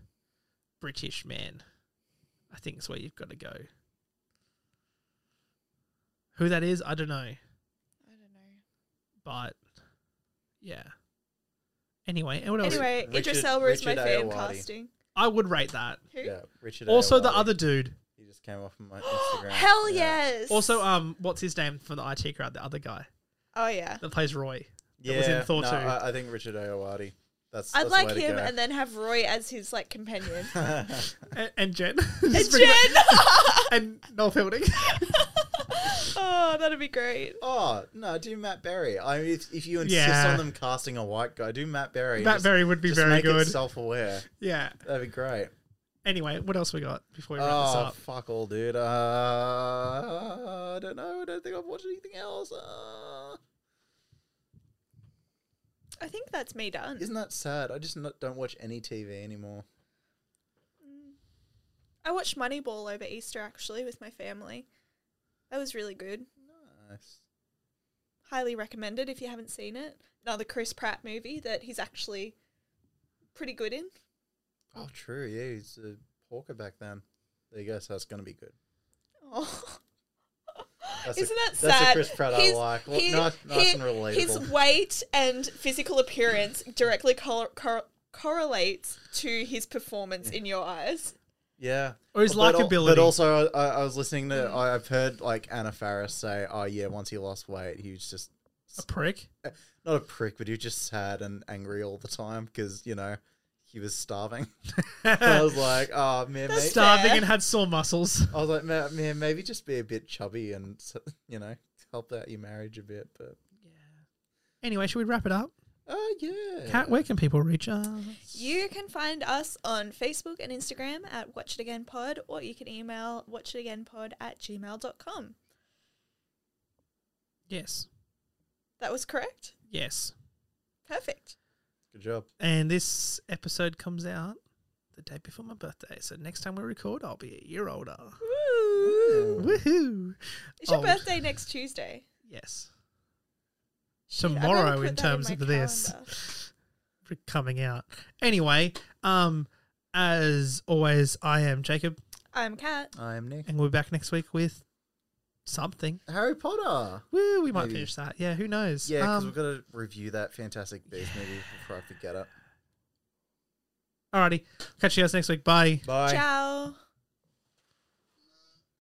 Speaker 1: British man. I think is where you've got to go. Who that is, I don't know.
Speaker 2: I don't
Speaker 1: But yeah. Anyway, and what else?
Speaker 2: know. Anyway, Idris
Speaker 3: Richard-
Speaker 2: Elba is my
Speaker 3: Richard
Speaker 2: fan
Speaker 3: Ayoade.
Speaker 2: casting.
Speaker 1: I would rate that.
Speaker 2: Who?
Speaker 3: Yeah, Richard.
Speaker 1: Also the
Speaker 3: Ayoade.
Speaker 1: other dude.
Speaker 3: He just came off my Instagram.
Speaker 2: Hell
Speaker 3: yeah! uh,
Speaker 2: yes.
Speaker 1: Also, um, what's his name for the IT crowd? The other guy
Speaker 2: oh yeah.
Speaker 1: that plays Roy.
Speaker 3: Yeah,
Speaker 1: That was in Thor
Speaker 3: no,
Speaker 1: two.
Speaker 3: I, I think Richard Ayoade. That's.
Speaker 2: I'd
Speaker 3: that's
Speaker 2: like
Speaker 3: the way
Speaker 2: him
Speaker 3: to go.
Speaker 2: and then have Roy as his like companion.
Speaker 1: and, and Jen.
Speaker 2: and
Speaker 1: Just bring
Speaker 2: Jen.
Speaker 1: back- and Noel Fielding.
Speaker 2: oh, that'd be great.
Speaker 3: oh no, do Matt Berry. I mean, if, if you insist
Speaker 1: Yeah.
Speaker 3: on them casting a white guy, do Matt Berry.
Speaker 1: Matt
Speaker 3: Just-
Speaker 1: Berry would be
Speaker 3: just
Speaker 1: very
Speaker 3: make
Speaker 1: good.
Speaker 3: It self-aware.
Speaker 1: yeah.
Speaker 3: That'd be great.
Speaker 1: Anyway, what else we got before we wrap this
Speaker 3: Oh
Speaker 1: up?
Speaker 3: fuck all, dude. Uh, I don't know. I don't think I've watched anything else. Uh,
Speaker 2: I think that's me done.
Speaker 3: isn't that sad? I just not, don't watch any TV anymore.
Speaker 2: I watched Moneyball over Easter actually with my family. That was really good.
Speaker 3: Nice.
Speaker 2: Highly recommended if you haven't seen it. Another Chris Pratt movie that he's actually pretty good in.
Speaker 3: Oh, true. Yeah, he's a hawker back then. There you go. So that's gonna be good.
Speaker 2: Oh.
Speaker 3: That's
Speaker 2: Isn't
Speaker 3: a,
Speaker 2: that
Speaker 3: That's a
Speaker 2: sad?
Speaker 3: Chris Pratt I
Speaker 2: His-
Speaker 3: like. Well,
Speaker 2: he-
Speaker 3: nice, nice
Speaker 2: he-
Speaker 3: and relatable.
Speaker 2: His weight and physical appearance directly cor- cor- correlates to his performance in your eyes.
Speaker 3: yeah.
Speaker 1: Or his
Speaker 3: But al-
Speaker 1: likability.
Speaker 3: But also, I, I was listening to.
Speaker 2: Mm.
Speaker 3: I, I've heard like Anna Faris say, "Oh yeah, once he lost weight, he was just
Speaker 1: a prick.
Speaker 3: not a prick, but he was just sad and angry all the time because you know he was starving." I was like, "Oh man,
Speaker 2: That's
Speaker 3: may-
Speaker 2: sad.
Speaker 1: Starving
Speaker 2: Fair.
Speaker 1: and had sore muscles.
Speaker 3: I was like, "Ma- man, maybe just be a bit chubby and s- you know help out your marriage a bit." But
Speaker 1: Anyway, should we wrap it up?
Speaker 3: oh yeah,
Speaker 1: Kat, where can people reach us?
Speaker 2: You can find us on Facebook and Instagram at Watch It Again Pod, or you can email watchitagainpod at gmail.com.
Speaker 1: Yes.
Speaker 2: That was correct?
Speaker 1: Yes.
Speaker 2: Perfect.
Speaker 3: good job.
Speaker 1: And this episode comes out the day before my birthday. So next time we record, I'll be a year older.
Speaker 3: Um,
Speaker 1: Woohoo.
Speaker 2: It's your
Speaker 1: Old.
Speaker 2: birthday next Tuesday.
Speaker 1: Yes.
Speaker 2: Shit, I better
Speaker 1: Tomorrow
Speaker 2: put
Speaker 1: in
Speaker 2: that
Speaker 1: terms
Speaker 2: my
Speaker 1: of this.
Speaker 2: calendar.
Speaker 1: For coming out. Anyway, um, as always, I am Jacob,
Speaker 2: I'm Kat.
Speaker 3: I am Nick.
Speaker 1: and we'll be back next week with something.
Speaker 3: Harry Potter.
Speaker 1: Woo, we might
Speaker 3: Maybe.
Speaker 1: finish that. Yeah, who knows?
Speaker 3: Yeah, because
Speaker 1: Um,
Speaker 3: we've got to review that Fantastic Beast movie before I forget it.
Speaker 1: Alrighty. Catch you guys next week. Bye.
Speaker 3: Bye.
Speaker 2: Ciao.